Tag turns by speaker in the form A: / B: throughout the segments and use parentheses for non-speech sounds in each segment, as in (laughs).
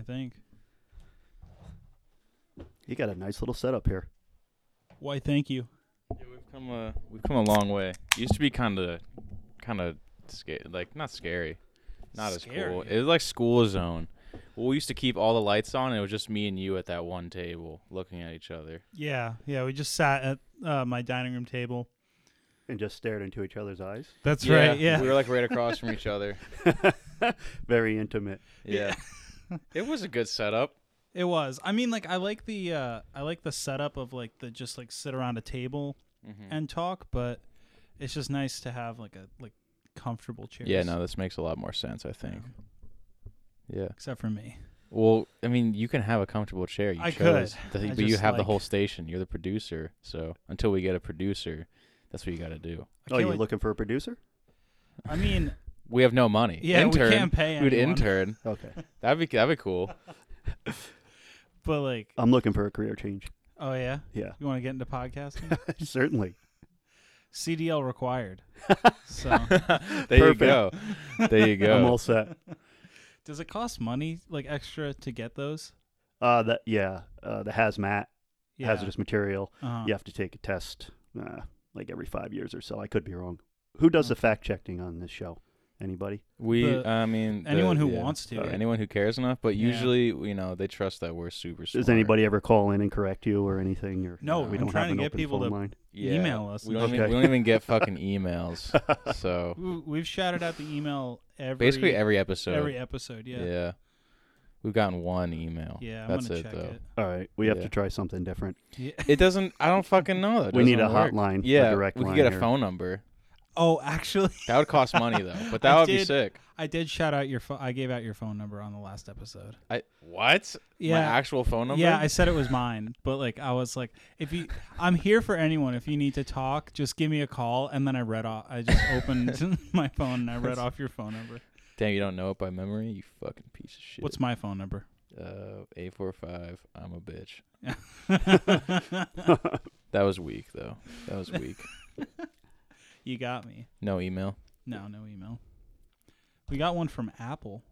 A: I think.
B: You got a nice little setup here.
A: Why? Thank you.
C: Yeah, we've come a we've come a long way. used to be kind of kind of scary, like not scary, not as cool.
A: Scary.
C: It was like school zone. Well, we used to keep all the lights on. And it was just me and you at that one table looking at each other.
A: Yeah, yeah. We just sat at uh, my dining room table.
B: And just stared into each other's eyes.
A: That's right. Yeah. (laughs)
C: we were like right across from each other.
B: (laughs) Very intimate.
C: (laughs) Yeah, it was a good setup.
A: It was. I mean, like I like the uh I like the setup of like the just like sit around a table
C: Mm-hmm. Mm.
A: and talk, but it's just nice to have like a like comfortable chairs.
C: Yeah, no, this makes a lot more sense. I think. Yeah.
A: Except for
C: Oh,
A: me.
C: Well, I mean, you can have a comfortable chair. You
A: I
C: chose,
A: could.
C: the-
A: I
C: but you
A: just
C: have the
A: like-
C: whole station. You're the producer. So until we get a producer, that's what you got to do.
A: I
B: oh,
A: can't
B: you
A: wait-
B: looking for a producer?
A: I
C: (laughs)
A: mean,
C: We have no money.
A: yeah,
C: intern.
A: we can't pay
C: Dude,
A: anyone.
C: intern.
B: Okay.
C: That'd be that'd be cool.
A: But like,
B: (laughs)
C: Oh.
B: I'm looking for a career change.
A: oh yeah,
B: Yeah,
A: you want to get into podcasting?
B: (laughs)
C: (laughs)
B: certainly.
A: CDL required. (laughs) So,
C: (laughs) There you
B: Perfect.
C: go. There you
B: I'm
C: go.
B: all set.
A: does it cost money like extra to get those?
B: Uh, that yeah, uh, the hazmat,
A: Yeah.
B: hazardous material.
A: Uh-huh.
B: You have to take a test, uh, like every five years or so. I could be wrong. Who does the fact checking on this show? Anybody?
C: we,
A: The-
C: I mean, the-
A: Anyone who
C: yeah.
A: wants to.
C: Uh, anyone who cares enough. But
A: Yeah.
C: usually, you know, they trust that we're super. Smart.
B: Does anybody ever call in and correct you or anything? Or
A: No,
C: No,
B: we
A: I'm
B: don't
A: trying
B: have an
A: to get
B: open
A: people
B: phone
A: to.
B: line.
C: Yeah.
A: email us
C: We
A: and
C: don't, even,
B: Okay.
C: we don't even get fucking emails. (laughs) So
A: (laughs) We- We've shouted out the email every
C: basically every episode.
A: every episode. Yeah, yeah.
C: We've gotten one email.
A: I'm
C: That's
A: gonna
C: it
A: check
C: though.
A: it.
B: (laughs) All right, we have
C: Yeah.
B: to try something different.
A: Yeah.
C: It doesn't. I don't fucking know. That
B: we need a
C: doesn't work.
B: hotline.
C: Yeah,
B: a direct
C: we could
B: line
C: get a
B: here.
C: phone number.
A: (laughs) Oh, actually, (laughs)
C: That would cost money though, but
A: I
C: that would be
A: did-
C: sick.
A: I did shout out your. Pho- I gave out your phone number on the last episode.
C: I what? My
A: Yeah,
C: actual phone number.
A: yeah. I said it was mine, but like I was like, if you, I'm here for anyone. If you need to talk, just give me a call. And then I read off. I just opened (laughs) my phone and I read off your phone number.
C: Damn, you don't know it by memory. You fucking piece of shit.
A: What's my phone number? (laughs)
C: uh eight four five? I'm a bitch.
A: you
C: That was weak though. That
A: (laughs)
C: was weak.
A: got me.
C: no email.
A: No, no email. We got one from Apple.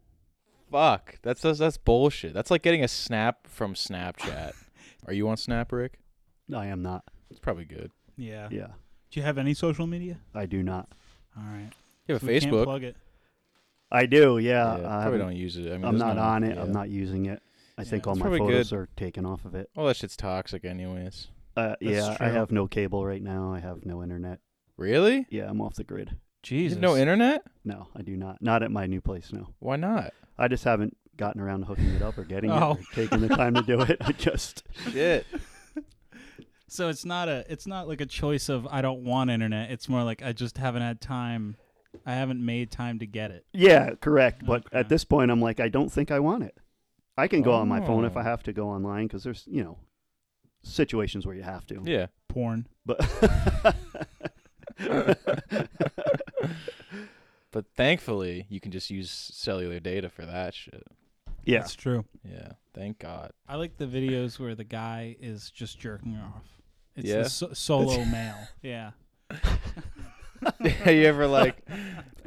C: Fuck. That's that's, that's bullshit. That's like getting a snap from Snapchat. Are you on Snap, Rick?
B: I am not.
C: It's probably good.
A: Yeah.
B: Yeah,
A: Do you have any social media?
B: I do not.
A: All right.
C: You have a
A: We can't
C: Facebook.
A: plug it.
B: I do.
C: Yeah,
B: Yeah, I
C: probably
B: haven't-
C: don't use it. I mean,
B: I'm
C: there's
B: not
C: no-
B: on it.
C: yeah.
B: I'm not using it. I think
A: Yeah.
B: all
C: It's
B: my
C: probably good.
B: photos are taken off of it.
C: All that shit's toxic, anyways.
B: Uh, yeah, I
A: true.
B: have no cable right now. I have no internet.
C: Really?
B: Yeah, I'm off the grid.
C: You
A: Jesus.
C: have no internet?
B: No, I do not. Not at my new place. No,
C: Why not?
B: I just haven't gotten around to hooking it up or
C: (laughs)
B: getting
A: Oh.
B: it, or taking the time to do it. I just
C: Shit.
A: So it's not a it's not like a choice of I don't want internet. It's more like I just haven't had time. I haven't made time to get it.
B: yeah, correct. But
A: Okay.
B: at this point, I'm like, I don't think I want it. I can go on my phone if
C: Oh.
B: I have to go online because there's you know situations where you have to.
A: (laughs)
C: (laughs) yeah.
A: Porn.
B: But
C: But thankfully, you can just use cellular data for that shit.
B: (laughs) yeah,
A: That's true.
C: Yeah. Thank God.
A: I like the videos where the guy is just jerking off. It's
C: Yeah.
A: the so-
C: (laughs)
A: solo male. Yeah.
C: (laughs) are you ever like,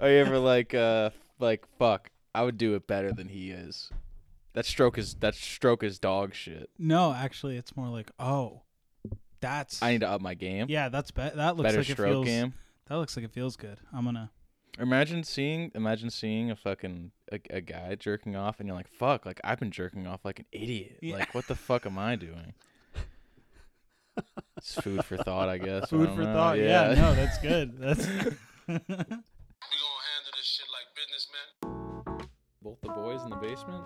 C: are you ever like, uh, like, fuck, I would do it better than he is. That stroke is that stroke is dog shit.
A: No, actually it's more like, "Oh, that's
C: I need to up my game.
A: Yeah, that's be- that looks
C: better
A: like it
C: stroke
A: feels
C: game.
A: That looks like it feels good. I'm going to
C: Imagine seeing, imagine seeing a fucking a, a guy jerking off, and you're like, fuck, like I've been jerking off like an idiot.
A: Yeah.
C: Like, what the fuck am
A: (laughs)
C: I doing? It's food for thought, I guess. I
A: food
C: don't
A: for
C: know.
A: thought. Yeah. no, that's good.
C: (laughs)
A: That's
D: We gonna handle this shit like businessmen.
C: Both the boys in the basement.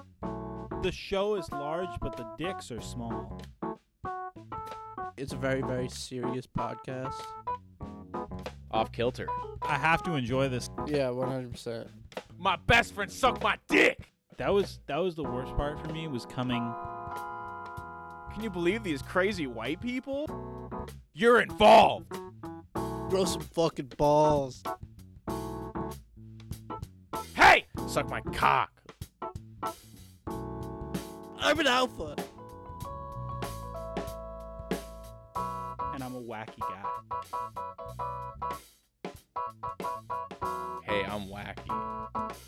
E: The show is large, but the dicks are small.
F: It's a very, very serious podcast.
C: Off kilter.
A: I have to enjoy this
F: Yeah, 100%.
C: My best friend sucked my dick.
A: That was that was the worst part for me was coming.
C: Can you believe these crazy white people? You're involved.
F: Grow some fucking balls.
C: Hey, suck my cock.
F: I'm an alpha.
A: And I'm a wacky guy.
C: Hey, I'm wacky.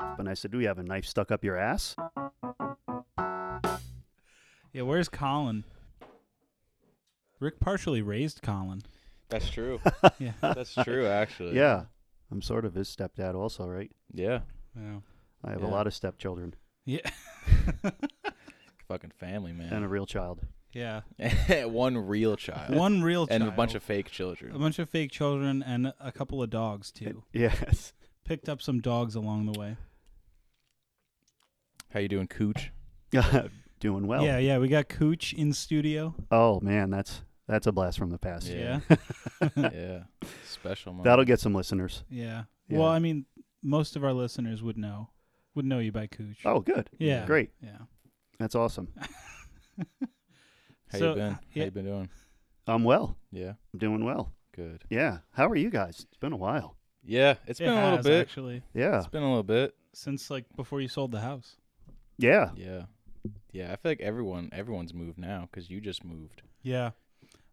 B: up, and I said, "Do you have a knife stuck up your ass?"
A: Yeah, where's Colin? Rick partially raised Colin.
C: That's true.
A: (laughs) Yeah.
C: That's true, actually.
B: Yeah, I'm sort of his stepdad, also, right?
C: Yeah.
A: Yeah.
B: I have
C: Yeah.
B: a lot of stepchildren
A: Yeah.
C: Fucking family,
B: and a
C: man.
B: real child.
A: yeah.
C: (laughs) One real child.
A: One real
C: and
A: child.
C: a bunch of fake
A: a
C: children.
A: bunch of fake children and a couple of dogs
B: (laughs)
A: too.
B: Yes.
A: Picked up some dogs along the way.
C: How you doing, Cooch?
B: Doing well.
A: Yeah, yeah, we got Cooch in studio.
B: Oh man, that's that's a blast from the past.
A: Yeah.
C: (laughs) Yeah. yeah. Special moment.
B: That'll get some listeners.
A: Yeah.
B: Yeah.
A: Well, I mean, most of our listeners would know would know you by Cooch.
B: Oh, good.
A: yeah.
B: Great.
A: Yeah.
B: That's awesome.
C: How
A: So, uh,
C: you been? How
A: yeah.
C: you been doing?
B: I'm well.
C: Yeah.
B: I'm doing well.
C: Good.
B: Yeah. How are you guys? It's been a while.
C: Yeah. It's
A: It
C: been a little
A: has,
C: bit.
A: actually
B: Yeah.
C: It's been a little bit.
A: since like before you sold the house.
B: Yeah.
C: Yeah. Yeah. I feel like everyone everyone's moved now because you just moved.
A: Yeah.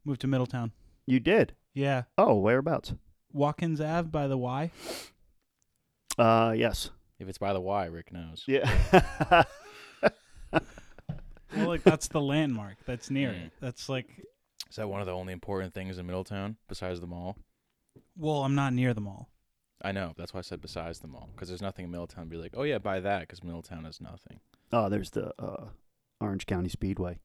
A: Moved to Middletown.
B: You did.
A: Yeah.
B: Oh, whereabouts?
A: Watkins Ave by the Y.
B: Uh, yes.
C: If it's by the Y, Rick knows.
B: Yeah. (laughs)
A: Well, like that's the (laughs) landmark. That's near
C: Mm.
A: it. That's like
C: Is that one of the only important things in Middletown besides the mall?
A: well, I'm not near the mall.
C: I know. That's why I said besides the mall because there's nothing in Middletown. to Be like, oh yeah, buy that because Middletown has nothing.
B: oh, there's the uh, Orange County Speedway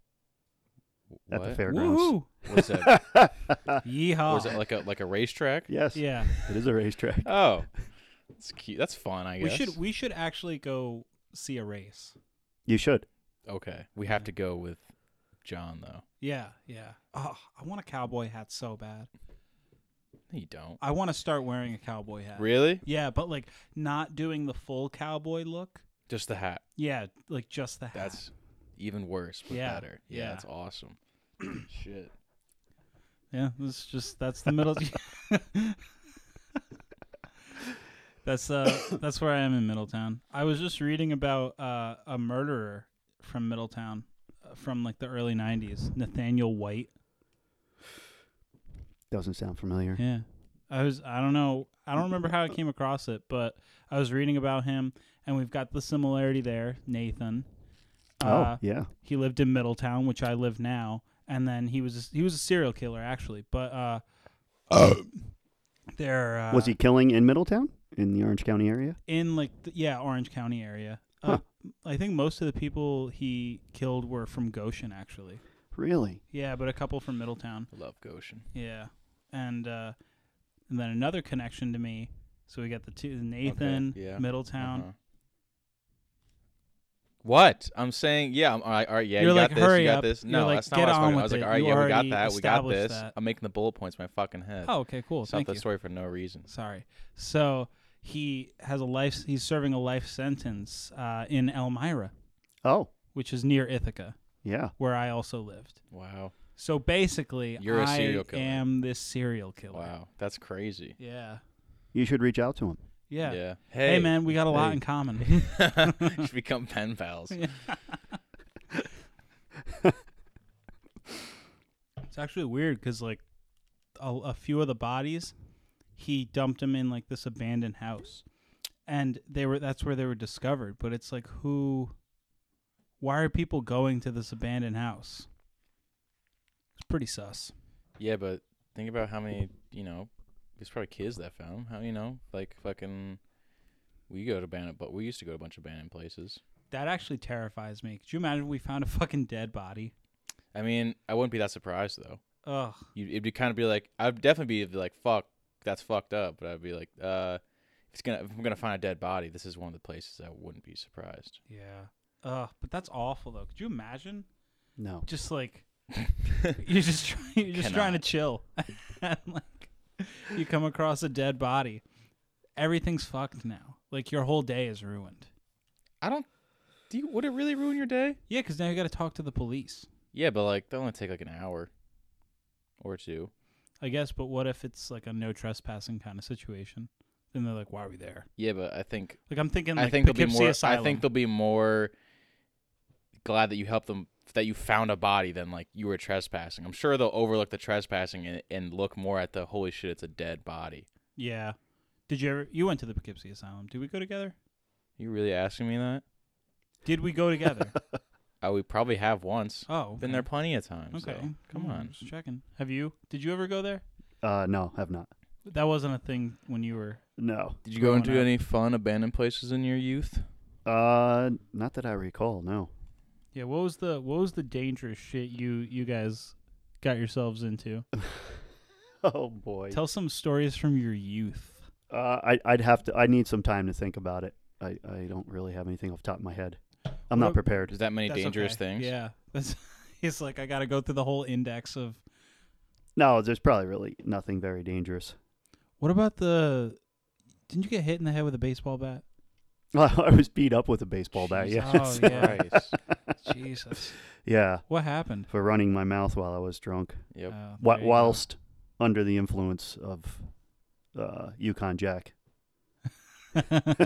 C: W-
B: at the
C: what?
B: fairgrounds.
A: Woohoo!
B: (laughs)
C: What's that?
A: Yeehaw!
C: Was it like a like a racetrack?
B: Yes.
A: yeah.
B: It is a racetrack.
C: Oh, (laughs) that's cute. That's fun. I
A: We
C: guess
A: should we should actually go see a race.
B: You should.
C: Okay, we have to go with John though.
A: Yeah, yeah. Oh, I want a cowboy hat so bad.
C: No, you don't.
A: I want to start wearing a cowboy hat.
C: Really?
A: Yeah, but like not doing the full cowboy look.
C: Just the hat.
A: Yeah, like just the hat.
C: That's even worse, but
A: Yeah,
C: better. Yeah,
A: yeah.
C: that's
A: (clears throat)
C: awesome. Shit.
A: yeah. That's just that's the middle. (laughs) that's uh that's where I am in Middletown. I was just reading about uh, a murderer from Middletown uh, from like the early '90s, Nathaniel White.
B: Doesn't sound familiar.
A: Yeah. I was I don't know I don't remember how I came across it, but I was reading about him and we've got the similarity there, Nathan. Uh,
B: Oh, yeah.
A: he lived in Middletown, which I live now, and then he was he was a serial killer actually, but uh
B: (coughs)
A: there uh,
B: Was he killing in Middletown in the Orange County area?
A: in like the, yeah, Orange County area. Uh, I think most of the people he killed were from Goshen actually.
B: Really?
A: Yeah, but a couple from Middletown.
C: I love Goshen.
A: Yeah, and uh, and then another connection to me. So we got the two Nathan,
C: yeah.
A: Middletown.
C: Uh-huh. What? I'm saying, yeah, I'm, all right, all right, yeah,
A: You're
C: you
A: like,
C: got this,
A: hurry
C: you got
A: up.
C: this.
A: You're
C: No,
A: like,
C: that's not
A: get
C: what I was
A: on
C: talking about. I
A: with
C: was like,
A: it.
C: all right,
A: You
C: yeah, we got
A: already
C: that, we got
A: established
C: this.
A: that.
C: I'm making the bullet points in my fucking head.
A: Oh, okay, cool.
C: Stop
A: Thank
C: that
A: you.
C: story for no reason.
A: Sorry. So he has a life. He's serving a life sentence uh, in Elmira,
B: Oh,
A: which is near Ithaca,
B: yeah.
A: where I also lived.
C: Wow,
A: So basically,
C: You're a
A: I
C: serial killer.
A: am this serial killer.
C: wow, that's crazy.
A: Yeah.
B: You should reach out to him.
A: Yeah.
C: Yeah.
A: Hey, man, we got a lot
C: Hey.
A: in
C: (laughs)
A: common.
C: should become pen pals.
A: It's actually weird because like a, a few of the bodies, he dumped them in like this abandoned house, and they were that's where they were discovered. But it's like who, why are people going to this abandoned house? It's pretty sus.
C: Yeah, but think about how many, you know, there's probably kids that found 'em. How you know, like fucking, we go to abandoned, but we used to go to a bunch of abandoned places.
A: That actually terrifies me. Could you imagine if we found a fucking dead body?
C: I mean, I wouldn't be that surprised though.
A: Ugh.
C: You, it'd be kind of be like, I'd definitely be like, fuck, that's fucked up. But I'd be like, uh, if it's gonna, if I'm gonna find a dead body, this is one of the places I wouldn't be surprised. (laughs)
A: Yeah. Ugh. But that's awful though. Could you imagine?
B: No.
A: Just like you're just trying, (laughs) you're just trying to
C: Cannot.
A: chill, (laughs) and like you come across a dead body, everything's fucked now. Like your whole day is ruined.
C: I don't. Do you, would it really ruin your day?
A: Yeah, because now you got to talk to the police,
C: Yeah, but like that only take like an hour or two.
A: I guess. But what if it's like a no trespassing kind of situation? Then they're like, "Why are we there?"
C: Yeah, but I think
A: Like I'm thinking, like
C: I think
A: Poughkeepsie
C: they'll be more.
A: Asylum.
C: I think they'll be more glad that you helped them that you found a body than like you were trespassing. I'm sure they'll overlook the trespassing and, and look more at the holy shit, it's a dead body.
A: yeah. Did you ever? You went to the Poughkeepsie Asylum. Did we go together?
C: You really asking me that?
A: Did we go
C: (laughs)
A: together?
C: I we probably have once.
A: oh,
C: Been there plenty of times.
A: Okay,
C: Okay. come
A: Mm,
C: on.
A: just checking. Have you? Did you ever go there?
B: (laughs) Uh, no, have not.
A: That wasn't a thing when you were.
B: No.
C: Did you go
A: Growing
C: into
A: up.
C: any fun abandoned places in your youth?
B: Uh, not that I recall. No. (laughs)
A: Yeah, what was the what was the dangerous shit you you guys got yourselves into?
B: Oh boy.
A: Tell some stories from your youth.
B: Uh, I I'd have to. I need some time to think about it. I I don't really have anything off the top of my head. I'm
A: What-
B: not prepared.
C: Is that many
A: That's
C: dangerous
A: okay.
C: things?
A: Yeah, that's. He's like, I got to go through the whole index of
B: No, there's probably really nothing very dangerous. (laughs)
A: What about the? Didn't you get hit in the head with a baseball bat?
B: I was beat up with a baseball bat. Yes.
C: (laughs)
A: Oh (laughs) yeah,
C: Christ.
A: Jesus.
B: (laughs) yeah.
A: What happened?
B: For running my mouth while I was drunk,
A: (laughs)
C: yep.
A: Oh,
B: Wh-
A: there you go.
B: whilst under the influence of uh, Yukon Jack. (laughs)
A: (laughs)
C: (laughs)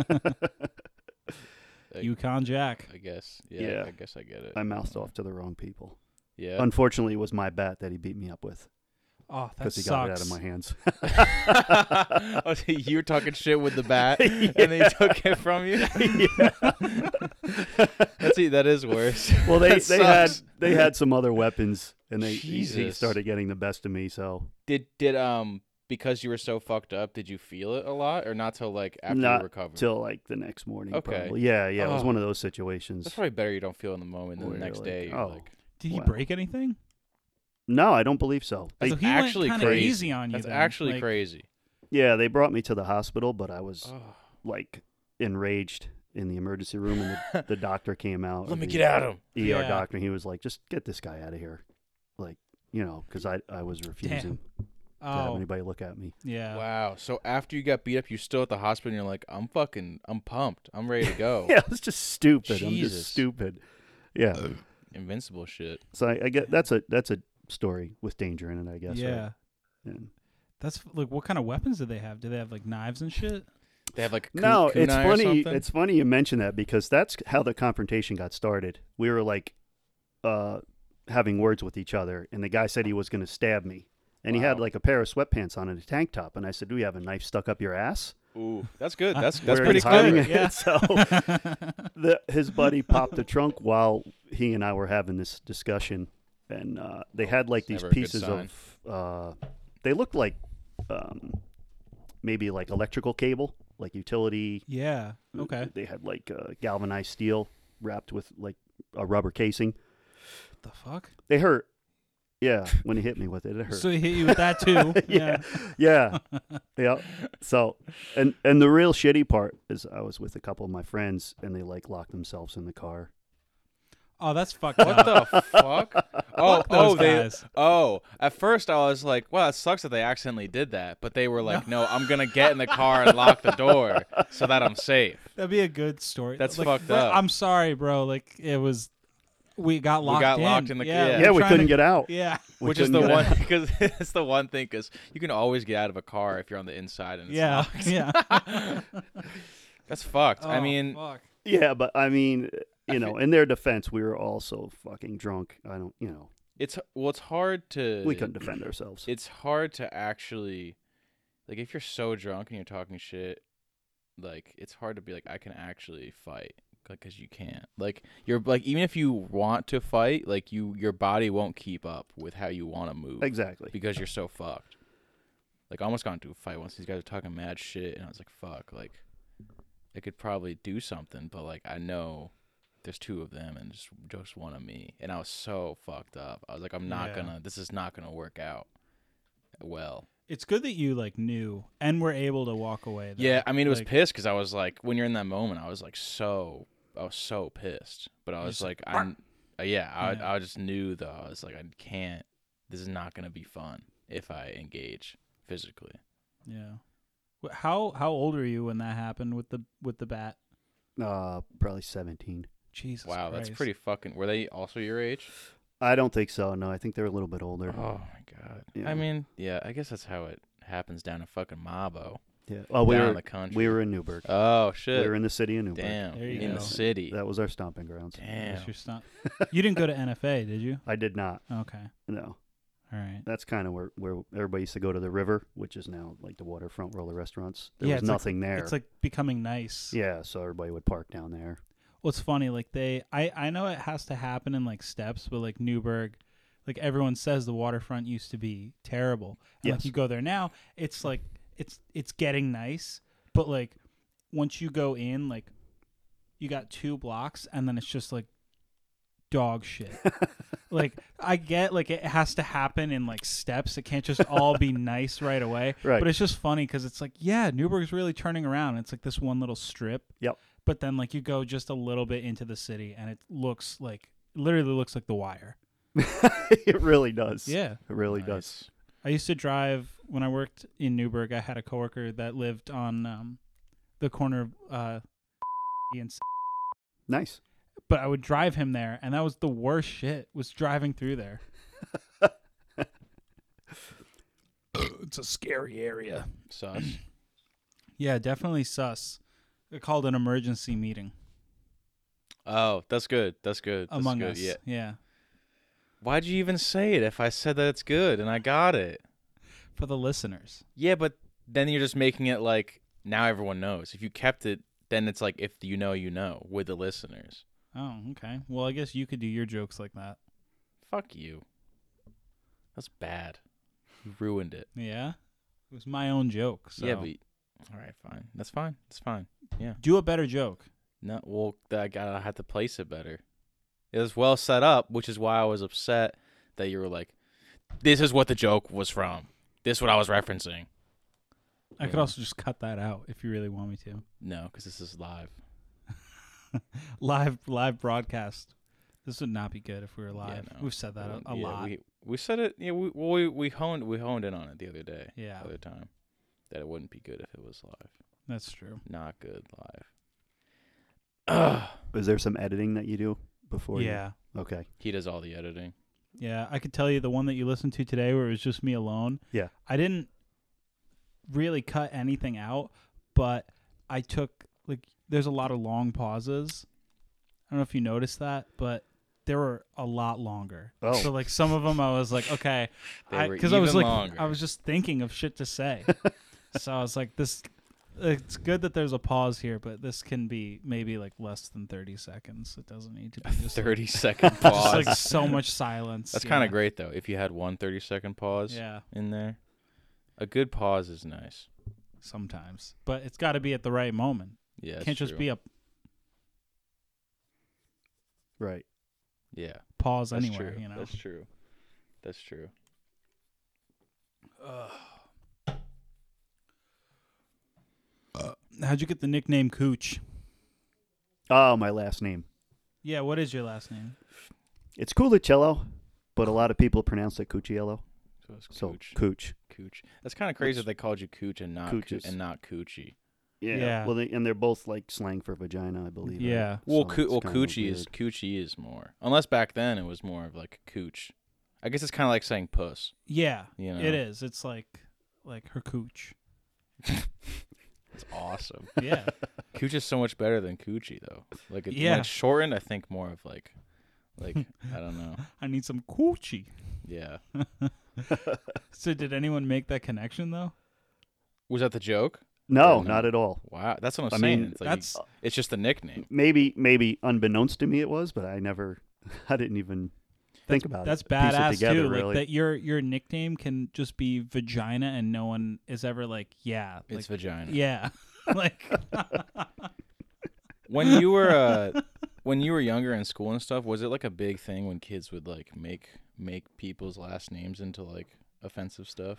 A: Yukon Jack.
C: I guess. Yeah,
B: Yeah.
C: I guess I get it.
B: I mouthed off to the wrong people.
C: yeah.
B: Unfortunately, it was my bat that he beat me up with
A: Oh, that
B: because he
A: sucks.
B: got it out of my hands.
C: (laughs) Oh, so you were talking shit with the
B: (laughs)
C: bat, and they took it from you. (laughs) That's e- that is worse.
B: Well, they,
C: That
B: they had
C: sucks.
B: they had some other weapons, and they he- he
C: Jesus.
B: started getting the best of me. So
C: Did did um because you were so fucked up, did you feel it a lot, or not till like after
B: Not
C: you recovered?
B: till like the next morning,
C: Okay.
B: probably. Yeah, yeah, it was
C: Oh.
B: one of those situations.
C: That's probably better. You don't feel in the moment. Then the
B: Where
C: next
B: you're
C: day,
B: like,
C: you're
B: oh,
C: like,
A: Did he
B: Wow.
A: break anything?
B: No, I don't believe so. They-
A: so he
C: actually
A: went kinda
C: crazy.
A: easy on you.
C: that's
A: then.
C: actually
A: Like,
C: crazy.
B: yeah, they brought me to the hospital, but I was
C: (laughs) Oh.
B: like enraged in the emergency room, and the, the doctor came out. or
C: Let me
B: the
C: get at him.
B: ER
A: Yeah.
B: doctor, and he was like, "Just get this guy out of here," like you know, because I I was refusing to have
A: Oh
B: anybody look at me.
A: yeah.
C: Wow. So after you got beat up, you still at the hospital, and you're like, I'm fucking, I'm pumped. I'm ready to go.
B: (laughs) Yeah, it's just stupid. I'm
C: Oh. Jesus.
B: just stupid. Yeah.
C: Invincible shit.
B: So I, I get that's a that's a story with danger in it, I guess.
A: yeah.
B: Right? And-
A: That's like, what kind of weapons do they have? Do they have like knives and
C: (laughs)
A: shit?
C: They have like a
B: no,
C: kun-
B: it's
C: kunai or
B: funny.
C: something?
B: It's funny you mention that because that's how the confrontation got started. We were like, uh, having words with each other, and the guy said he was going to stab me, and he had
C: Wow.
B: like a pair of sweatpants on and a tank top, and I said, "Do you have a knife stuck up your ass?"
C: Ooh, that's
A: Uh,
C: good. That's that's
B: We're
C: pretty
B: hiding
C: clever.
B: it. (laughs) so
C: Oh.
B: the, his buddy popped the trunk while he and I were having this discussion, and uh, they had like
C: it's
B: these
C: never a good
B: pieces of. Uh, they looked like um, maybe like electrical cable, like utility
A: (laughs) Yeah. Okay.
B: they had like uh, galvanized steel wrapped with like a rubber casing.
A: the fuck?
B: They hurt.
C: (laughs)
B: Yeah, when he hit me with it, it hurt.
A: So he hit you with that too.
B: yeah,
C: (laughs)
B: yeah, yeah. So, and and the real shitty part is I was with a couple of my friends and they like locked themselves in the car.
A: Oh, that's fucked
C: What
A: up.
B: (laughs)
C: the fuck? Oh,
A: (laughs) Fuck
C: oh,
A: those
C: they.
A: guys.
C: Oh, at first I was like, "Well, it sucks that they accidentally did that," but they were like, "No, I'm gonna get in the car and lock the door so that
A: (laughs)
C: I'm safe."
A: That'd be a good story.
C: That's
A: Like,
C: fucked
A: bro,
C: up.
A: I'm sorry, bro. Like it was, we got locked.
C: got
A: in.
C: locked in the- yeah.
A: we
B: yeah,
A: were
B: we
A: trying
B: couldn't
A: to-
B: get out.
A: (laughs) Yeah,
B: We
C: Which is the
B: couldn't get
C: one (laughs)
B: out. (laughs)
C: because it's the one thing because you can always get out of a car if you're on the inside and it's
A: yeah, yeah.
C: locked. that's fucked. (laughs) I
A: Oh,
C: mean,
A: fuck.
B: Yeah, but I mean, you
C: (laughs)
B: know, in their defense, we were all so fucking drunk. I don't, you know,
C: it's well, it's hard to
B: we couldn't defend ourselves.
C: it's hard to actually like if you're so drunk and you're talking shit like it's hard to be like i can actually fight because you can't like you're like even if you want to fight like you your body won't keep up with how you want to move
B: exactly.
C: because you're so fucked like I almost got into a fight once these guys were talking mad shit and i was like fuck like i could probably do something but like i know there's two of them and just just one of me and i was so fucked up i was like i'm not
A: Yeah.
C: gonna this is not gonna work out well
A: It's good that you like knew and were able to walk away. Though.
C: yeah i mean it was
A: Like,
C: pissed because i was like when you're in that moment i was like so i was so pissed but i
A: You're
C: was
A: just
C: like
A: like,
C: i'm uh, yeah I,
A: Yeah.
C: I just knew though i was like i can't this is not gonna be fun if i engage physically
A: Yeah. Wh- How how old were you when that happened with the with the bat?
B: Uh, probably seventeen.
A: Jesus.
C: Wow, that's
A: Christ.
C: pretty fucking. Were they also your age?
B: I don't think so. No, I think they're a little bit older.
C: Oh my god.
B: Yeah.
C: I mean, yeah, I guess that's how it happens down in fucking Mabo.
B: yeah. Well, Oh, we
C: down
B: were
C: in the country.
B: we were in Newburgh.
C: oh
B: We
C: shit.
B: were in the city of Newburgh.
C: Damn.
A: There you
C: in
A: go.
C: the city.
B: That was our (laughs) stomping grounds.
A: That's
C: Damn.
A: your stomp. you didn't go to NFA, did you?
B: I did not.
A: Okay.
B: No.
A: All All right.
B: That's kind of where, where everybody used to go to the river, which is now like the waterfront roller restaurants. There
A: Yeah,
B: was
A: it's like-
B: nothing there.
A: It's like becoming nice.
B: yeah, so everybody would park down there.
A: What's funny, like they, I, I know it has to happen in like steps, but like Newburgh, like everyone says, the waterfront used to be terrible. And
B: Yes.
A: like you go there now, it's like it's it's getting nice, but like once you go in, like you got two blocks, and then it's just like dog shit. like I get, like it has to happen in like steps. It can't just all
B: (laughs)
A: be nice right away.
B: (laughs) Right.
A: But it's just funny because it's like, yeah, Newburgh's really turning around. It's like this one little strip.
B: Yep.
A: But then like you go just a little bit into the city and it looks like literally looks like the wire.
B: (laughs) it really does.
A: Yeah.
B: It really does.
A: I used to drive when I worked in Newburgh, I had a coworker that lived on um, the corner of uh and s-
B: Nice.
A: but I would drive him there and that was the worst shit was driving through there. (laughs) it's a scary area.
C: Sus. (clears throat)
A: Yeah, definitely sus. They called an emergency meeting
C: Oh, that's good. That's good. That's
A: among
C: good.
A: us.
C: Yeah.
A: yeah.
C: Why'd you even say it if I said that it's good and I got it?
A: For the listeners.
C: Yeah, but then you're just making it like now everyone knows. If you kept it, then it's like if you know, you know with the listeners.
A: Oh, okay. Well, I guess you could do your jokes like that.
C: Fuck you. That's bad. You ruined it.
A: Yeah. It was my own joke. So
C: Yeah, but all right, fine. That's fine. That's fine.
A: do a better joke.
C: No, well, I gotta have to place it better. It was well set up, which is why I was upset that you were like, "This is what the joke was from. This is what I was referencing."
A: I could
C: Yeah.
A: also just cut that out if you really want me to.
C: No, because this is live.
A: Live live broadcast. This would not be good if we were live.
C: no.
A: We've said that a, a
C: Yeah,
A: lot.
C: We, we said it. Yeah, we, well, we we honed we honed in on it the other day.
A: Yeah.
C: the other time that it wouldn't be good if it was live.
A: That's true.
C: Not good live. Ugh.
B: Is there some editing that you do before? you-
A: Yeah.
B: Okay.
C: He does all the editing.
A: Yeah, I could tell you the one that you listened to today where it was just me alone.
B: Yeah.
A: I didn't really cut anything out, but I took like there's a lot of long pauses. I don't know if you noticed that, but there were a lot longer.
B: Oh.
A: So like some of them I was like, okay,
C: They were
A: because I, was
C: even
A: like
C: longer.
A: I was just thinking of shit to
C: (laughs)
A: say. so I was like this it's good that there's a pause here, but this can be maybe like less than 30 seconds. It doesn't need to
C: (laughs)
A: be just like,
C: Thirty second
A: (laughs)
C: pause.
A: just like so much silence.
C: That's
A: yeah.
C: kind of great though. If you had one 30 second pause
A: Yeah.
C: in there, a good pause is nice.
A: sometimes, but it's got to be at the right moment.
C: Yeah,
A: Can't just be a
B: Right.
C: yeah.
A: pause
C: That's
A: anywhere,
C: true.
A: you know.
C: That's true. That's true.
B: Uh,
A: How'd you get the nickname Cooch?
B: Oh, my last name.
A: Yeah, what is your last name?
B: It's Culicello, but a lot of people pronounce it Cucciello.
C: So it's
B: So
C: cooch,
B: Cooch.
C: cooch. That's kind of crazy
B: Which-
C: that they called you cooch and not coo-
B: Cooches.
C: and not coochie.
B: Yeah.
A: Yeah.
B: Well, they, and they're both like slang for vagina, I believe. right?
A: Yeah.
C: Well,
B: So
C: coo-
B: it's
C: well,
B: kinda
C: coochie is
B: weird.
C: coochie is more. Unless back then it was more of like cooch. I guess it's kind of like saying puss.
A: Yeah,
C: You know,
A: it is. It's like like her cooch.
C: (laughs) It's awesome.
B: (laughs)
A: Yeah,
C: cooch is so much better than coochie though. Like it's
A: Yeah.
C: like shortened. I think more of like, like I
A: (laughs)
C: don't know.
A: I need some coochie.
C: Yeah.
A: So did anyone make that connection though?
C: Was that the joke?
B: No,
C: Or no?
B: not at all.
C: Wow, that's what I'm
B: I
C: saying.
B: mean,
C: it's, like
A: that's-
C: it's just the nickname.
B: Maybe, maybe unbeknownst to me it was, but I never, (laughs) I didn't even think about
A: That's
B: it. Piece it
A: badass
B: together,
A: too.
B: Really.
A: Like that your your nickname can just be vagina and no one is ever like, yeah, like,
C: It's vagina.
A: yeah. (laughs) like
C: When you
A: (laughs)
C: were uh, when you were younger in school and stuff, was it like a big thing when kids would like make make people's last names into like offensive stuff?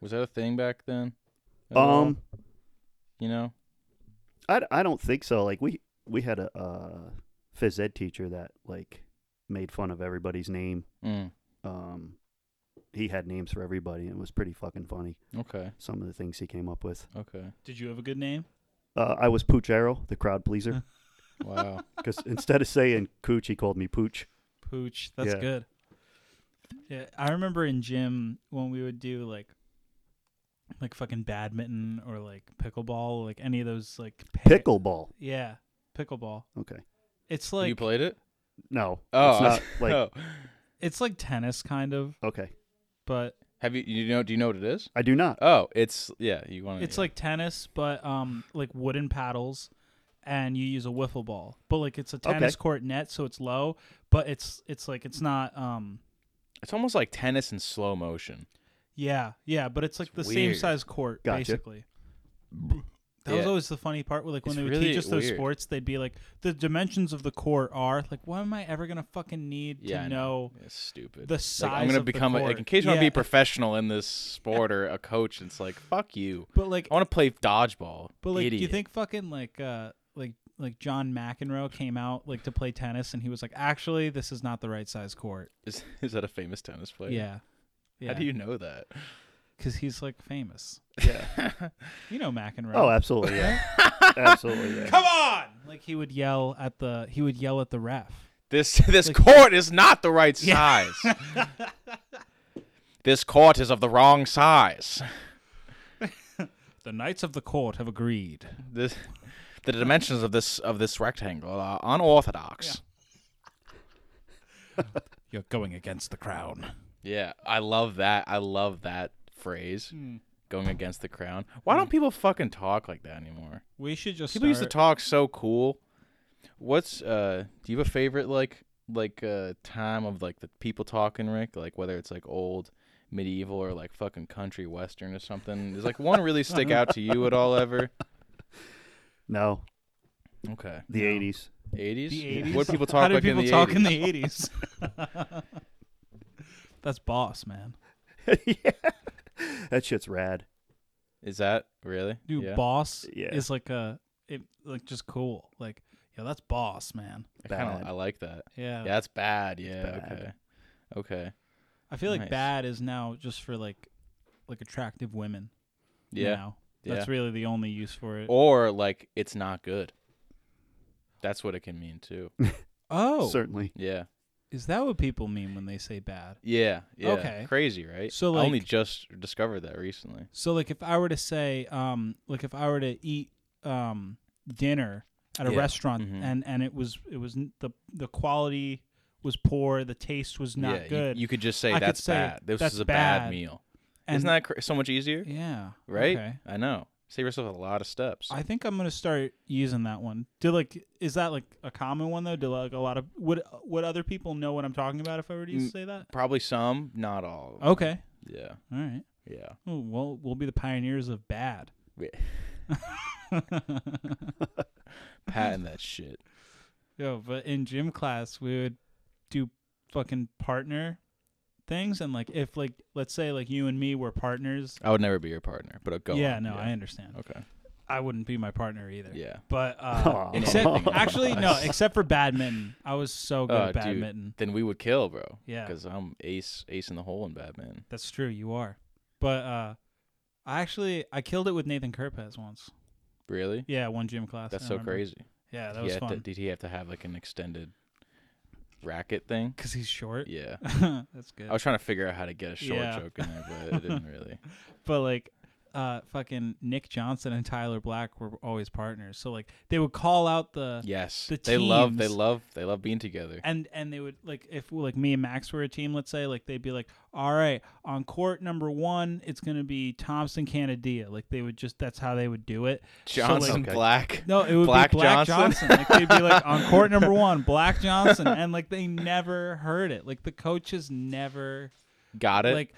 C: Was that a thing back then? at all?
B: um,
C: you know,
B: I, I don't think so. Like we we had a uh, phys ed teacher that like made fun of everybody's name.
C: mm,
B: Um, he had names for everybody, and it was pretty fucking funny.
C: okay,
B: Some of the things he came up with.
C: okay,
A: Did you have a good name?
B: Uh, I was Poochero, the crowd pleaser,
A: (laughs)
C: wow,
B: because instead of saying Cooch, he called me Pooch.
A: Pooch. That's
B: Yeah.
A: good. Yeah, I remember in gym when we would do like like fucking badminton or like pickleball, like any of those like pa-
B: Pickleball.
A: Yeah, pickleball.
B: Okay.
A: It's like
C: you played it?
B: No.
C: Oh,
B: it's not like
C: oh.
A: it's like tennis kind of,
B: okay.
A: but
C: Have you you know do you know what it is?
B: I do not.
C: Oh, it's Oh, yeah. You want
A: it's like tennis, but um, like wooden paddles, and you use a wiffle ball. But like it's a
B: Okay.
A: tennis court net, so it's low, but it's it's like it's not um,
C: it's almost like tennis in slow motion.
A: yeah, yeah, but it's like
C: It's
A: the same
C: weird.
A: size court
B: Gotcha.
A: basically. That was
C: Yeah.
A: always the funny part. Where, like when
C: It's
A: they would
C: really
A: teach us those
C: weird.
A: sports, they'd be like, the dimensions of the court are like, what am I ever gonna fucking need
C: Yeah,
A: to
C: I
A: know?
C: know. It's stupid.
A: the
C: Like, I'm
A: size
C: gonna
A: of the
C: become a, like
A: court.
C: in case you want to be
A: Yeah.
C: a professional in this sport or a coach. It's like fuck you.
A: But like,
C: I want to play dodgeball.
A: But like, do you
C: Idiot.
A: think fucking like uh like like John McEnroe came out like to play tennis and he was like, actually, this is not the right size court.
C: is, is that a famous tennis player?
A: Yeah, yeah.
C: How do you know that?
A: Because he's like famous.
C: Yeah.
A: (laughs) You know McEnroe.
B: Oh, absolutely. Yeah. absolutely. Yeah.
A: Come on! Like he would yell at the he would yell at the ref.
C: this (laughs) this
A: Like-
C: court is not the right
A: Yeah. (laughs)
C: size. this court is of the wrong size.
A: The knights of the court have agreed.
C: This the dimensions of this of this rectangle are unorthodox.
A: You're going against the crown.
C: Yeah, I love that. I love that phrase.
A: Hmm.
C: Going against the crown. Why don't people fucking talk like that anymore?
A: We should just
C: People used to talk so cool. What's uh do you have a favorite like like uh time of like the people talking, Rick? Like whether it's like old medieval or like fucking country western or something. Does like one really stick out to you at all ever?
B: No,
C: Okay.
B: the 80s.
C: Eighties?
A: The 80s?
C: What people talk
A: How did
C: like
A: people
C: in the
A: talk
C: 80s?
A: in the eighties? (laughs) That's boss, man.
B: (laughs) yeah. That shit's rad.
C: Is that really?
A: Dude,
C: yeah.
A: boss
B: Yeah.
A: is like a it like just cool. Like, yeah, that's boss, man.
C: I, kinda,
B: bad.
C: I like that.
A: Yeah.
C: Yeah, that's bad. Yeah.
B: bad.
C: Okay. Okay.
A: I feel like
C: Nice.
A: bad is now just for like like attractive women.
C: Yeah.
A: Now.
C: Yeah.
A: That's really the only use for it.
C: Or like it's not good. That's what it can mean too.
A: Oh.
C: (laughs)
B: Certainly. (laughs)
C: Yeah.
A: Is that what people mean when they say bad?
C: Yeah. Yeah.
A: Okay.
C: Crazy, right?
A: So,
C: I only
A: like-
C: just discovered that recently.
A: So like if I were to say um like if I were to eat um dinner at a
C: Yeah.
A: restaurant
C: Mhm.
A: and and it was it was n- the the quality was poor, the taste was not
C: yeah, you-
A: good.
C: You, could just say
A: I could
C: that's
A: say,
C: bad. This
A: "That's
C: is a bad,
A: bad,"
C: meal.
A: and
C: Isn't that cr- so much easier?
A: Yeah.
C: Right?
A: Okay.
C: I know. Save yourself a lot of steps.
A: I think I'm gonna start using that one. Do like is that like a common one though? Do like a lot of would would other people know what I'm talking about if I were to
C: Mm.
A: say that?
C: Probably some, not all.
A: Okay,
C: Yeah.
A: all right.
C: Yeah.
A: Oh, well, we'll be the pioneers of bad. (laughs)
C: Patent that shit.
A: Yo, but in gym class we would do fucking partner things, and like if like let's say like you and me were partners.
C: I would never be your partner, but uh, go.
A: yeah,
C: on.
A: no, I understand.
C: Okay.
A: I wouldn't be my partner either.
C: Yeah.
A: But
C: (laughs)
A: uh,
B: Aw.
A: except
B: Anything.
A: actually no, except for badminton. I was so good
C: Oh,
A: at
C: dude.
A: badminton.
C: Then we would kill, bro.
A: Yeah.
C: Because I'm ace, ace in the hole in Batman.
A: That's true. You are. But uh, I actually I killed it with Nathan Kerpez once.
C: Really?
A: Yeah, one gym class.
C: That's
A: I
C: so
A: remember.
C: crazy.
A: Yeah, that
C: He
A: was
C: had to-
A: fun.
C: did he have to have like an extended racket thing?
A: Because he's short.
C: Yeah.
A: (laughs) That's good.
C: I was trying to figure out how to get a short
A: Yeah.
C: joke in there, but it didn't really.
A: but like, uh, fucking Nick Johnson and Tyler Black were always partners. So like, they would call out (laughs) the
C: Yes,
A: The
C: they love, they
A: teams.
C: love, they love being together.
A: and and they would like if like me and Max were a team, let's say like they'd be like, all right, on court number one, it's gonna be Thompson Canadilla. Like they would just that's how they would do it. So, like,
C: Johnson
B: Okay.
C: Black.
A: (laughs) No, it would
C: Black
A: be Black Johnson.
C: Johnson?
A: Like they'd be like on court
C: (laughs)
A: number one, Black Johnson, and like they never heard it. Like the coaches never
C: Got it.
A: like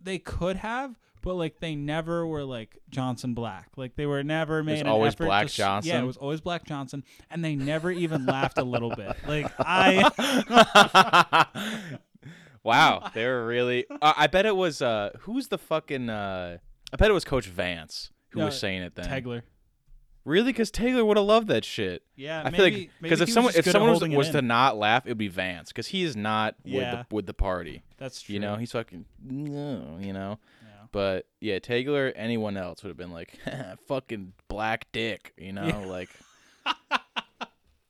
A: they could have, but like they never were like Johnson Black. Like they were never made. an
C: always
A: effort to
C: Black
A: s- Yeah,
C: Johnson?
A: it was always Black Johnson, and they never even laughed a little
C: (laughs)
A: bit. Like I,
C: (laughs) wow, they were really. Uh, I bet it was. Uh, who's the fucking? Uh, I bet it was Coach Vance who
A: No,
C: was saying it then.
A: Tegler.
C: Really? Because Taylor would have loved that shit.
A: Yeah,
C: I
A: maybe-
C: feel like
A: maybe
C: because if
A: he was
C: someone
A: just
C: if
A: good at
C: someone was,
A: holding it
C: was to
A: in.
C: not laugh, it would be Vance because he is not
A: Yeah.
C: with the with the party.
A: That's true.
C: You know, he's fucking no, you know.
A: Yeah.
C: But yeah, Taylor, anyone else would have been like, (laughs) fucking black dick, you know,
A: Yeah.
C: like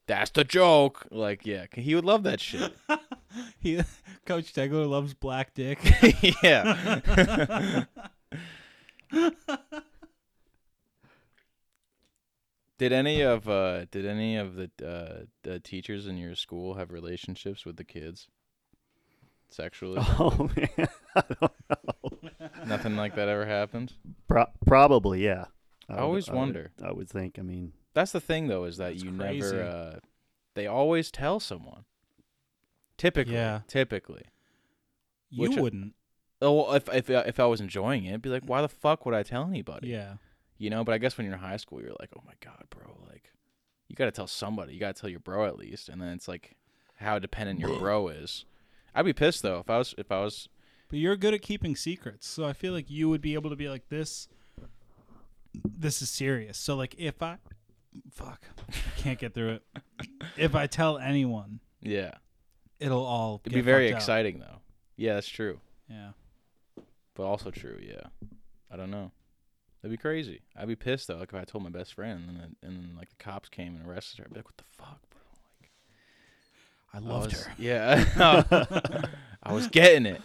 C: that's the joke. Like, yeah, c- he would love that shit.
B: (laughs)
A: (laughs) he, Coach Tegler loves Black Dick.
B: (laughs)
C: yeah. did any of uh did any of the uh the
B: (laughs)
C: teachers in your school have relationships with the kids sexually?
B: Oh, man. I don't know.
C: Nothing like that ever happened.
B: Pro- probably, yeah.
C: I
B: would-
C: always
B: would-
C: wonder.
B: I would think. I mean,
C: That's the thing, though, is that
A: That's
C: you
A: crazy.
C: never. Uh, they always tell someone. Typically,
A: Yeah.
C: typically.
A: You
C: Which-
A: wouldn't.
C: Oh, well, if if if I was enjoying it, it'd be like, why the fuck would I tell anybody?
A: Yeah.
C: You know, but I guess when you're in high school, you're like, oh my god, bro, like, you gotta tell somebody. You gotta tell your bro at least, and then it's like, how dependent
A: (clears throat)
C: your bro is. I'd be pissed though if I was if I was
A: But you're good at keeping secrets, so I feel like you would be able to be like this. This is serious. So like, if I, fuck, I can't get through it. If I tell anyone,
C: yeah.
A: it'll all
C: It'd
A: get
C: be very
A: fucked up.
C: exciting though. Yeah, that's true,
A: Yeah.
C: but also true. Yeah, I don't know. That'd be crazy. I'd be pissed though. Like if I told my best friend and then, and then like the cops came and arrested her, I'd be like, what the fuck, bro? Like,
A: I
C: I
A: loved
C: was-
A: her.
C: Yeah, (laughs) I was
A: (laughs)
C: getting it.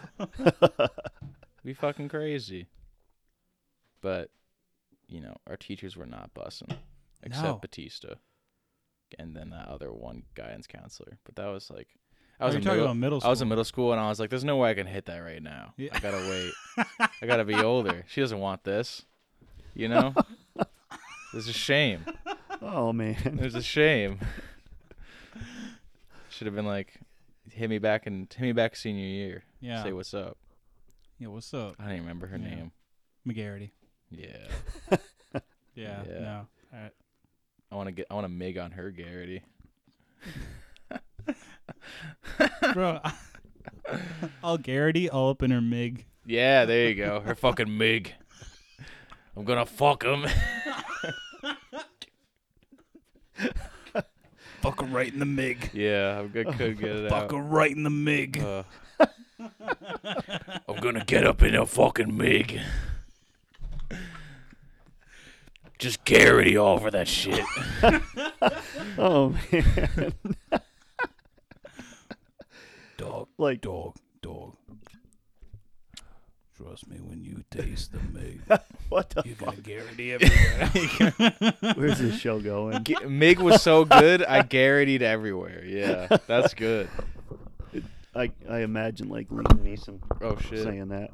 C: be fucking crazy. But you know, our teachers were not bussing, except
A: No.
C: Batista, and then that other one guidance counselor. But that was like, I
A: I
C: was
A: was
C: in
A: talking
C: middle,
A: about middle school.
C: I was in middle school, and I was like, "There's no way I can hit that right now.
A: Yeah.
C: I gotta wait. (laughs) I gotta be older. She doesn't want this, you (laughs) know. There's a shame.
B: oh man, (laughs)
C: There's a shame. Should have been like, hit me back and hit me back senior year.
A: Yeah.
C: Say what's up.
A: yeah. What's up,
C: I don't even remember her
A: Yeah.
C: name.
A: McGarity?
C: Yeah.
A: Yeah.
C: Yeah.
A: No. All right.
C: I want to get. I want to mig on her, Garrity.
A: (laughs) Bro, (laughs) all Garrity, all up in her mig.
C: Yeah, there you go. Her fucking (laughs) mig. I'm gonna fuck him.
A: Fuck her right in the mig.
C: yeah, I'm gonna could get (laughs) it
A: Fuck
C: out.
A: her right in the mig.
C: Uh, I'm gonna get up in a fucking mig. Just Garrity all for that shit.
B: oh man,
A: Dog,
B: like
A: dog, dog. Trust me when you taste the (laughs) mig.
B: what the?
A: You're gonna Garrity (laughs) everywhere.
B: Where's this show
C: (laughs)
B: going?
C: G- Mig was so good, I Garrity'd everywhere. Yeah, that's good.
B: I I imagine like Liam Neeson
C: Oh shit.
B: saying that.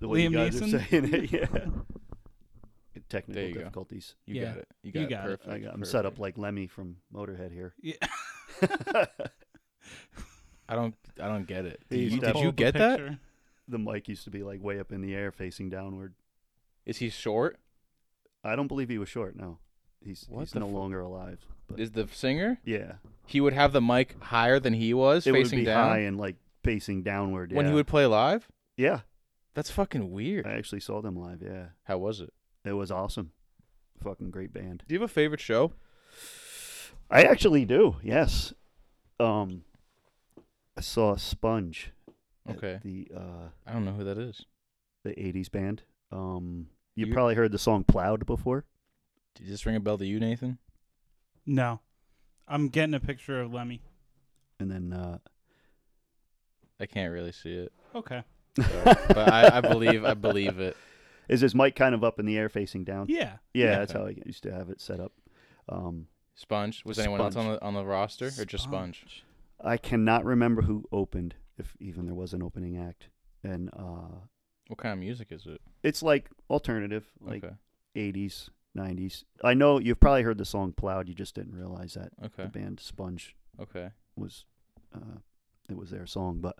B: The way you
A: Liam
B: guys are
A: Neeson?
B: saying
A: (laughs)
B: it, yeah. Technical
C: There you go.
B: difficulties.
C: You
A: Yeah,
C: got it. You got
A: you
C: it.
A: got it.
C: perfect.
B: I got, I'm set up
C: perfect.
B: like Lemmy from Motorhead here.
A: Yeah.
C: I don't. I don't get it. Did
B: He's
C: you, did
B: definitely-
C: you get that?
B: The mic used to be like way up in the air, facing downward.
C: Is he short?
B: I don't believe he was short. No, he's
C: What
B: he's
C: the
B: no
C: fu-
B: longer alive. But
C: Is the singer?
B: yeah,
C: He would have the mic higher than he was,
B: it would
C: facing
B: be
C: down
B: high and like facing downward.
C: when
B: yeah.
C: he would play live.
B: yeah,
C: That's fucking weird.
B: I actually saw them live. Yeah,
C: How was it?
B: it was awesome. Fucking great band.
C: Do you have a favorite show?
B: I actually do. Yes. Um, I saw Sponge. at
C: Okay,
B: The uh
C: I don't know who that is.
B: the '80s band. Um, you
C: You-
B: probably heard the song "Plowed" before.
C: Did this ring a bell to you, Nathan?
A: No. I'm getting a picture of Lemmy.
B: and then uh
C: I can't really see it,
A: Okay.
C: (laughs) but I, I believe I believe it.
B: (laughs) is his mic kind of up in the air facing down
A: Yeah.
B: yeah,
C: Yeah.
B: that's how i used to have it set up um
C: Sponge was anyone else on
B: Sponge.
C: the on the roster or just Sponge?
B: i cannot remember who opened if even there was an opening act and uh
C: What kind of music is it?
B: it's like alternative like
C: okay,
B: 80s 90s i know you've probably heard the song plowed you just didn't realize that the
C: okay,
B: band sponge
C: okay.
B: was uh it was their song but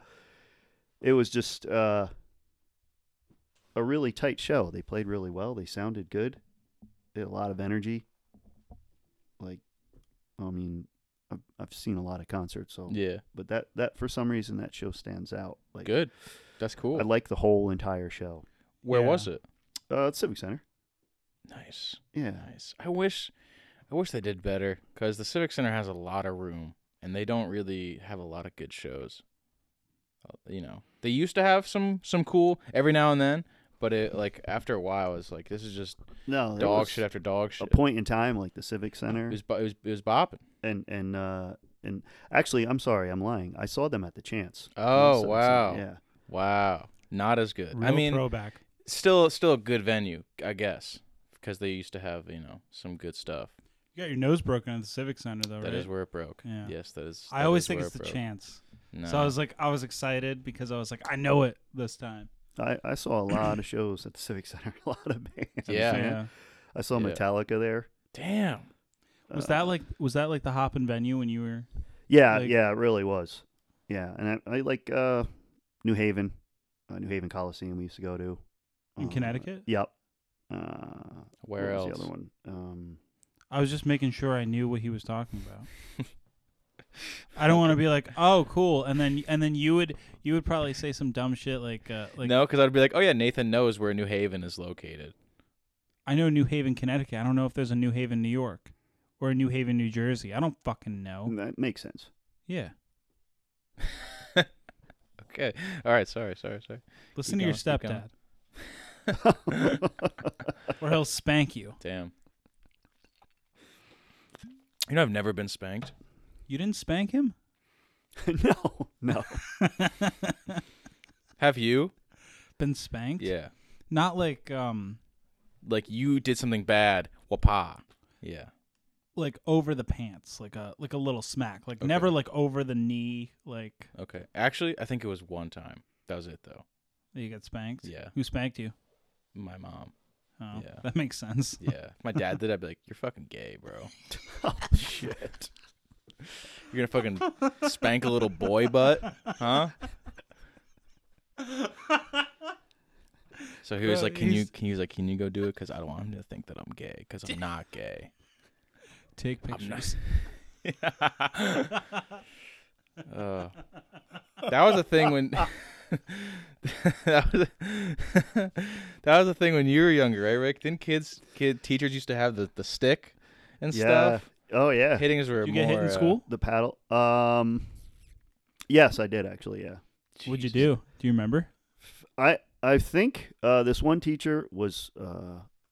B: it was just uh a really tight show they played really well they sounded good They had a lot of energy like i mean i've, I've seen a lot of concerts so
C: Yeah,
B: but that that for some reason that show stands out like
C: good. That's cool.
B: i like the whole entire show
C: Where
A: Yeah.
C: was it?
B: uh at civic center
C: Nice,
B: yeah
C: nice. I wish, I wish they did better because the Civic Center has a lot of room and they don't really have a lot of good shows. Uh, You know, they used to have some some cool every now and then, but it like after a while it's like this is just
B: no there
C: dog
B: was
C: shit after dog
B: a
C: shit.
B: point in time like the civic center
C: It was, bo- it was it was bopping.
B: and and uh and actually i'm sorry i'm lying i saw them at the chance
C: Oh,
B: Civic Center,
C: wow.
B: yeah
C: Wow, not as good.
A: Real
C: I mean,
A: throwback.
C: still still a good venue, I guess, because they used to have you know some good stuff.
A: You got your nose broken at the Civic Center though,
C: That is
A: right?
C: where it broke.
A: Yeah.
C: Yes, that is.
A: I
C: that
A: always
C: is
A: think
C: where
A: it's
C: it
A: the
C: broke.
A: chance.
C: No.
A: So I was like I was excited because I was like, I know it this time.
B: I, I saw a lot of shows at the Civic Center, (laughs) a lot of bands.
C: Yeah.
B: man. I saw
C: Yeah.
B: Metallica there.
C: Damn.
A: Was
B: Uh,
A: that like was that like the hopping venue when you were?
B: Yeah,
A: like-
B: yeah, it really was. Yeah, and I, I like uh, New Haven, uh, New Haven Coliseum. We used to go to
A: In
B: Uh,
A: Connecticut?
B: Yep. Uh, what
C: Where
B: was
C: else?
B: The other one. Um,
A: I was just making sure I knew what he was talking about. I don't want to be like, oh, cool, and then (laughs) and then you would you would probably say some dumb shit like uh, like
C: no, because I'd be like, oh yeah, Nathan knows where New Haven is located.
A: I know New Haven, Connecticut. I don't know if there's a New Haven, New York, or a New Haven, New Jersey. I don't fucking know.
B: that makes sense.
A: (laughs)
B: (laughs)
A: Yeah,
C: Okay. All right. Sorry. Sorry. Sorry.
A: listen to
C: Keep
A: your
C: going, keep going.
A: stepdad,
B: (laughs)
A: or he'll spank you.
C: Damn. You know, I've never been spanked.
A: You didn't spank him?
B: no, no.
C: Have you?
A: Been spanked?
C: Yeah.
A: Not like um
C: Like you did something bad. Wapa. Yeah.
A: like over the pants, like a like a little smack, like
C: Okay. Oh.
A: never like over the knee, like
C: Okay. Actually, I think it was one time. That was it though.
A: you get spanked.
C: Yeah.
A: Who spanked you?
C: My mom.
A: Oh,
C: Yeah.
A: that makes sense.
C: (laughs) Yeah. If My dad did. I'd be like, "You're fucking gay,
A: (laughs)
C: bro. (laughs)
B: Shit.
C: You're gonna fucking spank a little boy butt, huh?" So he was
A: Bro,
C: like, "Can you?
A: he's-
C: Can you? Like, can you go do it? Because I don't want him to think that I'm gay. Because I'm not gay.
A: Take
C: I'm
A: pictures.
C: not."
A: (laughs)
C: (laughs) Uh, that was a thing when. (laughs) that was a, (laughs) that was a thing when you were younger, right, Rick? Didn't kids, kid teachers used to have the, the stick and
B: Yeah.
C: stuff?
B: Oh yeah.
C: Hittings were
A: you
C: more.
A: get hit in
C: uh,
A: school?
B: The paddle. Um. Yes, I did actually. Yeah.
A: What'd you
C: Jesus.
A: do? Do you remember?
B: I I think uh, this one teacher was uh,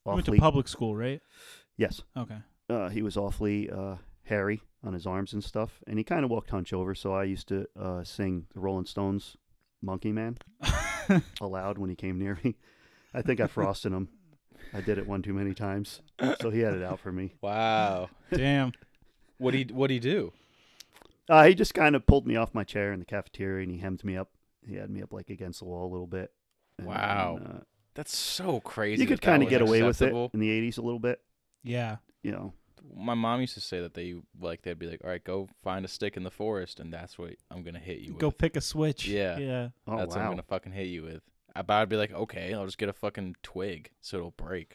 A: You went to
B: awfully.
A: public school, right?
B: yes.
C: (laughs)
A: Okay.
B: uh, he was awfully uh, hairy on his arms and stuff, and he kind of walked hunch over. So I used to uh, sing the Rolling Stones "Monkey Man"
A: (laughs)
B: aloud when he came near me. I think I frosted him. I did it one too many times, so he had it out for me.
C: (laughs) Wow.
A: Damn.
C: What do you What do you do?
B: Uh, he just kind of pulled me off my chair in the cafeteria and he hemmed me up. He had me up like against the wall a little bit. And,
C: Wow.
B: uh,
C: That's so crazy.
B: you could
C: kind of
B: get away
C: acceptable.
B: with it in the '80s a little bit.
A: Yeah.
B: You know,
C: My mom used to say that they like they'd be like, "All right, go find a stick in the forest, and that's what I'm gonna hit you
A: Go
C: with.
A: pick a switch.
C: Yeah.
A: Yeah.
B: oh
C: that's what I'm
B: wow,
C: gonna fucking hit you with." I- But I'd be like, "Okay, I'll just get a fucking twig, so it'll break."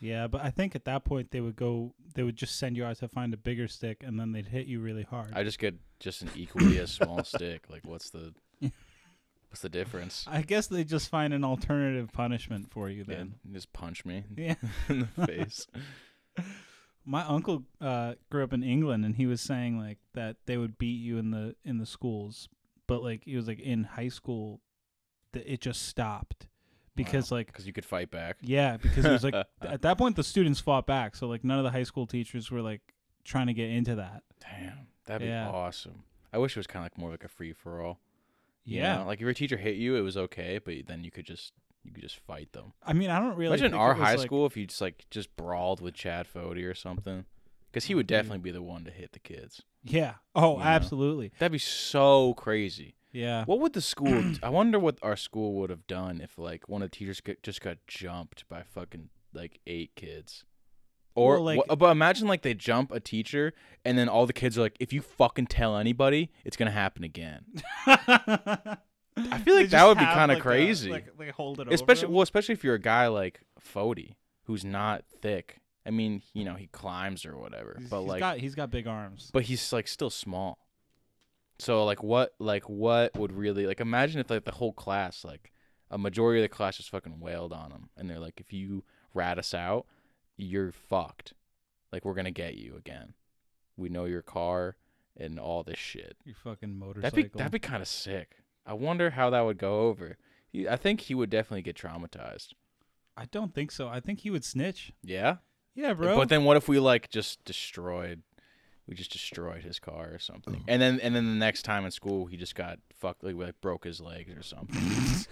A: Yeah, but I think at that point they would go they would just send you out to find a bigger stick and then they'd hit you really hard.
C: I just get just an equally as
A: (laughs)
C: small stick. Like, what's the what's the difference?
A: (laughs) I guess they just find an alternative punishment for you
C: Yeah,
A: then.
C: just punch me
A: (laughs) Yeah.
C: (laughs) in
A: (laughs)
C: the face.
A: My uncle uh, grew up in England and he was saying like that they would beat you in the in the schools, but like he was like in high school that it just stopped because like
C: Because you could fight back. Ah,
A: yeah, because it was
C: (laughs)
A: like at that point the students fought back, so like none of the high school teachers were like trying to get into that.
C: Damn, that'd be
A: Yeah.
C: awesome. I wish it was kind of like more like a free for all. you
A: Yeah.
C: know? like if your teacher hit you, it was okay, but then you could just you could just fight them.
A: I mean, I don't really
C: Imagine
A: think it
C: our
A: was,
C: high
A: like-
C: school if you just like just brawled with Chad Fody or something, because
A: Oh,
C: he would definitely be the one to hit the kids.
A: Yeah. Oh,
C: You know?
A: absolutely.
C: That'd be so crazy.
A: Yeah.
C: What would
A: (clears throat)
C: the school? I wonder what our school would have done if like one of the teachers got, just got jumped by fucking like eight kids. Or
A: Well, like-
C: wha- but imagine like they jump a teacher and then all the kids are like, if you fucking tell anybody, it's gonna happen again.
A: (laughs) I
C: feel like that would be kinda crazy.
A: like they hold it
C: especially
A: over.
C: well, especially if you're a guy like Fody who's not thick. I mean, you know, he climbs or whatever,
A: He's-
C: but
A: he's
C: like,
A: got, he's got big arms.
C: but he's like still small. So like, what like what would really like? Imagine if like the whole class, like a majority of the class, just fucking wailed on him, and they're like, if you rat us out, you're fucked. Like we're gonna get you again. We know your car and all this shit.
A: Your fucking motorcycle.
C: That'd be that'd be kind of sick. I wonder how that would go over. He, I think he would definitely get traumatized.
A: I don't think so. I think he would snitch.
C: Yeah,
A: Yeah, bro.
C: But then what if we like just destroyed? We just destroyed his car or something, and then and then the next time in school he just got fucked, like, like broke his legs or something.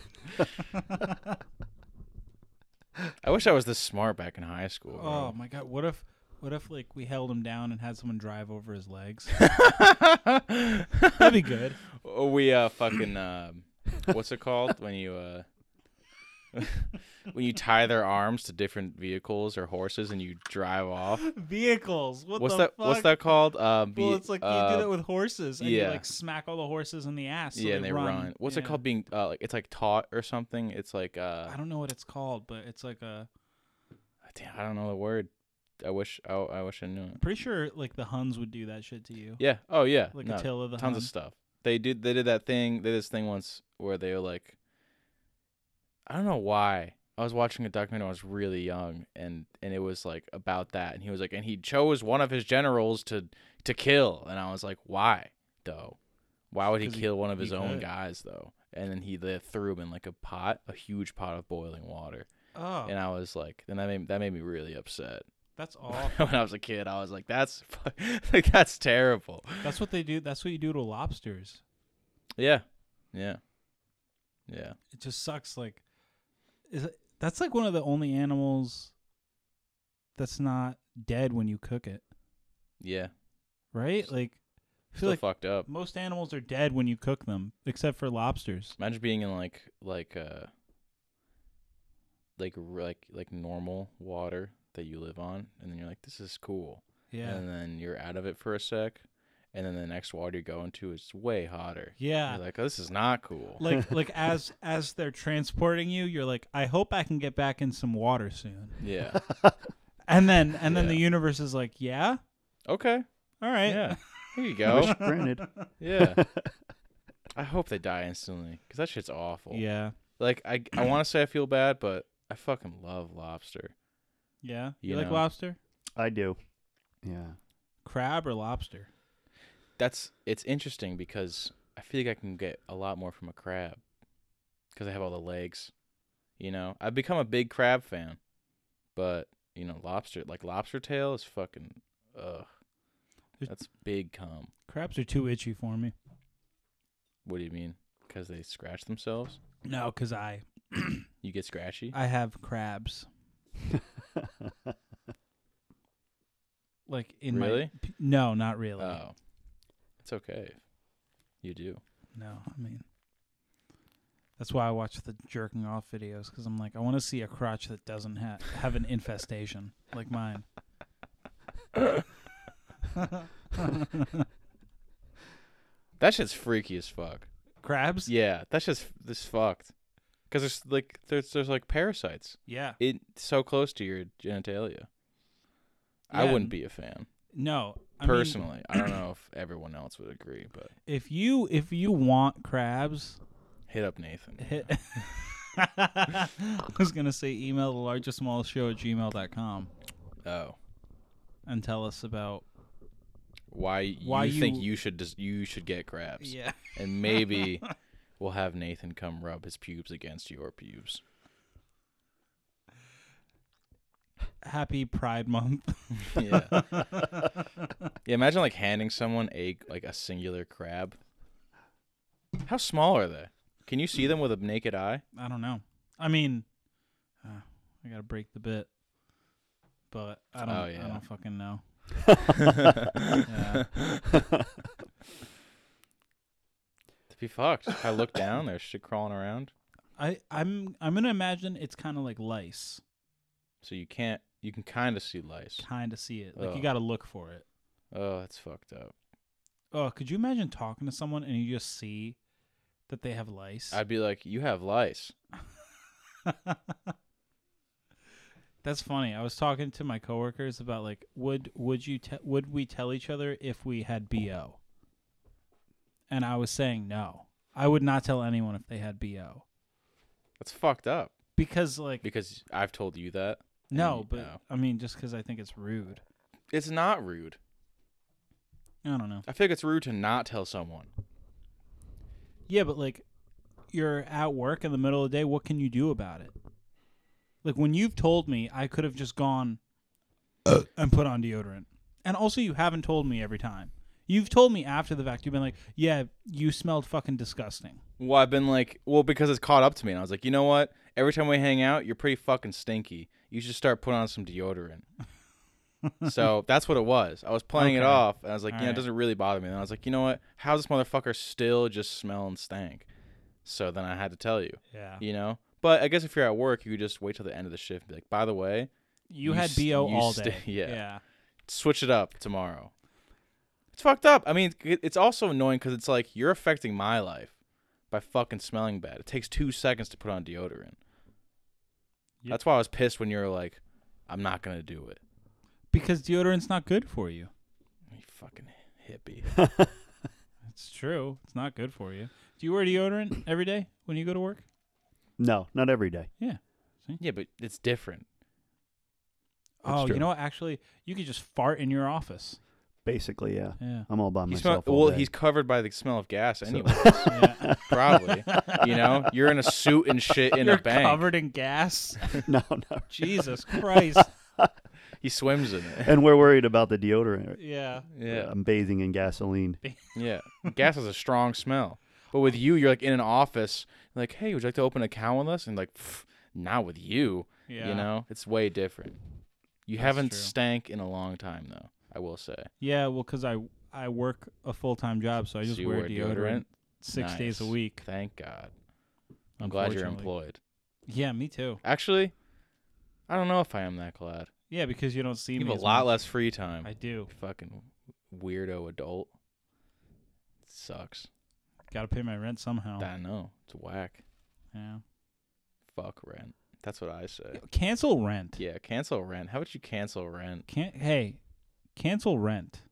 C: I wish I was this smart back in high school. bro.
A: oh my god, what if what if like we held him down and had someone drive over his legs?
C: (laughs)
A: That'd be good. Oh.
C: (laughs) Or we uh (laughs) fucking um, what's it called when you uh when you tie their arms to different vehicles or horses and you drive off.
A: Vehicles. What
C: what's
A: the
C: that?
A: Fuck?
C: What's that called? Uh, be-
A: Well, it's like you
C: uh,
A: do that with horses, and you
C: yeah.
A: like smack all the horses in the ass. So
C: yeah, and they run. What's it
A: Yeah.
C: called? Being uh, like it's like taught or something. It's like uh,
A: I don't know what it's called, but it's like a.
C: damn, I don't know the word. I wish. I, I wish I knew it.
A: Pretty sure like the Huns would do that shit to you.
C: Yeah. Oh yeah.
A: Like
C: no,
A: Attila the
C: tons of
A: Hun.
C: stuff. They did. They did that thing. They did this thing once where they were like, I don't know why. I was watching a documentary. when I was really young, and and it was like about that. And he was like, and he chose one of his generals to to kill. And I was like, why though? Why would he
A: 'Cause he-
C: kill one of
A: he
C: his own
A: could.
C: guys though? And then he they threw him in like a pot, a huge pot of boiling water.
A: Oh,
C: And I was like, and that made that made me really upset. (laughs)
A: that's all.
C: when I was a kid, I was like, that's fu- (laughs) like that's terrible.
A: that's what they do. That's what you do to lobsters.
C: Yeah. Yeah. Yeah.
A: It just sucks. Like, is it, that's like one of the only animals that's not dead when you cook it,
C: Yeah.
A: right? Like, I
C: Still
A: feel like
C: fucked up.
A: most animals are dead when you cook them, except for lobsters.
C: Imagine being in like like uh like r- like like normal water that you live on and then you're like this is cool.
A: Yeah.
C: And then you're out of it for a sec and then the next water you go into is way hotter.
A: (laughs) yeah.
C: You're like, oh, this is not cool.
A: like like
C: (laughs)
A: as as they're transporting you you're like i hope i can get back in some water soon
C: yeah.
A: (laughs)
B: (laughs)
A: and then and then
C: Yeah.
A: the universe is like yeah
C: Okay.
A: all right (laughs)
C: Yeah. Here you
B: Wish
C: go. (laughs)
B: granted.
C: yeah. I hope they die instantly cuz that shit's awful.
A: yeah
C: Like I I want to say I feel bad but I fucking love lobster.
A: yeah you,
C: You
A: like
C: know.
A: lobster
B: (laughs) I do. Yeah.
A: crab or lobster
C: that's it's interesting because I feel like I can get a lot more from a crab because I have all the legs. You know, I've become a big crab fan, but you know, lobster like lobster tail is fucking ugh.
A: There's-
C: That's big cum.
A: crabs are too itchy for me
C: What do you mean? Because they scratch themselves?
A: no because i (clears throat)
C: You get scratchy?
A: i have crabs like in my
C: Really?
A: p- no not really
C: Oh, it's okay. if You do. (coughs)
A: no i mean that's why I watch the jerking off videos because I'm like, I want to see a crotch that doesn't ha- have an infestation like
C: (laughs)
A: mine.
C: That shit's freaky as fuck.
A: Crabs?
C: Yeah, that's just this fucked. Because there's like there's there's like parasites.
A: Yeah.
C: it so close to your genitalia. I
A: Yeah,
C: wouldn't
A: n-
C: be a fan
A: No. I mean,
C: personally. I don't know if everyone else would agree, but
A: if you if you want crabs,
C: hit up Nathan.
A: hit (laughs) I was gonna say email the largest smallest show at gmail.com
C: Oh,
A: and tell us about
C: why?
A: Why
C: Why you, think
A: you-
C: you should just you should get crabs? and maybe we'll have Nathan come rub his pubes against your
A: (laughs)
C: pubes.
A: (laughs) Happy Pride Month.
C: Yeah. yeah. Imagine like handing someone a like a singular crab. How small are they? Can you see them with a naked eye? (laughs)
A: I don't know. I mean uh, I gotta break the bit. But I don't
C: Oh,
A: I
C: yeah.
A: don't fucking know.
B: (laughs)
C: To be fucked. If I look down, there's shit crawling around.
A: I, I'm I'm gonna imagine it's kinda like lice.
C: So you can't. You can kind of see lice.
A: Kinda see it. Like you
C: Oh.
A: gotta look for it.
C: Oh, that's fucked up.
A: Oh, could you imagine talking to someone and you just see that they have lice?
C: I'd be like, you have lice.
A: (laughs) That's funny. I was talking to my coworkers about like would would you te- would we tell each other if we had BO? And I was saying no. I would not tell anyone if they had BO
C: That's fucked up.
A: because like
C: Because I've told you that. and
A: no,
C: you-
A: but I mean just cuz I think it's rude.
C: it's not rude.
A: I don't know.
C: I feel like it's rude to not tell someone.
A: Yeah, but like you're at work in the middle of the day, what can you do about it? Like when you've told me, I could have just
C: (coughs)
A: gone and put on deodorant. And also you haven't told me every time. You've told me after the fact. You've been like, "Yeah, you smelled fucking disgusting."
C: Well, I've been like, well, because it's caught up to me, and I was like, you know what? Every time we hang out, you're pretty fucking stinky. You should start putting on
A: (laughs)
C: some deodorant. so that's what it was. I was playing it
A: Okay.
C: off, and I was like, you know,
A: Alright.
C: it doesn't really bother me. And I was like, you know what? How's this motherfucker still just smelling stank? So then I had to tell you,
A: Yeah.
C: you know. But I guess if you're at work, you could just wait till the end of the shift. And be like, by the way,
A: You,
C: You
A: had
C: s-
A: bo
C: you
A: all
C: sta-
A: day.
C: (laughs) yeah.
A: yeah.
C: switch it up tomorrow. It's fucked up. I mean, it- it's also annoying because it's like you're affecting my life by fucking smelling bad. It takes two seconds to put on deodorant.
A: Yep.
C: That's why I was pissed when you were like, "I'm not gonna do it."
A: Because deodorant's not good for you.
C: You fucking (laughs) hippie.
A: It's true. It's not good for you. Do you wear deodorant every day when you go to work?
B: No, not every day.
C: Yeah, but it's different.
A: oh,
B: true.
A: you know what? Actually, you could just fart in your office.
B: Basically, yeah.
A: Yeah.
B: I'm all by
C: He's
B: myself.
C: smell-
B: all
C: well,
B: day. (laughs)
C: he's covered by the smell of gas anyway.
A: yeah. (laughs)
C: probably. You know, you're in a
B: (laughs)
C: suit and shit in
A: You're
C: a bank.
A: covered in
C: (laughs)
A: gas.
B: no, no.
A: Jesus Christ.
C: He swims in it. (laughs)
B: And we're worried about the deodorant.
A: Yeah.
C: Yeah,
B: I'm bathing in gasoline.
C: yeah. (laughs) Gas has a strong smell, but with you, you're like in an office. Like, hey, would you like to open an account with us? And like, "Pff, not with you.
A: Yeah.
C: You know, it's way different. You
A: That's
C: haven't
A: true.
C: stank in a long time, though. I will say.
A: Yeah, well cuz I I work a full-time job, so I
C: So
A: just
C: you
A: wear, deodorant 6 days a
C: Nice.
A: week.
C: Thank God. I'm glad you're
A: unfortunately.
C: employed.
A: Yeah, me too.
C: Actually, I don't know if I am that glad.
A: Yeah, because you don't see
C: You
A: me
C: have a
A: as
C: lot
A: much.
C: less free time.
A: I do.
C: Fucking weirdo adult. sucks.
A: Got to pay my rent somehow.
C: I know. It's whack.
A: Yeah.
C: Fuck rent. That's what I say.
A: Cancel rent.
C: Yeah, cancel rent. How about you cancel rent?
A: Can't hey, cancel rent.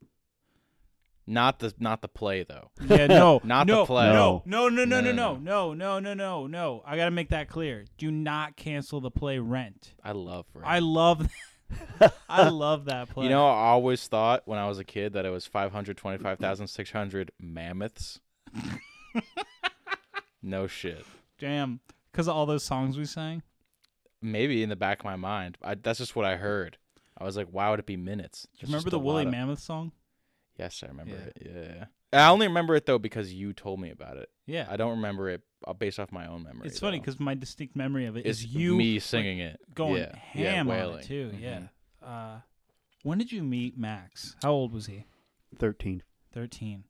C: Not the not the play though.
A: (laughs) Yeah, no,
C: (laughs) Not the
A: no,
C: play.
A: No, no, no, no,
C: No,
A: no, no,
C: no,
A: no, no, no, no, no. I gotta make that clear. Do not cancel the play Rent.
C: I love rent.
A: I love, (laughs) I love that play.
C: you know, I always thought when I was a kid that it was 525,600
A: (laughs)
C: mammoths. no shit.
A: damn, because of all those songs we sang.
C: Maybe in the back of my mind. I, that's just what I heard. I was like, why would it be minutes?
A: Do you
C: That's
A: remember
C: just
A: the
C: a
A: Woolly
C: lot of-
A: Mammoth song?
C: Yes, I remember
A: Yeah.
C: it. Yeah. I only remember it though because you told me about it.
A: Yeah,
C: I don't remember it uh, based off my own memory.
A: it's funny
C: though.
A: because my distinct memory of it
C: it's
A: is you
C: me singing it,
A: going
C: yeah.
A: ham
C: yeah,
A: on
C: wailing.
A: it too.
C: Mhm.
A: Yeah. Uh, when did you meet Max? How old was he?
B: 13.
A: Thirteen.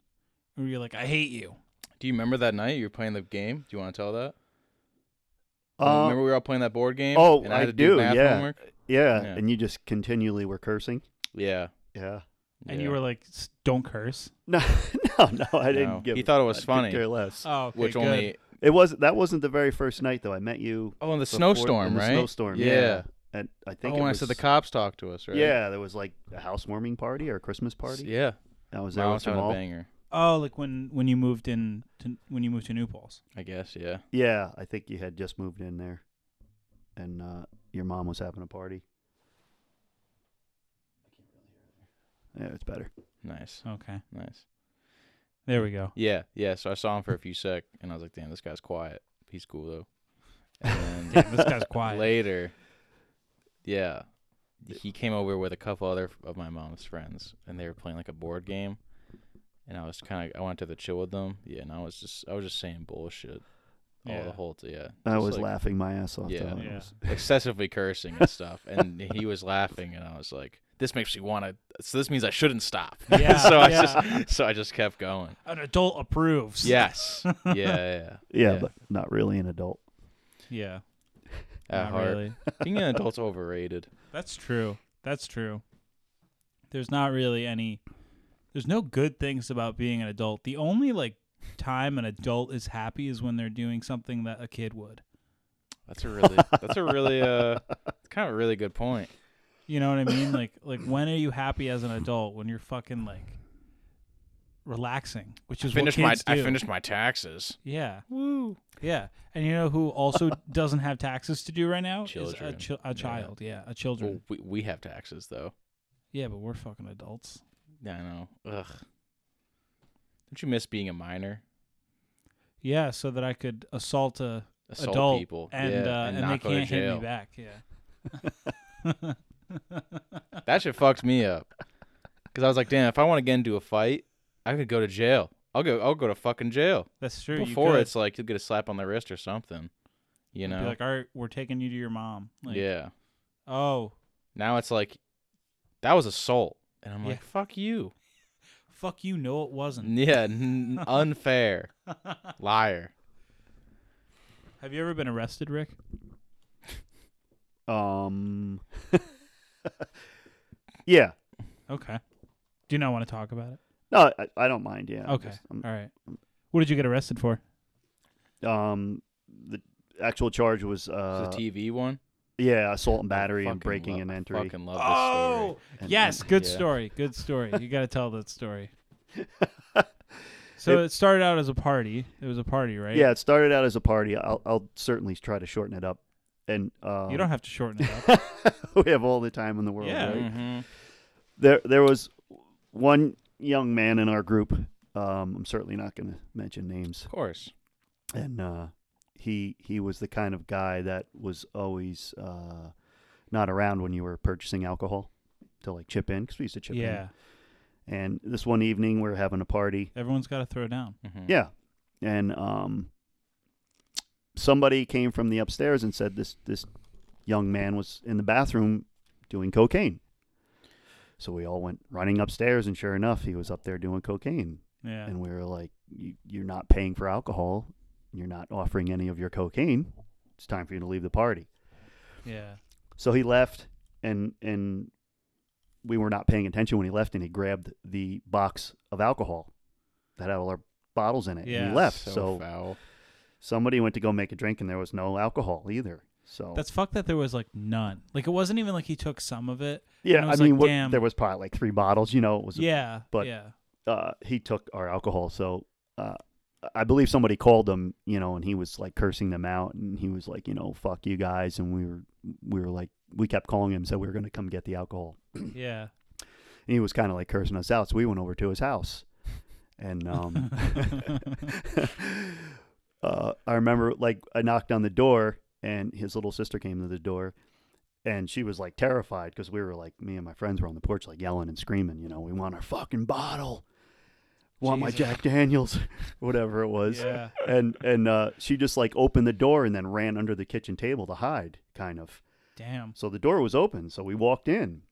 A: Were you like, I hate you?
C: Do you remember that night you were playing the game? Do you want to tell that?
B: Uh,
C: remember we were all playing that board game?
B: oh,
C: and I,
B: I
C: had to
B: do,
C: math
B: yeah.
C: Homework?
B: yeah,
C: Yeah.
B: and you just continually were cursing.
C: Yeah.
B: Yeah. (laughs)
A: And you were like, "S- don't curse.
B: No, no, no. I didn't
C: No.
B: give.
C: He thought it was
B: I could
C: funny. Uh,
B: Care less.
A: Oh, okay,
C: which
A: good.
C: only
B: It was that wasn't the very first night though. I met you.
C: oh, in the
B: before-
C: snowstorm,
B: in the
C: right?
B: Snowstorm. Yeah.
C: Yeah.
B: And I
C: Oh,
B: think it
C: when
B: was,
C: I said the cops talked to us, right?
B: Yeah, there was like a housewarming party or a Christmas
C: S-
B: party.
C: Yeah.
B: I was there
C: Mom was
B: with
C: having a
B: Jamal.
C: banger.
A: Oh, like when when you moved in to when you moved to New Paltz.
C: I guess. Yeah.
B: Yeah, I think you had just moved in there, and uh, your mom was having a party. Yeah, it's better.
C: Nice.
A: Okay,
C: Nice.
A: there we
C: (laughs)
A: go.
C: Yeah. Yeah. So I saw him for a few sec, and I was like, "Damn, this guy's quiet. He's cool though." And then
A: This guy's quiet.
C: later, yeah, he came over with a couple other of my mom's friends, and they were playing like a board game. And I was kind of I went to the chill with them, yeah. And I was just I was just saying bullshit all
A: Yeah.
C: the whole t- yeah.
B: I
C: just,
B: was
C: like,
B: laughing my ass off.
C: Yeah.
B: though. It
A: Yeah.
B: was-
C: excessively cursing and stuff,
B: (laughs)
C: and he was laughing, and I was like, "This makes me want to." So this means I
B: (laughs)
C: shouldn't stop.
A: Yeah,
C: (laughs) so I
A: yeah.
C: just so I just kept going.
A: An adult approves.
C: Yes. Yeah. Yeah.
B: yeah, but not really an adult.
A: yeah. (laughs)
C: at
A: not
C: heart,
A: really.
C: being an adult's overrated.
A: That's true. That's true. There's not really any. There's no good things about being an adult. The only like time an adult is happy is when they're doing something that a kid would.
C: That's
B: (laughs)
C: a really that's a really uh it's kind of a really good point.
A: You know what I mean?
C: (laughs)
A: Like like when are you happy as an adult? When you're fucking like relaxing, which is
C: Finish
A: what
C: my
A: kids
C: I
A: do.
C: finished my taxes.
A: Yeah. Woo. Yeah. And you know who also doesn't have taxes to do right now? Is a,
C: Children.
A: chi- a
C: Yeah.
A: child. Yeah. A children.
C: Well, we we have taxes though.
A: Yeah, but we're fucking adults.
C: Yeah, I know. Ugh. Don't you miss being a minor?
A: Yeah, so that I could assault a
C: Assault
A: adult
C: people
A: and
C: yeah,
A: uh,
C: and,
A: and,
C: not
A: they
C: go to
A: can't hit
C: jail.
A: me back. Yeah.
C: That shit fucked
A: (laughs)
C: me up. Cause I was like, damn, if I want to get into a fight, I could go to jail. I'll go. I'll go to fucking jail.
A: That's true. you
C: Before
A: could.
C: it's like you'll get a slap on the wrist or something. You
A: Be
C: know?
A: like, all right, we're taking you to your mom. Like,
C: yeah.
A: Oh,
C: Now it's like that was assault, and I'm
A: Yeah.
C: like, fuck you.
A: fuck you. No, (laughs) it wasn't.
C: Yeah, n- unfair, liar.
A: Have Have you ever been arrested, Rick?
B: Um, (laughs) yeah.
A: Okay. Do you not want to talk about it?
B: No, I, I don't mind. Yeah. I'm
A: Okay.
B: just- I'm-
C: Mm.
A: All right. What did you get arrested for?
B: um, the actual charge was
C: It's
B: uh,
C: the TV one.
B: yeah, assault and battery
C: I
B: and
C: fucking
B: breaking
C: lo-
B: and
C: I
B: entry.
C: Fucking love this
A: Oh,
C: story.
B: and-
A: yes,
B: and-
A: good
C: yeah.
A: story. Good story. You got to tell that
B: (laughs)
A: story. So it, started out as a party. It was a party, right?
B: Yeah, it started out as a party. I'll, I'll certainly try to shorten it up. And um, (laughs)
A: You don't have to shorten it up.
B: we have all the time in the world.
A: Yeah.
B: right?
C: Mhm.
B: There, there was one young man in our group. Um, I'm certainly not going to mention names.
C: Of course.
B: and uh, he he was the kind of guy that was always uh, not around when you were purchasing alcohol to like chip in because we used to chip
A: yeah.
B: in. And this one evening we were having a party.
A: Everyone's got to throw down.
C: Mhm.
B: Yeah, and um, somebody came from the upstairs and said this this young man was in the bathroom doing cocaine. So we all went running upstairs, and sure enough, he was up there doing cocaine
A: Yeah.
B: and we were like, "You- "You're not paying for alcohol. You're not offering any of your cocaine. It's time for you to leave the party."
A: Yeah.
B: So he left, and and we were not paying attention when he left, and he grabbed the box of alcohol that had all our bottles in it, and
A: Yeah,
B: he left.
C: So,
B: So,
C: foul.
B: somebody went to go make a drink, and there was no alcohol either. So
A: That's fucked that there was like none. Like it wasn't even like he took some of it.
B: yeah,
A: and I
B: I,
A: was
B: mean,
A: like,
B: what,
A: "Damn."
B: there was probably like three bottles. You know, it was
A: Yeah.
B: but-
A: yeah.
B: uh, he took our alcohol. So uh, I believe somebody called him, you know, and he was like cursing them out, and he was like, you know, fuck you guys, and we were we were like we kept calling him, so we were going to come get the alcohol,
A: Yeah.
B: and he was kind of like cursing us out, so we went over to his house,
A: (laughs)
B: and um, (laughs) uh, I remember like I knocked on the door, and his little sister came to the door. And she was like terrified because we were like, me and my friends were on the porch, like yelling and screaming, you know, we want our fucking bottle want my
A: Jesus.
B: Jack Daniels, (laughs) whatever it (clears throat) was.
A: Yeah.
B: And and uh, she just like opened the door and then ran under the kitchen table to hide, kind of.
A: Damn.
B: So the door was open, so we walked in.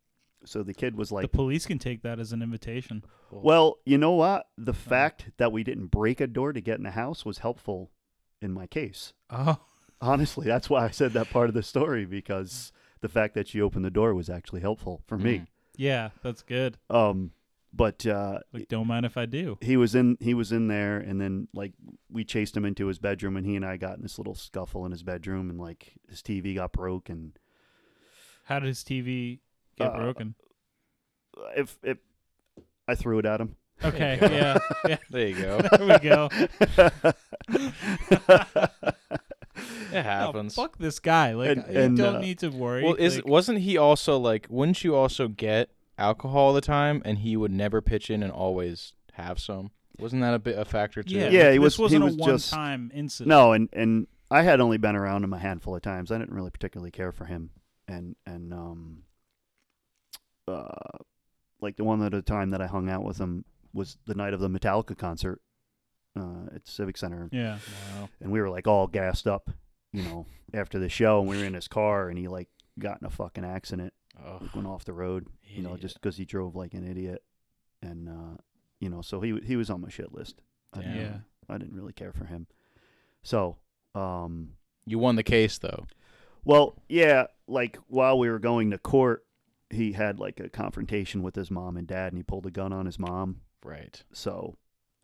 B: So the kid was
A: the
B: like,
A: police can take that as an invitation.
B: "Well, you know what? The fact that we didn't break a door to get in the house was helpful in my case.
A: Oh.
B: Honestly, that's why I said that part of the story because the fact that she opened the door was actually helpful for me.
A: Yeah, that's good.
B: Um, but uh,
A: Like don't mind if I do.
B: he was in he was in there and then like we chased him into his bedroom and he and I got in this little scuffle in his bedroom and like his TV got broke and
A: How did his TV get
B: Uh, (laughs)
A: broken?
B: if if I threw it at him.
A: Okay.
C: go.
A: Yeah. Yeah.
C: There
B: (laughs)
C: you go.
A: There we go.
B: (laughs)
C: It happens.
A: No, fuck this guy. Like
B: And-
A: you
B: and,
A: don't
B: uh,
A: need to worry.
C: well, is
A: Like,
C: wasn't he also like? Wouldn't you also get alcohol all the time, and he would never pitch in and always have some? Wasn't that a bit a factor too?
A: yeah,
B: Yeah,
A: like,
B: he was-
A: This
B: he
A: wasn't
B: was
A: a
B: just-
A: one-time incident.
B: (laughs) no, and and I had only been around him a handful of times. I didn't really particularly care for him and and um uh like the one at a time that I hung out with him was the night of the Metallica concert uh at Civic Center
A: Yeah.
C: Wow.
B: and we were like all gassed up, you
C: (laughs)
B: know, after the show, and we were in his car, and he like got in a fucking accident,
C: Oh,
B: like, went off the road, you know,
C: idiot.
B: just because he drove like an idiot, and uh, you know, so he he was on my shit list. I didn't,
C: Yeah.
A: Yeah.
B: I didn't really care for him. So, um,
C: you won the case though.
B: well, yeah, like while we were going to court, he had like a confrontation with his mom and dad, and he pulled a gun on his mom.
C: Right.
B: So,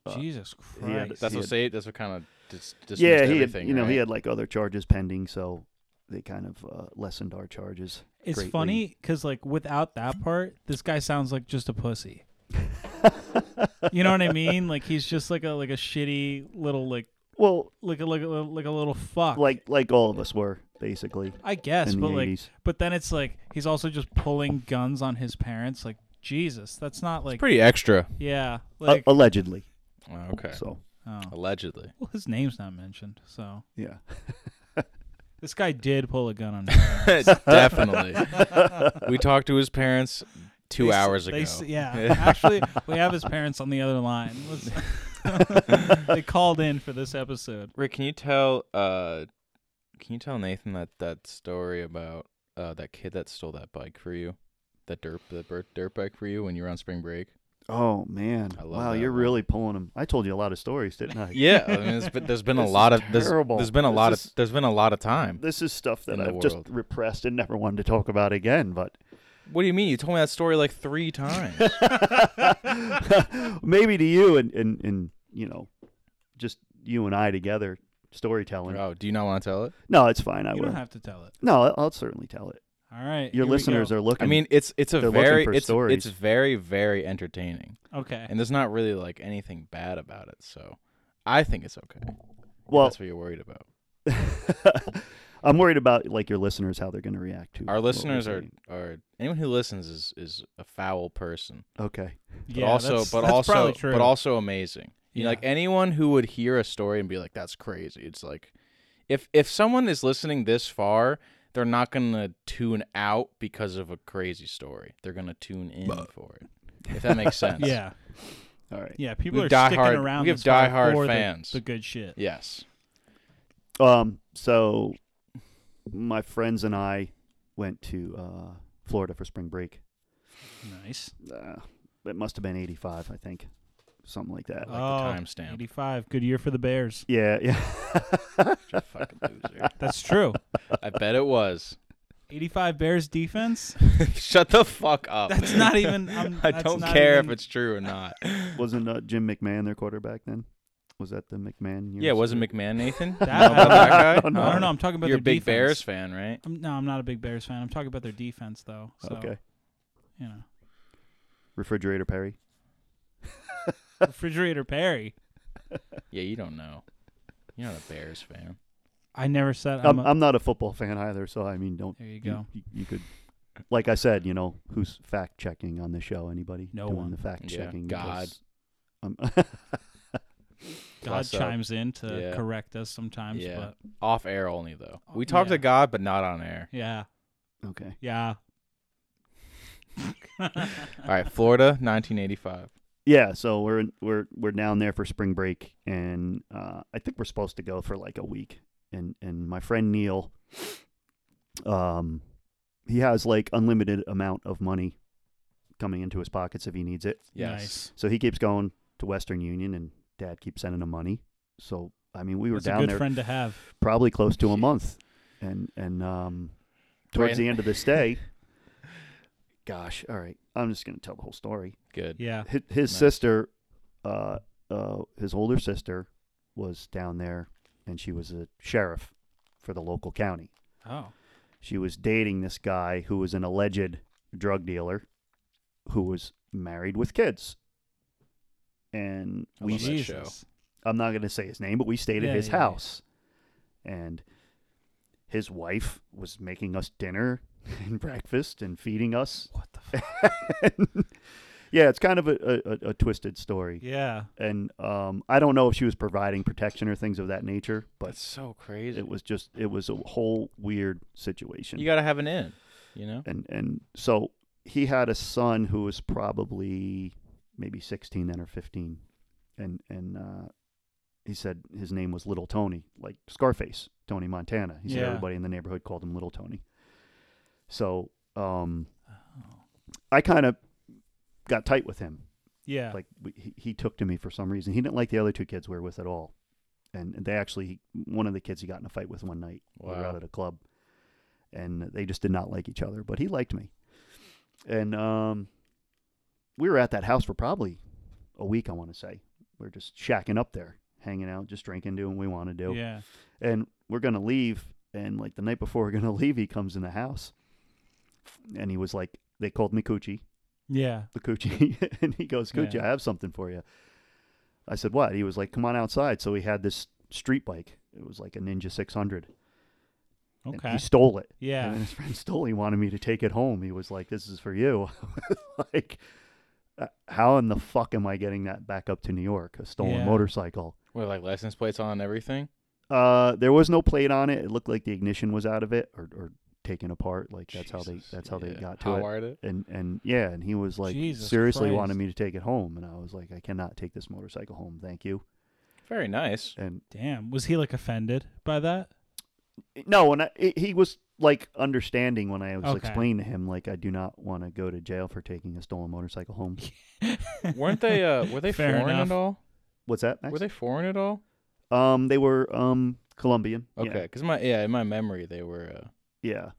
B: Uh,
A: Jesus
B: he had-
A: Christ.
C: That's
B: he
C: what
B: had-
C: say. That's what kind of dis- dismissed
B: yeah, he had,
C: everything.
B: you know, he
C: right?
B: had like other charges pending, so they kind of uh, lessened our charges.
A: It's
B: greatly.
A: funny because like without that part, this guy sounds like just a pussy. (laughs) You know what I mean? Like he's just like a like a shitty little like
B: (laughs) Well,
A: like a like a, like a little fuck.
B: like like all of us were basically
A: I guess,
B: in
A: but
B: the
A: like
B: 80s.
A: but then it's like he's also just pulling guns on his parents. Like Jesus, that's not like
C: pretty extra.
A: yeah.
B: A-
A: Like
B: Uh, allegedly.
C: Oh, okay.
B: So
A: oh.
B: (laughs)
C: Allegedly.
A: well, his name's not mentioned, so
B: yeah,
A: this guy did pull a gun on. his parents.
B: (laughs)
A: (laughs)
C: Definitely. we talked to his parents two
A: They s-
C: hours
A: they
C: ago.
A: s-
C: (laughs)
A: yeah, actually, we have his parents on the other line. Let's- (laughs) they called in for this
B: (laughs)
A: episode.
C: Rick, can you tell uh can you tell Nathan that that story about uh that kid that stole that bike for you? That dirt that dirt, dirt bike for you when you were on spring break?
B: Oh man!
C: I love
B: Wow,
C: that
B: you're
C: one.
B: really pulling them. I told you a lot of stories, didn't I?
C: (laughs) (laughs) Yeah, I mean, there's been, there's been a
B: This is
C: lot of there's,
B: terrible.
C: there's been a
B: This
C: lot
B: is-
C: of there's been a lot of time.
B: This is stuff that
C: In the
B: I've just
C: world.
B: repressed and never wanted to talk about again.
C: (laughs)
B: But (laughs)
C: What do you mean? You told me that story like three times. (laughs)
B: maybe to you and, and and you know, just you and I together storytelling.
C: oh, do you not want to tell it?
B: No, it's fine. I
A: you
B: will.
A: don't have to tell it.
B: no, I'll- I'll certainly tell it.
A: All right.
B: Your listeners are looking.
C: I mean, it's it's a
B: They're looking
C: very
B: for
C: it's
B: stories.
C: it's very very entertaining,
A: okay.
C: and there's not really like anything bad about it. So, I think it's okay. if
B: well,
C: that's what you're worried about.
B: (laughs) I'm worried about like your listeners how they're going to react to
C: Our
B: what we're
C: listeners are
B: saying.
C: are anyone who listens is is a foul person,
B: okay.
C: but
A: yeah,
C: also
A: that's-
C: but
A: that's
C: also
A: probably true.
C: but also amazing. You
A: Yeah.
C: know, like anyone who would hear a story and be like, "That's crazy." It's like if if someone is listening this far, they're not gonna tune out because of a crazy story. They're gonna tune in for it. If
B: (laughs)
C: that makes sense.
A: yeah,
B: All right.
A: yeah. People
C: We
A: are
C: have
A: sticking
C: diehard-
A: around.
C: we have
A: this far
C: diehard
A: for the-
C: fans.
A: The, good shit.
C: Yes.
B: Um. So, my friends and I went to uh, Florida for spring break.
A: Nice.
B: Uh, it must have been '85, I think, something like that.
C: I like
A: Oh,
C: the timestamp.
A: Eighty-five. Good year for the Bears.
B: Yeah, (laughs) yeah.
C: You're a fucking loser.
A: That's
C: (laughs)
A: true.
C: I bet it was. (laughs)
A: Eighty-five Bears defense. (laughs)
C: Shut the fuck up.
A: That's not
C: (laughs)
A: even- I'm-
C: I
A: that's
C: don't
A: not
C: care
A: even-
C: if it's true
A: (laughs)
C: or not.
B: Wasn't uh, Jim McMahon their quarterback then? Was that the McMahon? years?
C: Yeah, wasn't McMahon (laughs) Nathan?
A: That,
C: Know about that guy?
B: I don't know.
A: I don't know. I'm talking about
C: You're a
A: their
C: big
A: defense.
C: Bears fan, right?
A: I'm, no, I'm not a big Bears fan. I'm talking about their defense, though. So,
B: Okay.
A: You know, (laughs)
B: Refrigerator Perry.
A: refrigerator Perry.
C: Yeah, you don't know. You're not a Bears fan.
A: I never said
B: I'm,
A: I'm.
B: I'm,
A: a-
B: not a Mm. football fan either, so I mean, don't.
A: there you
B: you-
A: go.
B: You, you could, like I said, you know, who's fact checking on the show? Anybody?
A: No
B: doing
A: one.
B: The fact
C: Yeah,
B: checking.
C: God.
B: (laughs) God.
A: God
C: Plus, uh,
A: chimes in to
C: yeah.
A: correct us sometimes,
C: Yeah.
A: but
C: Off air only though.
A: Oh,
C: We talk
A: yeah.
C: to God, but not on air.
A: yeah,
B: okay.
A: yeah. (laughs)
C: All right, Florida, 1985.
B: Yeah, so we're we're we're down there for spring break, and uh, I think we're supposed to go for like a week. And and my friend Neil, um, he has like unlimited amount of money coming into his pockets if he needs it.
C: Yes.
A: Nice.
B: So he keeps going to Western Union, and Dad keeps sending him money. So I mean, we were
A: That's a
B: down
A: good
B: there
A: friend to have.
B: probably close to
A: (laughs)
B: a
C: Shit.
B: month, and and um, towards
C: Right.
B: the end of
A: (laughs)
B: this day, gosh, all right, I'm just gonna tell the whole story
C: Good.
B: (laughs)
A: Yeah.
B: his, his
C: Nice.
B: sister, uh, uh, his older sister, was down there, and she was a sheriff for the local county.
A: Oh,
B: She was dating this guy who was an alleged drug dealer, who was married with kids. And
C: I
B: we,
C: love that
A: Oh, Jesus.
C: show.
B: I'm not going to say his name, but we stayed
A: Yeah,
B: at his
A: yeah, yeah.
B: house, and his wife was making us dinner (laughs) and breakfast and feeding us. (laughs)
A: What the? Fuck?
B: yeah, it's kind of a, a, a twisted story.
A: (laughs) yeah.
B: and um, I don't know if she was providing protection or things of that nature, but
C: That's so crazy.
B: it was just it was a whole weird situation.
C: you got to have an in, you know?
B: and and so he had a son who was probably maybe sixteen then or fifteen, and and uh, he said his name was Little Tony, like Scarface, Tony Montana. He said
A: Yeah.
B: everybody in the neighborhood called him Little Tony. So um,
A: Oh.
B: I kind of got tight with him
A: Yeah.
B: like we, he, he took to me for some reason. He didn't like the other two kids we were with at all, and they actually one of the kids he got in a fight with one night. We were
C: Wow.
B: out at a club, and they just did not like each other. But he liked me, and um, we were at that house for probably a week. I want to say we are just shacking up there, hanging out, just drinking, doing what we want to do
A: yeah.
B: and we're gonna leave and like the night before we're gonna (laughs) leave he comes in the house and he was like they called me coochie
A: Yeah.
B: the coochie (laughs) and he goes coochie
A: Yeah.
B: i have something for you i said what he was like come on outside so he had this street bike it was like a ninja 600 and
A: Okay.
B: he stole it and
A: Yeah.
B: then his friend stole it. he wanted me to take it home he was like this is for you (laughs) like uh, how in the fuck am i getting that back up to new york a stolen
A: Yeah.
B: motorcycle
C: With like license plates on and everything.
B: Uh, there was no plate on it. It looked like the ignition was out of it or, or taken apart. Like that's how they
C: Jesus,
B: that's how they
C: yeah.
B: got to it.
C: Hotwired it.
B: And and yeah, and he was like
A: Jesus
B: seriously
A: Christ.
B: wanted me to take it home, and I was like, I cannot take this motorcycle home. Thank you.
C: Very nice.
B: And eh,
A: Damn. Was he like offended by that?
B: no, when I it, he was like understanding when I was
A: Okay.
B: explaining to him like I do not want to go to jail for taking a stolen motorcycle
C: (laughs)
B: home.
C: (laughs) Weren't they? Uh, were they
A: Fair
C: foreign
A: enough.
C: at all?
B: What's that? Max?
C: Were they foreign at all?
B: Um, they were um Colombian. Yeah.
C: Okay, because my yeah, in my memory they were uh,
B: Yeah,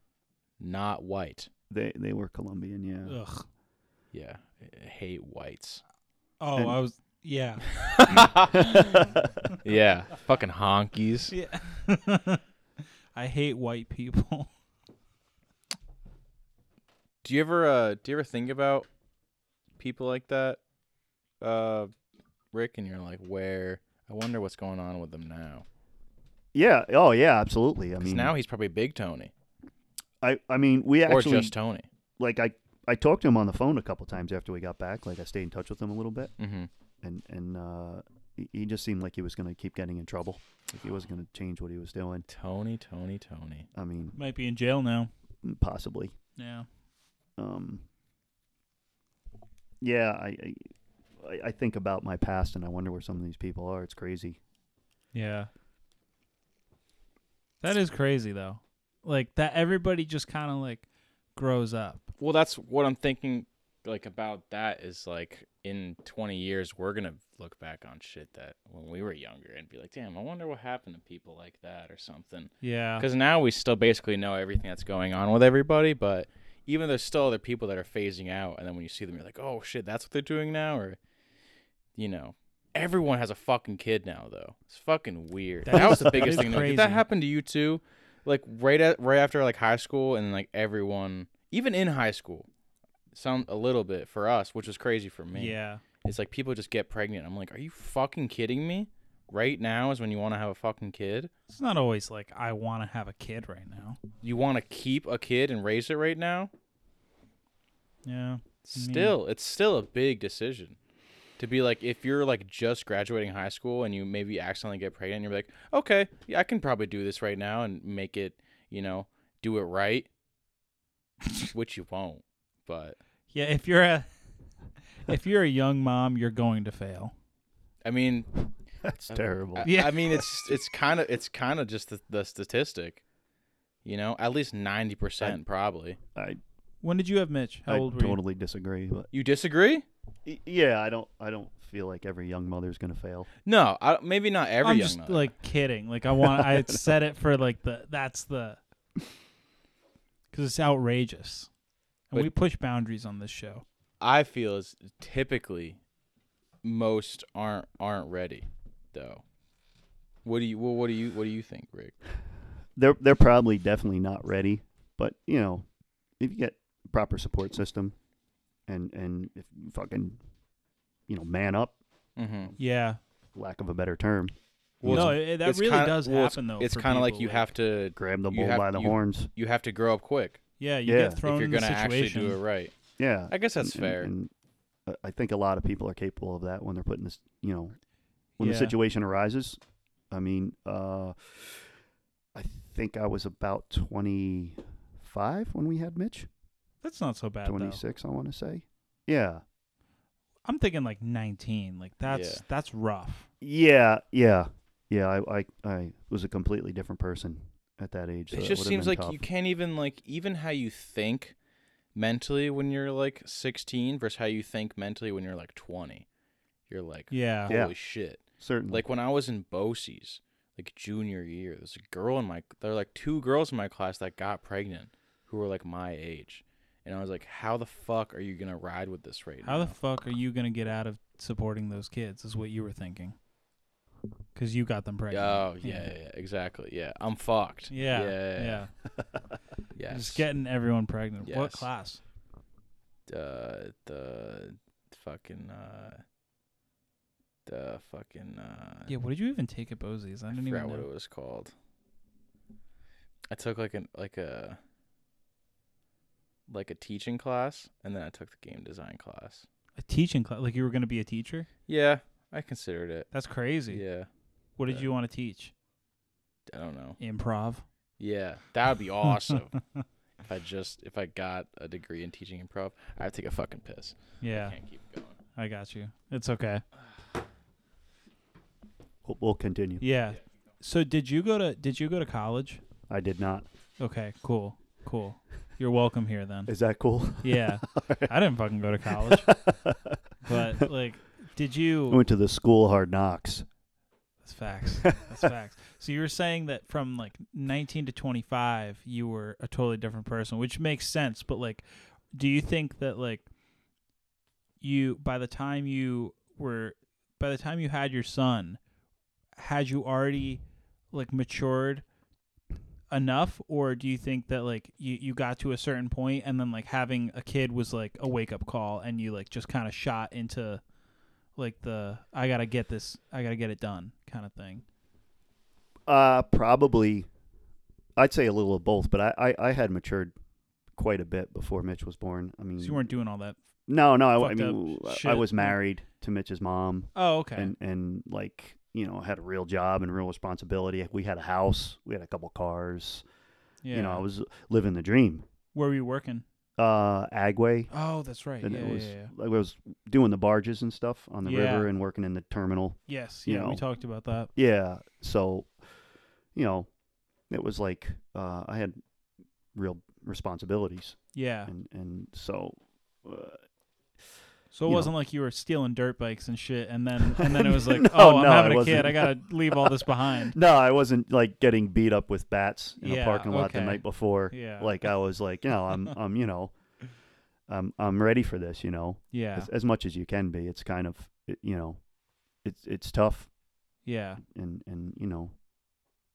C: not white.
B: they they were Colombian. Yeah.
A: Ugh.
C: Yeah, I hate whites.
A: Oh,
B: And-
A: I was. Yeah.
C: (laughs) yeah, fucking honkies.
A: (laughs) Yeah. (laughs) I hate white people.
C: Do you ever uh do you ever think about people like that, uh, Rick? And you're like, where? I wonder what's going on with them now.
B: yeah. Oh yeah. Absolutely. I
C: Because
B: mean,
C: now he's probably Big Tony
B: I I mean, we actually
C: or just Tony.
B: like I I talked to him on the phone a couple times after we got back. Like I stayed in touch with him a little bit,
C: Mm-hmm.
B: and and uh, he- he just seemed like he was gonna keep getting in trouble. Like he wasn't gonna change what he was doing.
C: Tony, Tony, Tony.
B: I mean,
A: Might be in jail now.
B: possibly.
A: Yeah.
B: um yeah I, I I- I think about my past and I wonder where some of these people are. It's crazy. (laughs)
A: Yeah. That is crazy though. Like that everybody just kind of like grows up.
C: Well, that's what I'm thinking. Like about that is like in 20 years we're gonna look back on shit that when we were younger and be like, damn, I wonder what happened to people like that or something.
A: Yeah.
C: Because now we still basically know everything that's going on with everybody, but even there's still other people that are phasing out, and then when you see them, you're like, oh shit, that's what they're doing now, or you know. Everyone has a fucking kid now, though. It's fucking weird.
A: That
C: That, was
A: is-
C: the
A: that is
C: biggest thing. Like, did that
A: crazy.
C: happen to you too? Like right at right after like high school, and like everyone, even in high school, some a little bit for us, which was crazy for me.
A: Yeah.
C: It's like people just get pregnant. I'm like, are you fucking kidding me? Right now is when you want to have a fucking kid
A: It's not always like I want to have a kid right now.
C: you want to keep a kid and raise it right now
A: Yeah.
C: still it's still a big decision to be like if you're like just graduating high school and you maybe accidentally get pregnant and you're like okay yeah, i can probably do this right now and make it you know do it right (laughs) which you won't but
A: Yeah, if you're a (laughs) if you're a young mom, you're going to fail.
C: i mean
B: That's
C: I-
B: terrible.
C: I,
A: Yeah.
C: I mean it's it's kind of it's kind of just the, the statistic you know at least 90% probably
B: I,
A: When did you have Mitch? How
B: I
A: old were
B: totally disagree, but
C: you disagree
B: y- yeah, I don't I don't feel like every young mother's going to fail.
C: no I, maybe not
A: you?
C: every
A: I'm
C: young
A: just
C: mother.
A: like kidding. Like I want I said it for like the that's the (laughs) cuz it's outrageous. And
C: But-
A: we push boundaries on this show.
C: I feel is typically most aren't aren't ready though. What do you well, what do you what do you think, Rick?
B: They're they're probably definitely not ready, but you know, if you get proper support system and and if you fucking you know, man up,
C: Mm-hmm.
A: Yeah.
B: lack of a better term,
C: Well,
A: no,
C: it's-
A: it, that really does happen though.
C: It's
A: for
C: kind of like
A: people,
C: you have to
B: grab the
C: You
B: bull
C: have-
B: by the
C: you-
B: horns.
C: you have to grow up quick
A: Yeah, you
B: Yeah.
A: get
B: If
A: thrown
C: if you're
A: in the
C: gonna actually
A: situation.
C: do it right.
B: Yeah.
C: I guess that's
B: and- and-
C: fair.
B: and uh, I- I think a lot of people are capable of that when they're put in this, you know, when
A: Yeah.
B: the situation arises. I mean, uh, I think I was about 25 when we had Mitch,
A: That's not so bad though.
B: 26, I want to say. Yeah.
A: I'm thinking like 19. Like that's
C: Yeah.
A: that's rough.
B: Yeah. Yeah. Yeah. I, I, I was a completely different person at that age. So
C: it
B: that
C: just
B: would've
C: seems
B: been
C: like
B: tough.
C: you can't even like even how you think mentally when you're like 16 versus how you think mentally when you're like 20. You're like,
A: Yeah.
C: holy
B: Yeah.
C: shit.
A: Mm.
B: Certainly.
C: Like when I was in BOCES, like junior year, there's a girl in my there were like two girls in my class that got pregnant who were like my age. And I was like, How the fuck are you gonna ride with this right
A: How
C: now?
A: the fuck are you going to get out of supporting those kids is what you were thinking. Cuz you got them pregnant.
C: Oh yeah, yeah, yeah, exactly. Yeah. I'm fucked.
A: Yeah.
C: Yeah.
A: Yeah.
C: Yes.
A: Just getting everyone pregnant. What
C: Yes.
A: class?
C: uh, the fucking uh the fucking uh
A: Yeah, what did you even take at Bosie's? I
C: I
A: didn't
C: forgot
A: even
C: what
A: know.
C: it was called. I took like an like a like a teaching class, and then I took the game design class.
A: A teaching class like you were going to be a teacher?
C: Yeah, I considered it.
A: That's crazy.
C: Yeah,
A: What did
C: but-
A: you want to teach?
C: I don't know.
A: Improv.
C: Yeah, that would be (laughs) awesome if I just if I got a degree in teaching improv. I would take a fucking piss. I
A: yeah,
C: can't keep going.
A: I got you. It's okay.
B: we'll, we'll continue.
A: Yeah. So did you go to did you go to college?
B: I did not.
A: Okay, cool, cool. You're welcome here
B: (laughs)
A: then.
B: Is that cool?
A: Yeah, I didn't fucking go to
B: (laughs)
A: college, but like, did you?
B: I went to the school of hard knocks.
A: That's
B: (laughs)
A: facts. That's facts. So you were saying that from like 19 to 25, you were a totally different person, which makes sense. But like, do you think that like you, by the time you were, by the time you had your son, had you already like matured enough? Or do you think that like you, you got to a certain point and then like having a kid was like a wake up call and you like just kind of shot into like the I gotta get this, I gotta get it done kind of thing.
B: Uh, probably, I'd say a little of both, but I, I, I had matured quite a bit before Mitch was born. I mean,
A: So you weren't doing all that.
B: no, no. I, I
A: fucked
B: mean,
A: up
B: I
A: shit.
B: was married to Mitch's mom,
A: Oh, okay.
B: and and like you know, had a real job and real responsibility. We had a house, we had a couple cars.
A: yeah.
B: You know, I was living the dream.
A: Where were you working?
B: Uh, Agway,
A: Oh, that's
F: (laughs)
A: right.
B: and
A: yeah,
B: it was
A: yeah, yeah.
B: I was doing the barges and stuff on the
A: Yeah.
B: river and working in the terminal.
A: Yes,
B: you
A: yeah,
B: know.
A: we talked about that.
B: Yeah. So, you know, it was like uh, I had real responsibilities,
A: Yeah.
B: and and so uh,
A: So it
B: you
A: wasn't like you were stealing dirt bikes and shit, and then and then it
B: (laughs)
A: was like,
B: No,
A: oh, I'm
B: no,
A: having
B: it
A: a
B: wasn't.
A: kid. I gotta leave all this
B: (laughs)
A: behind.
B: no, I wasn't like getting beat up with bats in a
A: Yeah,
B: parking lot the
A: okay.
B: night before.
A: Yeah.
B: Like I was like, you know,
A: (laughs)
B: I'm I'm you know, I'm I'm ready for this. You know,
A: Yeah.
B: as, as much as you can be. It's kind of it, you know, it's it's tough,
A: Yeah.
B: and and you know.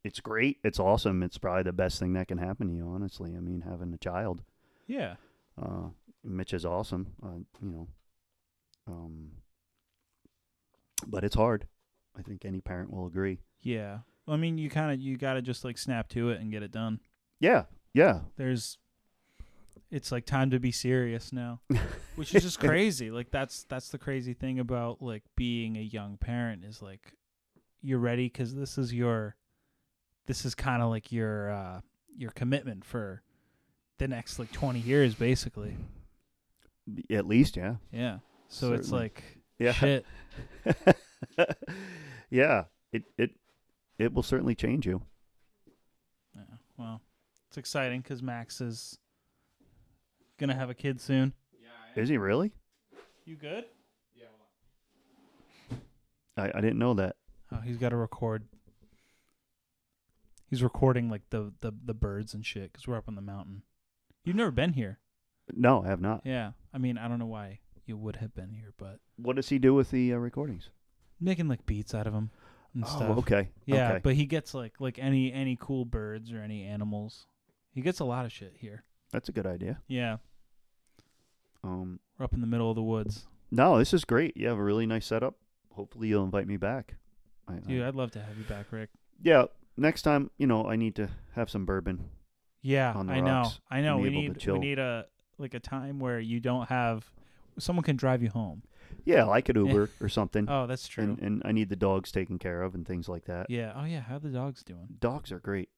B: It's great. It's awesome. It's probably the best thing that can happen to you, honestly. I mean, having a child.
A: Yeah.
B: Uh, Mitch is awesome. Uh, you know, um, but it's hard. I think any parent will agree.
A: Yeah. Well, I mean, you kind of you gotta just like snap to it and get it done.
B: Yeah, yeah.
A: There's, it's like time to be serious now. (laughs) which is
B: (laughs)
A: just crazy like that's that's the crazy thing about like being a young parent is like you're ready because this is your this is kind of like your uh your commitment for the next like 20 years basically
B: At least, yeah,
A: yeah so it's
B: Certainly.
A: like
B: yeah, (laughs)
A: shit
B: yeah. It it it will certainly change you.
A: yeah, well it's exciting because max is gonna have a kid soon
B: Is he really?
A: you good
B: I, I didn't know that.
A: oh he's got to record he's recording like the the, the birds and shit because we're up on the mountain you've never been here
B: No, I have not.
A: Yeah, I mean, I don't know why you would have been here, but
B: What does he do with the uh, recordings?
A: making like beats out of them and
B: Oh,
A: stuff.
B: okay.
A: Yeah,
B: okay.
A: but he gets like like any any cool birds or any animals. He gets a lot of shit here.
B: that's a good idea.
A: Yeah,
B: Um,
A: we're up in the middle of the woods.
B: no, this is great. You have a really nice setup. Hopefully, you'll invite me back. I, I-
A: Dude, I'd love to have you back, Rick.
B: yeah. Next time, you know, I need to have some bourbon.
A: Yeah,
B: On the
A: I know.
B: rocks,
A: I know.
B: and
A: We
B: able to
A: need
B: chill.
A: we need a like a time where you don't have someone can drive you home.
B: Yeah, like an Uber or something.
A: Oh, that's true.
B: and, and I need the dogs taken care of and things like that.
A: yeah. Oh yeah. How the dogs doing?
B: Dogs are great.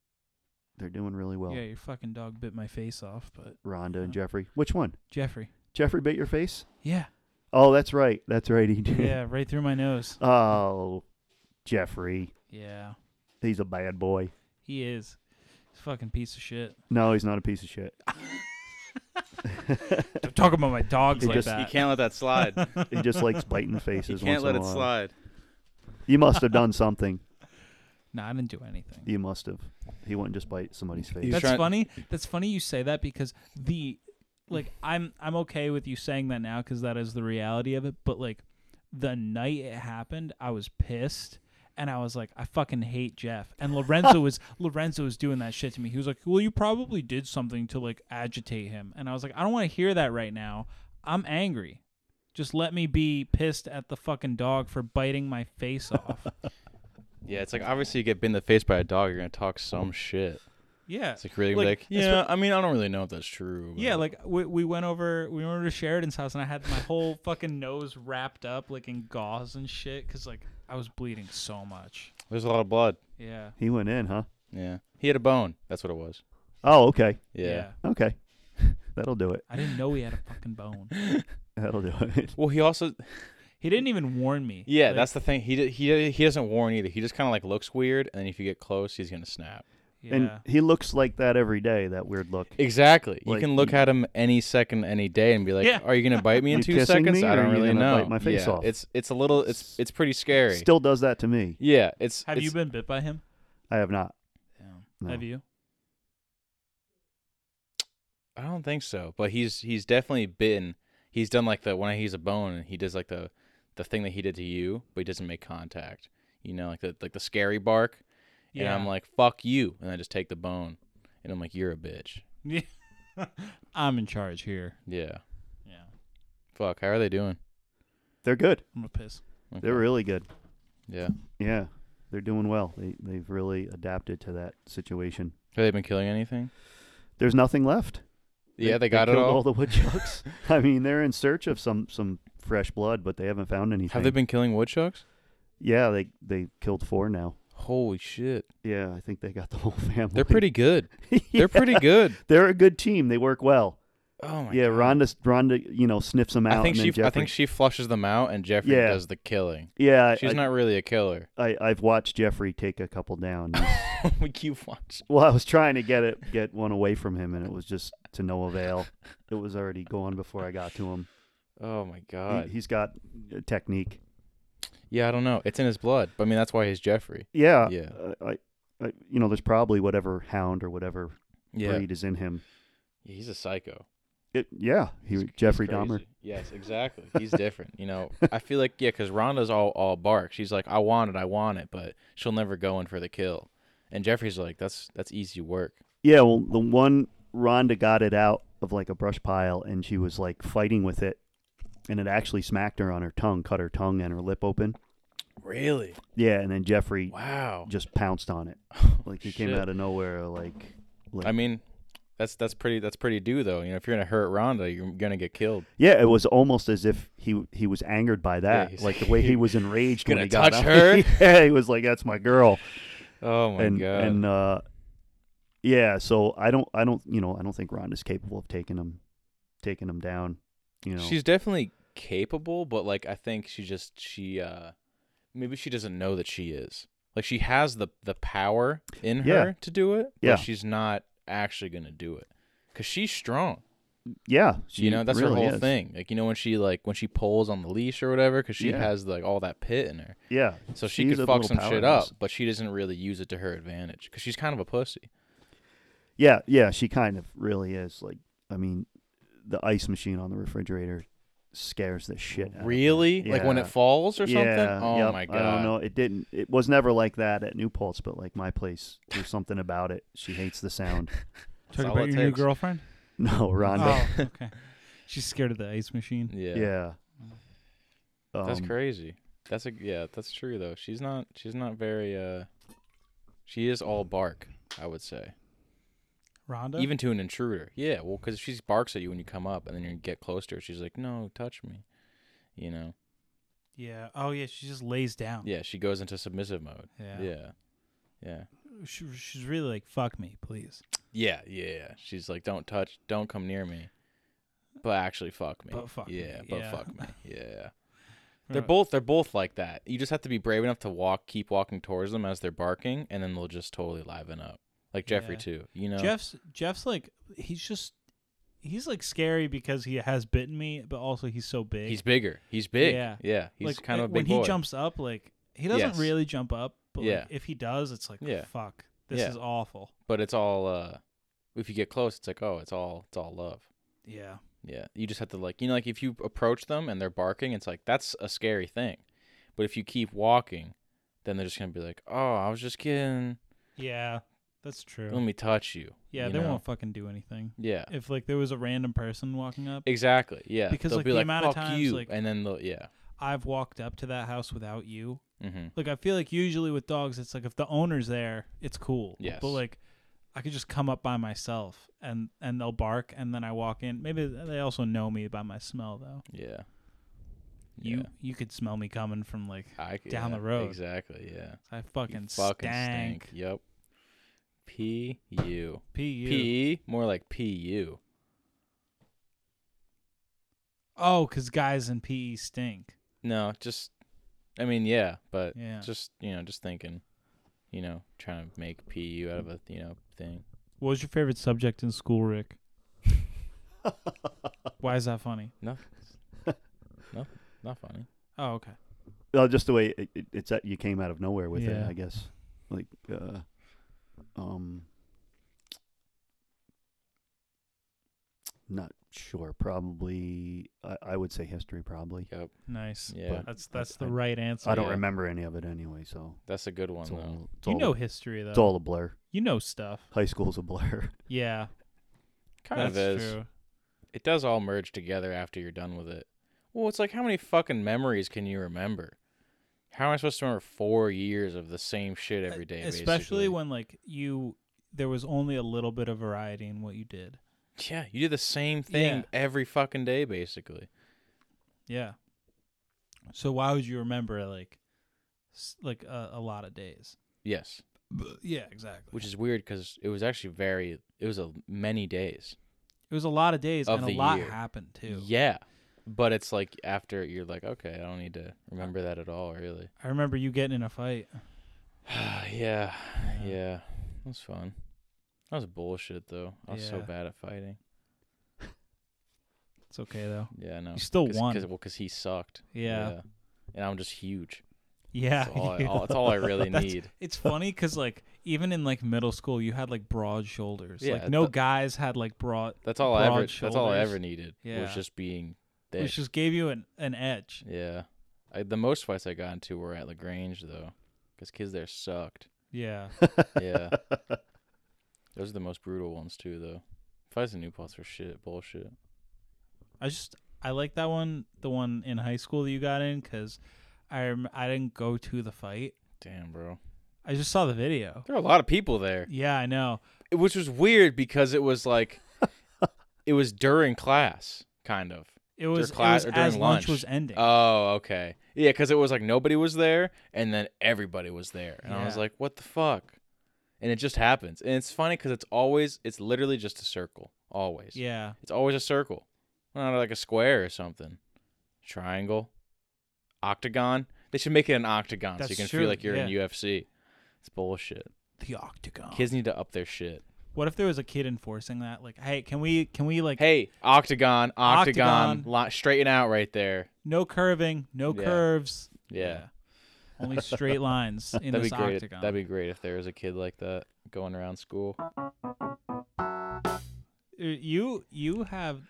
B: They're doing really well.
A: yeah, your fucking dog bit my face off, but
B: Rhonda and
A: Yeah.
B: Jeffrey. Which one?
A: Jeffrey.
B: Jeffrey bit your face? (laughs)
A: Yeah.
B: Oh, that's right. That's right. He did.
A: Yeah, right through my nose.
B: (laughs) Oh, Jeffrey.
A: Yeah.
B: He's a bad boy.
A: He is. He's a fucking piece of shit. (laughs)
B: No, he's not a piece of shit. (laughs)
A: Don't talk about my dogs
B: He
A: like
B: just-
A: that.
C: You can't let that (laughs) slide.
B: He just likes biting
C: you
B: faces.
C: can't
B: once
C: let
B: in a
C: it
B: while.
C: slide.
B: You must have done something.
A: No, I didn't do anything.
B: You must have. He wouldn't just bite somebody's face.
C: He's
A: That's
C: trying-
A: funny. That's funny you say that because the like I'm I'm okay with you saying that now cuz that is the reality of it, but like the night it happened, I was pissed and I was like I fucking hate Jeff. And
C: (laughs)
A: Lorenzo was Lorenzo was doing that shit to me. He was like, "Well, you probably did something to like agitate him." And I was like, "I don't want to hear that right now. I'm angry. Just let me be pissed at the fucking dog for biting my face
C: (laughs)
A: off."
C: Yeah, it's like obviously you get bit in the face by a dog, you're gonna talk some shit.
A: yeah.
C: It's like really
A: Like,
C: like, like
A: it's
C: yeah.
A: what-
C: I mean, I don't really know if that's true.
A: Yeah,
C: but-
A: like we, we went over we went over to Sheridan's house and I had my whole (laughs) fucking nose wrapped up like in gauze and shit because like I was bleeding so much.
C: there's a lot of blood.
A: Yeah.
B: He went in, huh?
C: Yeah, he had a bone. That's what it was.
B: Oh, okay.
C: Yeah.
B: Okay. (laughs) That'll do it.
A: I didn't know he had a fucking bone.
B: That'll do it. (laughs)
C: Well, he also
A: He didn't even warn me.
C: yeah.
A: Like,
C: that's the thing. He did, he he doesn't warn either. He just kind of like looks weird, and then if you get close, he's gonna snap.
A: Yeah.
B: And he looks like that every day. That weird look.
C: Exactly.
B: Like,
C: you can look
B: you-
C: at him any second, any day, and be like,
A: Yeah.
C: "Are you gonna bite me in
B: You
C: two
B: kissing
C: seconds?
B: me,
C: I
B: or
C: don't
B: you
C: really
B: gonna
C: know."
B: bite my face
C: yeah,
B: off?
C: It's it's a little it's it's pretty scary.
B: Still does that to me.
C: yeah. It's
A: Have you
C: it's-
A: been bit by him?
B: I have not.
C: Damn.
B: No.
A: Have you?
C: I don't think so, but he's he's definitely bitten. He's done like the when he's a bone, and he does like the the thing that he did to you, but he doesn't make contact. You know, like the like the scary bark. And I'm like, "Fuck you," and I just take the bone, and I'm like, "You're a bitch."
A: like, I'm in charge here.
C: Yeah.
A: Yeah.
C: Fuck. How are they doing?
B: They're good.
A: I'm gonna piss.
C: Okay.
B: They're really good.
C: yeah.
B: Yeah, they're doing well. They they've really adapted to that situation.
C: Have they been killing anything?
B: There's nothing left.
C: Yeah, they, got it
B: killed
C: all.
B: the woodchucks. (laughs) I mean, they're in search of some some fresh blood, but they haven't found anything.
C: (laughs) Have they been killing woodchucks?
B: Yeah, they they killed four now.
C: Holy shit.
B: Yeah, I think they got the whole (laughs) family.
C: They're pretty good.
B: (laughs) Yeah.
C: They're pretty good.
B: They're a good team. They work well.
C: Oh my
B: yeah,
C: god.
B: Rhonda Rhonda, you know, sniffs them out.
C: I think
B: and
C: she
B: then Jeffrey,
C: I think she flushes them out and Jeffrey
B: Yeah.
C: does the killing.
B: yeah, I-
C: She's
B: I,
C: not really
B: (laughs)
C: a killer.
B: I I've watched Jeffrey take a couple
C: (laughs)
B: down.
C: we keep watching.
B: well, I was trying to get it get one away from him, and it was just to no avail. It was already gone before I got to him.
C: Oh my
B: He,
C: god.
B: he's got uh, technique.
C: Yeah, I don't know. It's in his blood. But I mean that's why he's Jeffrey.
B: Yeah.
C: Yeah.
B: I, I, I, you know, there's probably whatever hound or whatever
C: Yeah.
B: breed is in him.
C: Yeah, He's a psycho.
B: It, yeah. He,
C: He's- he's
B: Jeffrey
C: crazy.
B: Dahmer.
C: Yes, exactly. He's different. You know, I feel like yeah, because Rhonda's all all bark. She's like, I want it, I want it, but she'll never go in for the kill. And Jeffrey's like, that's that's easy work.
B: Yeah. Well, the one Rhonda got it out of like a brush pile and she was like fighting with it and it actually smacked her on her tongue, cut her tongue and her lip open.
C: Really?
B: Yeah. And then Jeffrey
C: Wow.
B: just pounced on
C: (laughs)
B: it. Like he came
C: Shit.
B: out of nowhere. Like, like
C: I mean, that's that's pretty that's pretty due though. You know, if you're gonna hurt Rhonda, you're gonna get killed.
B: yeah, it was almost as if he he was angered by that.
C: he's-
B: like the way he was enraged when
C: Gonna
B: he got
C: touch
B: out.
C: her?
B: (laughs) yeah, he was like, "That's my girl."
C: Oh my
B: and
C: god.
B: and uh, yeah, so I don't, I don't, you know, I don't think Ron is capable of taking him, taking him down. You know,
C: She's definitely capable, but like I think she just she uh maybe she doesn't know that she is. Like she has the the power in
B: Yeah.
C: her to do it,
B: Yeah.
C: but she's not actually gonna do it because she's strong.
B: yeah, she
C: you know, that's
B: really
C: her whole
B: is.
C: thing. Like you know when she like when she pulls on the leash or whatever, because she
B: Yeah.
C: has like all that pit in her,
B: Yeah,
C: so she
B: she's
C: could
B: a
C: fuck
B: little
C: some shit
B: powerhouse.
C: up, but she doesn't really use it to her advantage because she's kind of a pussy.
B: Yeah, yeah, she kind of really is. Like, I mean, the ice machine on the refrigerator scares the shit. Out
C: Really? Like when
B: Yeah.
C: it falls or
B: Of her.
C: something?
B: Yeah,
C: oh
B: yep,
C: my god.
B: I don't know. It didn't. It was never like that at New Paltz, but like my place, there's something about it. She hates the sound. (laughs)
A: Talking
C: all
A: about
C: it
A: your new
C: takes.
A: girlfriend.
B: No, Rhonda.
C: (laughs)
A: Oh, okay. She's scared of the ice machine.
C: Oh, Yeah.
B: yeah.
C: That's
B: Um,
C: crazy. That's a yeah, that's true though. She's not she's not very uh she is all bark, I would say.
A: Rhonda.
C: Even to an intruder. Yeah, well cuz she barks at you when you come up and then you get close to her, she's like, "No, touch me." You know.
A: yeah. Oh yeah. She just lays down.
C: Yeah, she goes into submissive mode.
A: Yeah.
C: Yeah. Yeah.
A: She, she's really like fuck me, please.
C: Yeah, yeah, yeah. She's like, "Don't touch, don't come near me." But actually fuck me.
A: But fuck me,
C: yeah, but
A: yeah. (laughs)
C: fuck me. Yeah.
A: Hmm.
C: They're both they're both like that. You just have to be brave enough to walk, keep walking towards them as they're barking, and then they'll just totally liven up. Like Jeffrey
A: Yeah.
C: too, you know.
A: Jeff's Jeff's like he's just he's like scary because he has bitten me, but also he's so big.
C: he's bigger. He's big. Yeah,
A: Yeah.
C: He's
A: like, eh,
C: kind of a
A: when
C: big
A: he
C: boy.
A: jumps up, like he doesn't
C: Yes.
A: really jump up, but
C: Yeah.
A: like, if he does, it's like
C: Yeah.
A: fuck, this
C: Yeah.
A: is awful.
C: but it's all. uh If you get close, it's like oh, it's all it's all love.
A: Yeah,
C: Yeah, you just have to like you know like if you approach them and they're barking, it's like that's a scary thing. But if you keep walking, then they're just gonna be like, oh, I was just kidding.
A: yeah, that's true.
C: Let me touch you.
A: yeah,
C: you
A: they
C: know?
A: won't fucking do anything.
C: Yeah.
A: If like there was a random person walking up,
C: Exactly. Yeah.
A: Because,
C: they'll
A: like,
C: be
A: the
C: like,
A: amount of
C: "Fuck
A: times,
C: you,"
A: like-
C: and then they'll yeah.
A: I've walked up to that house without you.
C: Mm-hmm.
A: Like I feel like usually with dogs, it's like if the owner's there, it's cool.
C: Yes.
A: But like, I could just come up by myself and and they'll bark, and then I walk in. Maybe they also know me by my smell though.
C: Yeah.
A: You
C: Yeah.
A: you could smell me coming from like
C: I,
A: down
C: yeah,
A: the road.
C: Exactly. Yeah.
A: I
C: You
A: fucking, stank.
C: Yep. P U
A: P U.
C: P more like P U.
A: Oh, because guys in PE stink.
C: No, just I mean yeah, but
A: Yeah.
C: Uh, just you know just thinking you know, trying to make PU out of a you know thing.
A: What was your favorite subject in school, Rick?
B: (laughs)
A: Why is that funny?
C: Not funny.
A: Oh, okay.
B: well, just the way it, it, it's that you came out of nowhere with
A: Yeah.
B: it, I guess. Like, uh, um, not sure. Probably, I, I would say history. Probably.
C: Yep.
A: Nice.
C: Yeah.
B: But-
A: That's that's
B: I-
A: the right answer.
B: I don't
C: yeah.
B: remember any of it anyway, so
C: That's a good one
B: it's
C: though.
B: all, it's
A: You
B: all
A: know
B: a,
A: history though.
B: it's all a blur.
A: You know stuff.
B: High school's a blur. (laughs)
A: Yeah.
C: Kind
A: that's
C: of is.
A: true.
C: It does all merge together after you're done with it. Well, it's like how many fucking memories can you remember? How am I supposed to remember four years of the same shit every day?
A: e, Especially
C: basically?
A: when like you there was only a little bit of variety in what you did.
C: Yeah, you do the same thing
A: Yeah.
C: every fucking day, basically.
A: Yeah. So why would you remember like s- like a, a lot of days?
C: Yes,
A: Yeah, exactly.
C: which is weird because it was actually very. It was a many days.
A: It was a lot of days
C: Of
A: and a
C: the
A: lot
C: year.
A: happened too.
C: Yeah, but it's like after you're like, okay, I don't need to remember that at all, really. (sighs)
A: I remember you getting in a fight. Oh,
C: yeah, yeah, that was fun. That was bullshit though. I was so
A: Yeah.
C: bad at fighting.
A: It's okay though.
C: Yeah, no.
A: You still
C: Cause,
A: won.
C: Cause, well, 'cause he sucked.
A: Yeah.
C: And I'm just huge.
A: (laughs) Yeah.
C: That's all I,
A: you-
C: all, that's all I really
A: That's-
C: need.
A: (laughs) It's funny because like even in like middle school, you had like broad shoulders.
C: Yeah,
A: like no
C: th-
A: guys had like broad.
C: That's all I ever.
A: broad
C: That's all I
A: shoulders.
C: ever needed. Was
A: Yeah.
C: just being thick.
A: Which just gave you an, an edge.
C: yeah. I, the most fights I got into were at Lagrange though, because kids there sucked.
A: Yeah. (laughs)
C: Yeah. Those are the most brutal ones too though. Fights in New Paltz are shit bullshit.
A: I just I like that one, the one in high school that you got in, because I rem- I didn't go to the fight.
C: Damn, bro.
A: I just saw the video.
C: There are a lot of people there,
A: Yeah, I know.
C: It- which was weird because it was
A: (laughs)
C: like, it was during class, kind of.
A: It was,
C: cla-
A: it
C: or
A: was
C: during
A: as lunch, was
C: lunch.
A: ending.
C: Oh, okay. Yeah, because it was like nobody was there, and then everybody was there, and I was
A: Yeah.
C: like, "What the fuck?" And it just happens, and it's funny because it's always, it's literally just a circle, always.
A: yeah.
C: It's always a circle, not like a square or something, triangle, octagon. They should make it an octagon so you
A: That's
C: can
A: true,
C: feel like you're in
A: yeah.
C: UFC. It's bullshit.
A: The octagon.
C: Kids need to up their shit.
A: What if there was a kid enforcing that? Like, hey, can we can we like
C: Hey, octagon, octagon,
A: Octagon.
C: li- straighten out right there.
A: no curving, no
C: Yeah.
A: curves.
C: Yeah.
A: Only straight
C: (laughs)
A: lines in
C: That'd
A: this
C: be great. if-
A: octagon.
C: That'd be great if there was a kid like that going around school.
A: Uh, you you have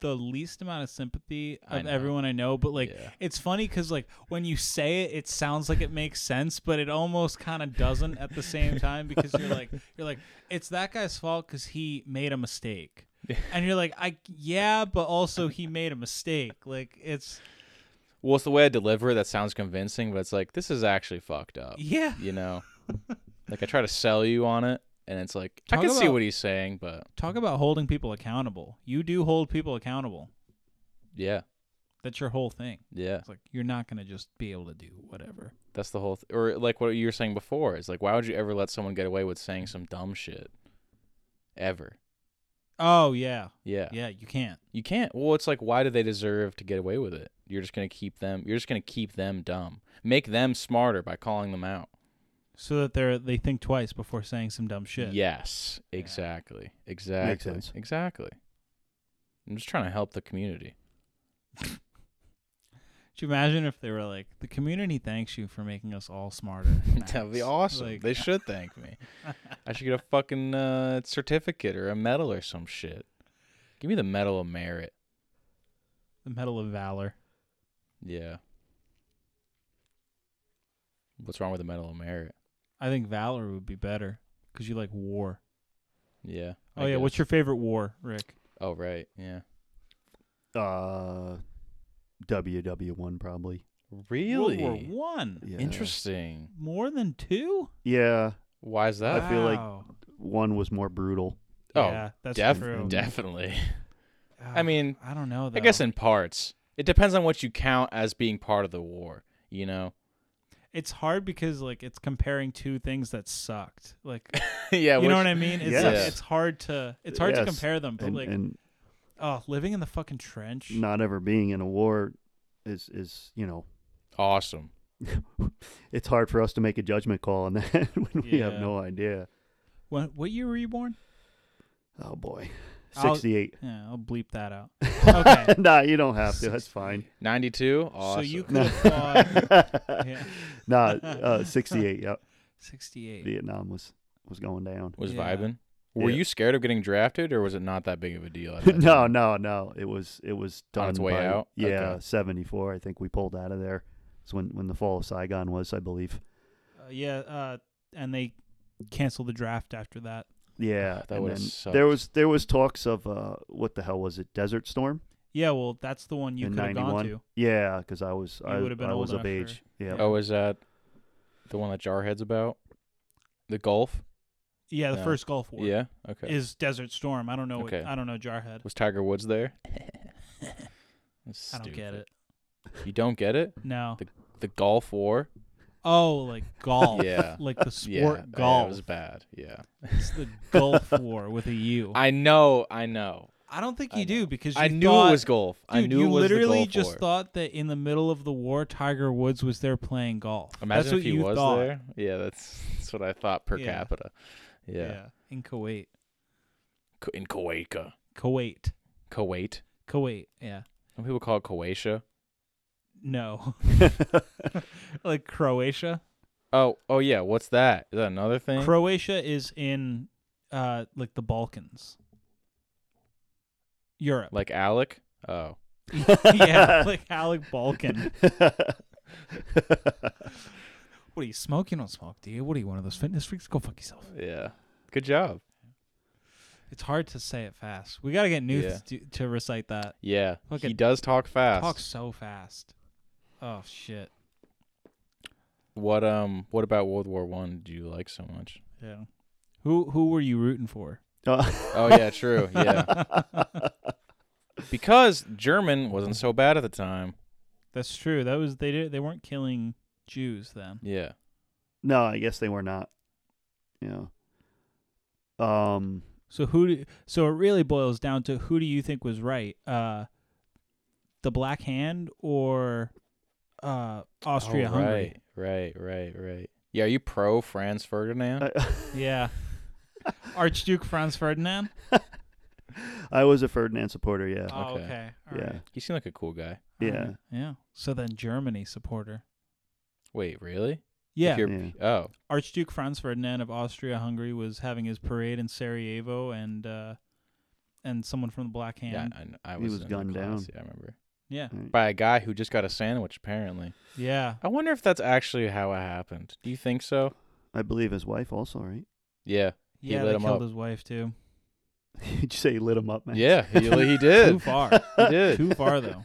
A: the least amount of sympathy
C: I
A: of
C: know.
A: everyone I know, but like
C: Yeah.
A: it's funny because like when you say it, it sounds like it makes sense, but it almost kind of doesn't at the same time because you're
C: (laughs)
A: like you're like it's that guy's fault because he made a mistake, and you're like I yeah, but also he made a mistake. Like it's
C: Well, it's the way I deliver it that sounds convincing, but it's like this is actually fucked up.
A: yeah.
C: You know, like I try to sell you on it, and it's like I
A: Talk
C: can see
A: about-
C: what he's saying, but
A: Talk about holding people accountable. You do hold people accountable.
C: yeah,
A: That's your whole thing.
C: yeah,
A: It's like you're not gonna just be able to do whatever.
C: that's the whole. Th- or like what you were saying before is like, why would you ever let someone get away with saying some dumb shit? Ever?
A: Oh yeah,
C: Yeah.
A: yeah. You can't.
C: You can't. Well, it's like, why do they deserve to get away with it? You're just gonna keep them. You're just gonna keep them dumb. Make them smarter by calling them out.
A: so that they're they think twice before saying some dumb shit.
C: Yes, exactly, exactly,
B: sense.
C: exactly. I'm just trying to help the
A: (laughs)
C: community.
A: Could you imagine if they were like, the community thanks you for making us all
C: (laughs)
A: smarter?
C: That'd be
A: Max."
C: awesome.
A: Like, (laughs)
C: they should thank me. I should get a fucking uh, certificate or a medal or some shit. Give me the medal of merit.
A: the Medal of Valor.
C: Yeah. What's wrong with the medal of merit?
A: I think Valor would be better because you like war.
C: Yeah.
A: Oh yeah, what's your favorite war, Rick?
C: Oh right. Yeah.
B: uh, WW one probably.
C: Really?
A: World War One.
B: Yeah.
C: Interesting.
A: More than two?
B: Yeah,
C: Why is that?
B: I feel like-
A: Wow.
B: one was more brutal.
C: Oh,
A: yeah, that's
C: Def-
A: true. (laughs)
C: definitely.
A: Ah,
C: I mean,
A: I don't know. Though.
C: I guess in parts. It depends on what you count as being part of the war. You know.
A: it's hard because like it's comparing two things that sucked.
C: (laughs)
A: Like
C: (laughs) yeah.
A: you know
C: which-
A: what I mean? It's like,
B: Yes.
A: it's hard to it's hard
B: Yes.
A: to compare them, but
B: And,
A: like
B: and
A: oh, living in the fucking trench.
B: not ever being in a war is is you know
C: Awesome.
B: it's hard for us to make a judgment call on that (laughs) when we have
A: Yeah.
B: no idea.
A: What what year were you born?
B: Oh boy,
A: I'll-
B: sixty-eight.
A: Yeah, I'll bleep that out. Okay.
B: nah, you don't have to. (laughs)
A: (laughs)
B: That's fine.
C: 92? Awesome.
A: So you could
B: No.
A: have thought
B: (laughs)
A: yeah,
B: Nah, uh, sixty-eight. Yep,
A: sixty eight.
B: Vietnam was was going down.
C: was
A: Yeah.
C: vibing. Were
B: Yeah.
C: you scared of getting drafted, or was it not that big of a
A: (laughs)
B: (laughs)
C: deal? at that
B: no,
C: time?
B: no, no. It was it was done
C: On its way
B: by-
C: out?
B: Yeah,
C: Okay.
B: seventy-four. I think we pulled out of there. It's when when the fall of Saigon was, I believe.
A: Uh, yeah, uh, and they canceled the draft after Ah, that.
B: Yeah,
C: That
B: and
C: would've
B: then
C: sucked.
B: there was there was talks of uh, what the hell was it? Desert Storm
A: Yeah, well, that's the one you
B: in
A: could have gone
B: '91.
A: to.
B: Yeah, because I was I,
A: would've been
B: I
A: old
B: was of
A: enough for-
B: age. Yeah.
A: yeah.
C: Oh, is that the one that Jarhead's about? The Gulf?
A: Yeah, the
C: Yeah.
A: first Gulf War.
C: Yeah. Okay.
A: Is Desert Storm? I don't know.
C: Okay.
A: What, I don't know Jarhead.
C: was Tiger
A: (laughs)
C: Woods there? That's
A: I don't get
C: stupid.
A: it.
C: You don't get it?
A: No.
C: The Gulf War?
A: Oh,
C: (laughs)
A: like
B: (laughs)
A: golf.
C: Yeah.
A: Like (laughs) the
C: Yeah.
A: sport
C: yeah,
A: golf.
C: It was bad. Yeah.
A: It's the Gulf War with a U. I,
C: (laughs) I know.
A: (laughs)
C: I know.
A: don't think
C: I
A: you do
C: know.
A: because you
C: I knew
A: thought,
C: it was golf. I
A: dude,
C: knew
A: you
C: it was
A: literally
C: the Gulf
A: just
C: War.
A: thought that in the middle of the war, Tiger Woods was there playing golf.
C: Imagine
A: That's what
C: if he
A: you
C: was
A: thought.
C: there. Yeah, that's that's what I thought per
A: Yeah.
C: capita.
A: Yeah.
C: Yeah.
A: in Kuwait,
C: Ku- In Kuwait. uh,
A: Kuwait,
C: Kuwait.
A: Kuwait. Yeah,
C: Some people call it Croatia. (laughs)
A: no, (laughs) like Croatia.
C: Oh, oh yeah. What's that? Is that another thing?
A: Croatia is in, uh, like the Balkans, Europe.
C: like Alec? Oh,
A: yeah, like Alec Balkan. What are you smoking? You don't smoke, do you? What are you, one of those fitness freaks? Go fuck yourself.
C: yeah. Good job.
A: It's hard to say it fast. We gotta get Newt
C: Yeah.
A: to, to recite that.
C: Yeah.
A: Look
C: he
A: at-
C: does talk fast.
A: Talk so fast. Oh shit.
C: What um what about World War 1 do you like so much?
A: Yeah. Who who were you rooting for?
C: Oh yeah, true. Yeah. because German wasn't so bad at the time.
A: That's true. That was they did they weren't killing Jews then.
C: Yeah.
B: (laughs) no, I guess they were not. Yeah. Um.
A: So who do, so it really boils down to who do you think was right? Uh the Black Hand or uh Austria
C: oh,
A: Hungary?
C: right. Right, right, right. Yeah, are you pro Franz Ferdinand?
B: I, (laughs)
A: Yeah. Archduke Franz Ferdinand?
B: I was a Ferdinand supporter. Yeah.
A: Oh,
C: Okay.
A: okay. All
B: yeah.
A: right.
C: he seemed like a cool guy.
B: Yeah.
A: Alright, Yeah. So then Germany supporter.
C: Wait, really?
A: Yeah.
C: If you're, Oh,
A: Archduke Franz Ferdinand of Austria Hungary was having his parade in Sarajevo and uh and someone from the Black
C: yeah.
A: Hand.
C: I, I
B: He
C: was,
B: was
C: in
B: gunned
C: the class,
B: down.
C: Yeah, I remember.
A: Yeah.
C: By a guy who just got a sandwich apparently.
A: Yeah.
C: I wonder if that's actually how it happened. Do you think so?
B: I believe his wife also, right? (laughs)
C: Yeah. He
A: Yeah,
C: lit
A: they
C: him
A: killed
C: up.
A: his wife too.
B: Did you say he lit him up, man?
C: Yeah, he, he
A: Too
C: did.
B: (laughs)
A: far.
C: He did.
A: Too far though.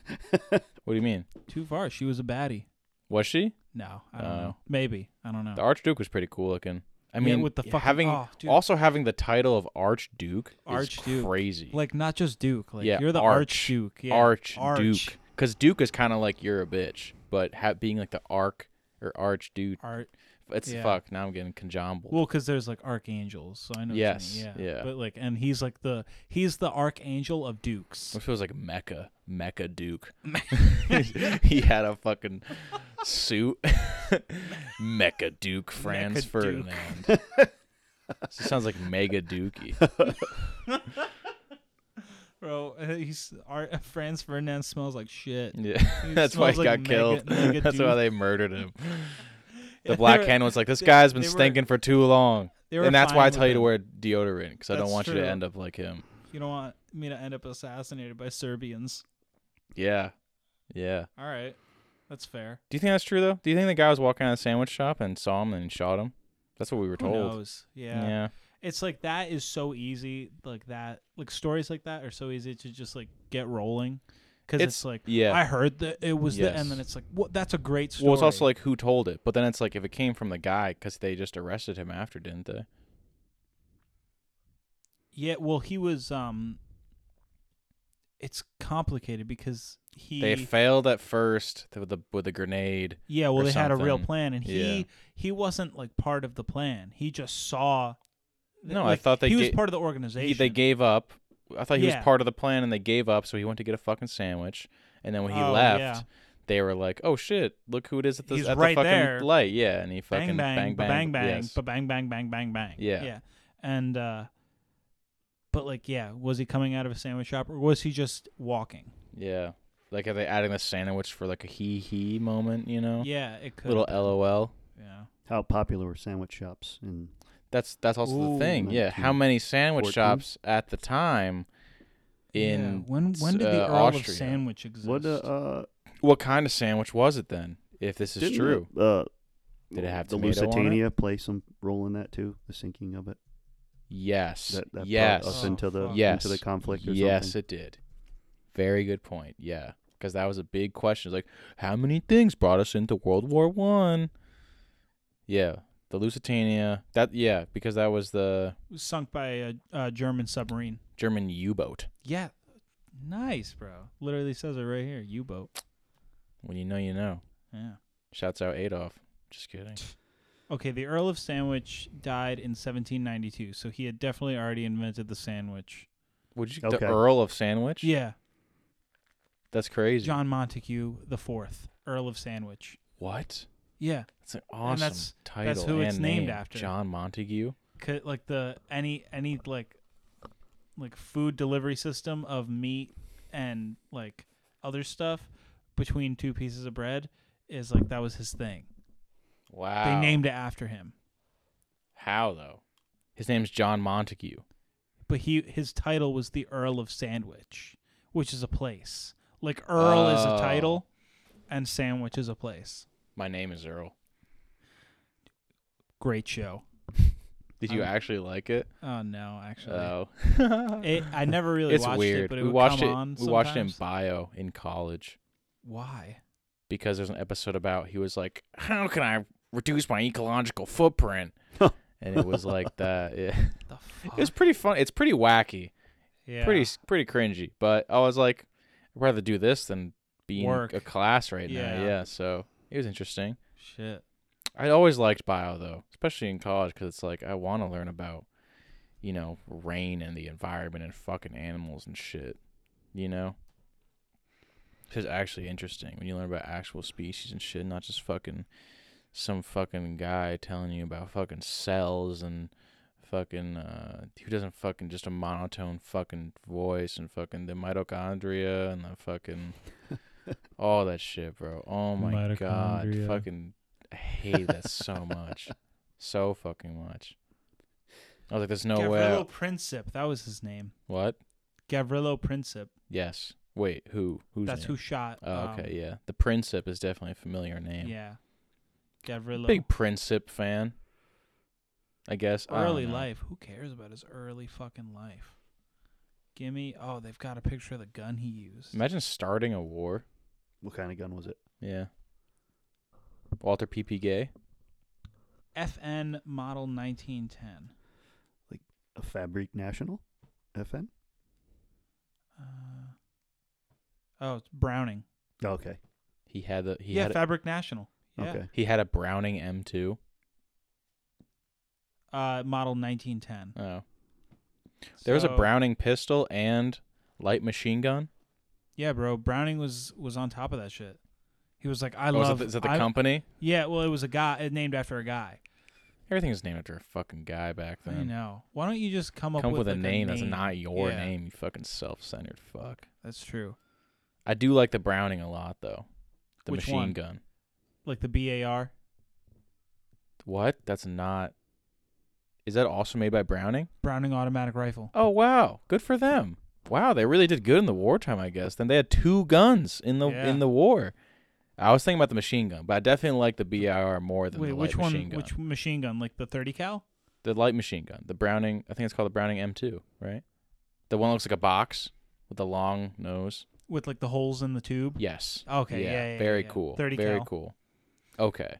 C: What do you mean?
A: Too far. She was a baddie.
C: Was she?
A: No, I don't
C: Oh.
A: know. Maybe I don't know.
C: The Archduke was pretty cool looking. I mean,
A: with the fucking-
C: having
A: oh, dude.
C: also having the title of Archduke, is
A: Archduke.
C: crazy.
A: like not just Duke. Like
C: Yeah,
A: you're the
C: arch.
A: Archduke. Yeah.
C: Archduke,
A: Arch.
C: because Duke is kind of like you're a bitch, but ha- being like the Arc or Archduke,
A: Art.
C: it's
A: yeah.
C: fuck. Now I'm getting conjumbled.
A: Well, because there's like archangels, so I know. what you mean,
C: Yes,
A: Yeah.
C: yeah.
A: But like, and he's like the he's the archangel of dukes.
C: it feels like Mecca,
A: (laughs)
C: Mecca Duke. (laughs) he had a fucking suit, (laughs) Mecca Duke Franz
A: Mecca Duke.
C: Ferdinand.
A: (laughs)
C: This sounds like Mega Dookie.
A: Bro, (laughs) he's Ar- Franz Ferdinand smells like
C: (laughs)
A: shit.
C: Yeah,
A: (laughs) He
C: that's why he
A: smells
C: got
A: like mega-
C: killed.
A: mega
C: (laughs) that's why
A: dude.
C: they murdered him.
A: (laughs) They
C: The black
A: were-
C: hand was like, "This
A: they-
C: guy's been
A: they were-
C: stinking for too long,"
A: They were
C: and that's why I
A: fine
C: tell
A: with
C: you to
A: him.
C: wear deodorant because I don't
A: That's
C: want you
A: true.
C: to end up like him.
A: You don't want me to end up assassinated by Serbians.
C: Yeah, yeah.
A: All right, that's fair.
C: Do you think that's true though? Do you think the guy was walking out of the sandwich shop and saw him and shot him? That's what we were
A: Who
C: told.
A: knows?
C: Yeah.
A: it's like that is so easy like that like stories like that are so easy to just like get rolling because it's,
C: It's-
A: like
C: yeah.
A: i heard that it was the and then
C: Yes.
A: it's like what that's a great story
C: Well, it's also like who told it, but then it's like if it came from the guy because they just arrested him after, didn't they?
A: yeah well he was um it's complicated because he
C: They failed at first with the with the grenade.
A: yeah well
C: or
A: they had a real
C: something.
A: plan and he
C: Yeah.
A: he wasn't like part of the plan he just saw
C: No, I
A: like,
C: thought they
A: he was
C: ga-
A: part of the
C: he,
A: organization
C: they gave up. I thought he
A: Yeah.
C: was part of the plan, and they gave up. So he went to get a fucking sandwich, and then when he
A: Oh,
C: left,
A: yeah.
C: they were like, "Oh shit, look who it is at the,
A: He's
C: at
A: right
C: the fucking
A: there.
C: light." Yeah, and he
A: bang
C: fucking
A: bang bang bang bang
C: yes.
A: ba- bang bang bang bang bang.
C: Yeah.
A: yeah. And uh, but like, yeah, was he coming out of a sandwich shop or was he just walking?
C: Yeah. Like are they adding the sandwich for like a hee hee moment, you know?
A: Yeah, it could.
C: Little LOL.
A: yeah.
B: How popular were sandwich shops? And
C: That's that's also
A: Ooh,
C: the thing. Yeah. How
B: 1914.
C: many sandwich shops at the time
A: yeah.
C: in
A: when when did the
C: uh,
A: Earl of
C: Austria.
A: Sandwich exist?
B: what? Uh, uh,
C: what kind of sandwich was it then? If this is
B: didn't
C: true.
B: The, uh,
C: Did it have
B: the
C: tomato on it?
B: Lusitania play some role in that too? The sinking of it.
C: Yes.
B: That, that
C: yes.
B: brought us
A: Oh,
B: into the
A: fuck.
C: yes.
B: into the conflict. Or
C: yes,
B: something.
C: it did. Very good point. Yeah. Because that was a big question. It's like, how many things brought us into World War One? Yeah. The Lusitania. That yeah, because that was the
A: It was sunk by a, a German submarine.
C: German U boat.
A: Yeah. Nice, bro. Literally says it right here. U boat.
C: When you know, you know.
A: Yeah.
C: Shouts out Adolf. Just kidding.
A: Okay, the Earl of Sandwich died in 1792, so he had definitely already invented the sandwich.
C: Would you
B: Okay.
C: the Earl of Sandwich?
A: Yeah,
C: that's crazy.
A: John Montague the Fourth, Earl of Sandwich.
C: What?
A: Yeah,
C: That's an awesome
A: that's-
C: title.
A: that's who it's
C: and
A: named
C: name.
A: after.
C: John Montague.
A: C- like the any any like like food delivery system of meat and like other stuff between two pieces of bread is like that was his thing.
C: Wow.
A: They named it after him,
C: how though? His name's John Montague.
A: but he his title was the Earl of Sandwich, which is a place. Like Earl is a
C: Oh.
A: title, and Sandwich is a place.
C: My name is Earl.
A: Great show.
C: Did you
A: Um,
C: actually like it?
A: Oh no, actually,
C: Oh.
A: (laughs) it, I never really
C: it's
A: watched
C: weird.
A: it, but it
C: we
A: would
C: watched
A: come
C: it.
A: on.
C: we watched it in
A: sometimes.
C: bio in college
A: Why?
C: because there's an episode about he was like, "How can I reduce my
A: (laughs)
C: ecological footprint?" and it was like that. Yeah.
A: The
C: It
A: fuck?
C: was pretty fun. It's pretty wacky.
A: yeah.
C: pretty pretty cringy. But I was like, I'd rather do this than be in
A: Work.
C: a class right
A: Yeah.
C: now. Yeah, so it was interesting.
A: shit.
C: I always liked bio though, especially in college, because it's like I want to learn about, you know, rain and the environment and fucking animals and shit. You know, it's actually interesting when you learn about actual species and shit, not just fucking some fucking guy telling you about fucking cells and fucking uh who doesn't fucking just a monotone fucking voice and fucking the mitochondria and the fucking all that shit, bro. Oh my god,
A: Mitochondria.
C: fucking I hate that so much, so fucking much. I was like, there's no way.
A: Gavrilo
C: I-
A: Princip. That was his name.
C: What?
A: Gavrilo Princip.
C: Yes. Wait, who? Who's
A: That's who
C: name?
A: shot.
C: Oh,
A: um,
C: okay, yeah. The Princip is definitely a familiar name.
A: Yeah. Gavrilo.
C: Big Princip fan. I guess. I don't
A: early
C: know.
A: life. Who cares about his early fucking life? Gimme. Oh, they've got a picture of the gun he used.
C: Imagine starting a war.
B: What kind of gun was it?
C: Yeah. Walter P. P. Gay.
A: FN model 1910.
B: A Fabrique National, FN.
A: Uh, oh, it's Browning.
B: Okay.
C: He had the he
A: yeah,
C: had a,
A: Fabric National. Yeah.
B: Okay.
C: he had a Browning M2.
A: Uh, model 1910.
C: Oh, there was a
A: So-
C: Browning pistol and light machine gun.
A: Yeah, bro. Browning was was on top of that shit. He was like, I
C: Or was
A: love.
C: it the, Oh, is it the
A: I-
C: company?
A: Yeah, well, it was a guy it named after a guy.
C: Everything was named after a fucking guy back then.
A: I know. Why don't you just come up
C: Come up
A: with,
C: with,
A: like,
C: a name that's not your
A: Yeah,
C: name, you fucking self-centered fuck.
A: That's true.
C: I do like the Browning a lot though. The
A: Which
C: machine
A: one?
C: gun.
A: Like the BAR.
C: What? That's not. Is that also made by Browning?
A: Browning automatic rifle.
C: Oh wow, good for them. Wow, they really did good in the wartime, I guess. Then they had two guns in the
A: Yeah.
C: in the war. I was thinking about the machine gun, but I definitely like the BIR more than
A: Wait,
C: the light
A: which one?
C: machine gun.
A: Which machine gun? Like the 30 cal?
C: The light machine gun, the Browning. I think it's called the Browning M2, right? The one that looks like a box with a long nose.
A: With like the holes in the tube?
C: Yes.
A: Okay,
C: Yeah.
A: yeah, yeah,
C: very
A: yeah.
C: cool.
A: 30
C: Very
A: cal.
C: cool. Okay.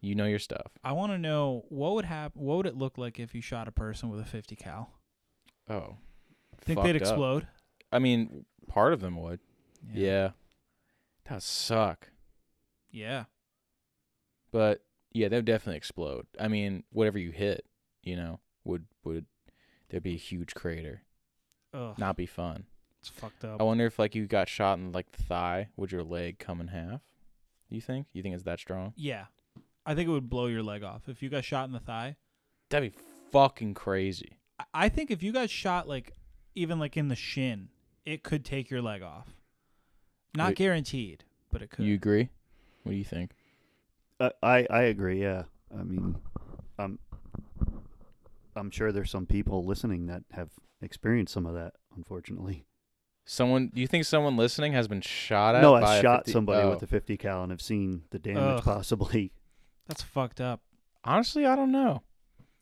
C: You know your stuff.
A: I want to know what would happen. What would it look like if you shot a person with a 50 cal?
C: Oh.
A: Think
C: Fucked
A: they'd
C: up.
A: explode?
C: I mean, part of them would. Yeah. That would suck.
A: Yeah.
C: But yeah, they would definitely explode. I mean, whatever you hit, you know, would would there'd be a huge crater.
A: Ugh.
C: Not be fun.
A: It's fucked up.
C: I wonder if like you got shot in like the thigh, would your leg come in half? You think? You think it's that strong?
A: yeah, I think it would blow your leg off if you got shot in the thigh.
C: That'd be fucking crazy.
A: I- I think if you got shot like even like in the shin, it could take your leg off. Not
C: Wait.
A: guaranteed, but it could.
C: You agree? What do you think?
B: I, I I agree. Yeah, I mean, I'm I'm sure there's some people listening that have experienced some of that. Unfortunately,
C: Someone? Do you think someone listening has been shot at?
B: no,
C: by
B: I've
C: a
B: shot
C: 50
B: somebody
C: Oh.
B: with a 50 cal and have seen the damage
A: Ugh.
B: possibly.
A: That's fucked up.
C: Honestly, I don't know.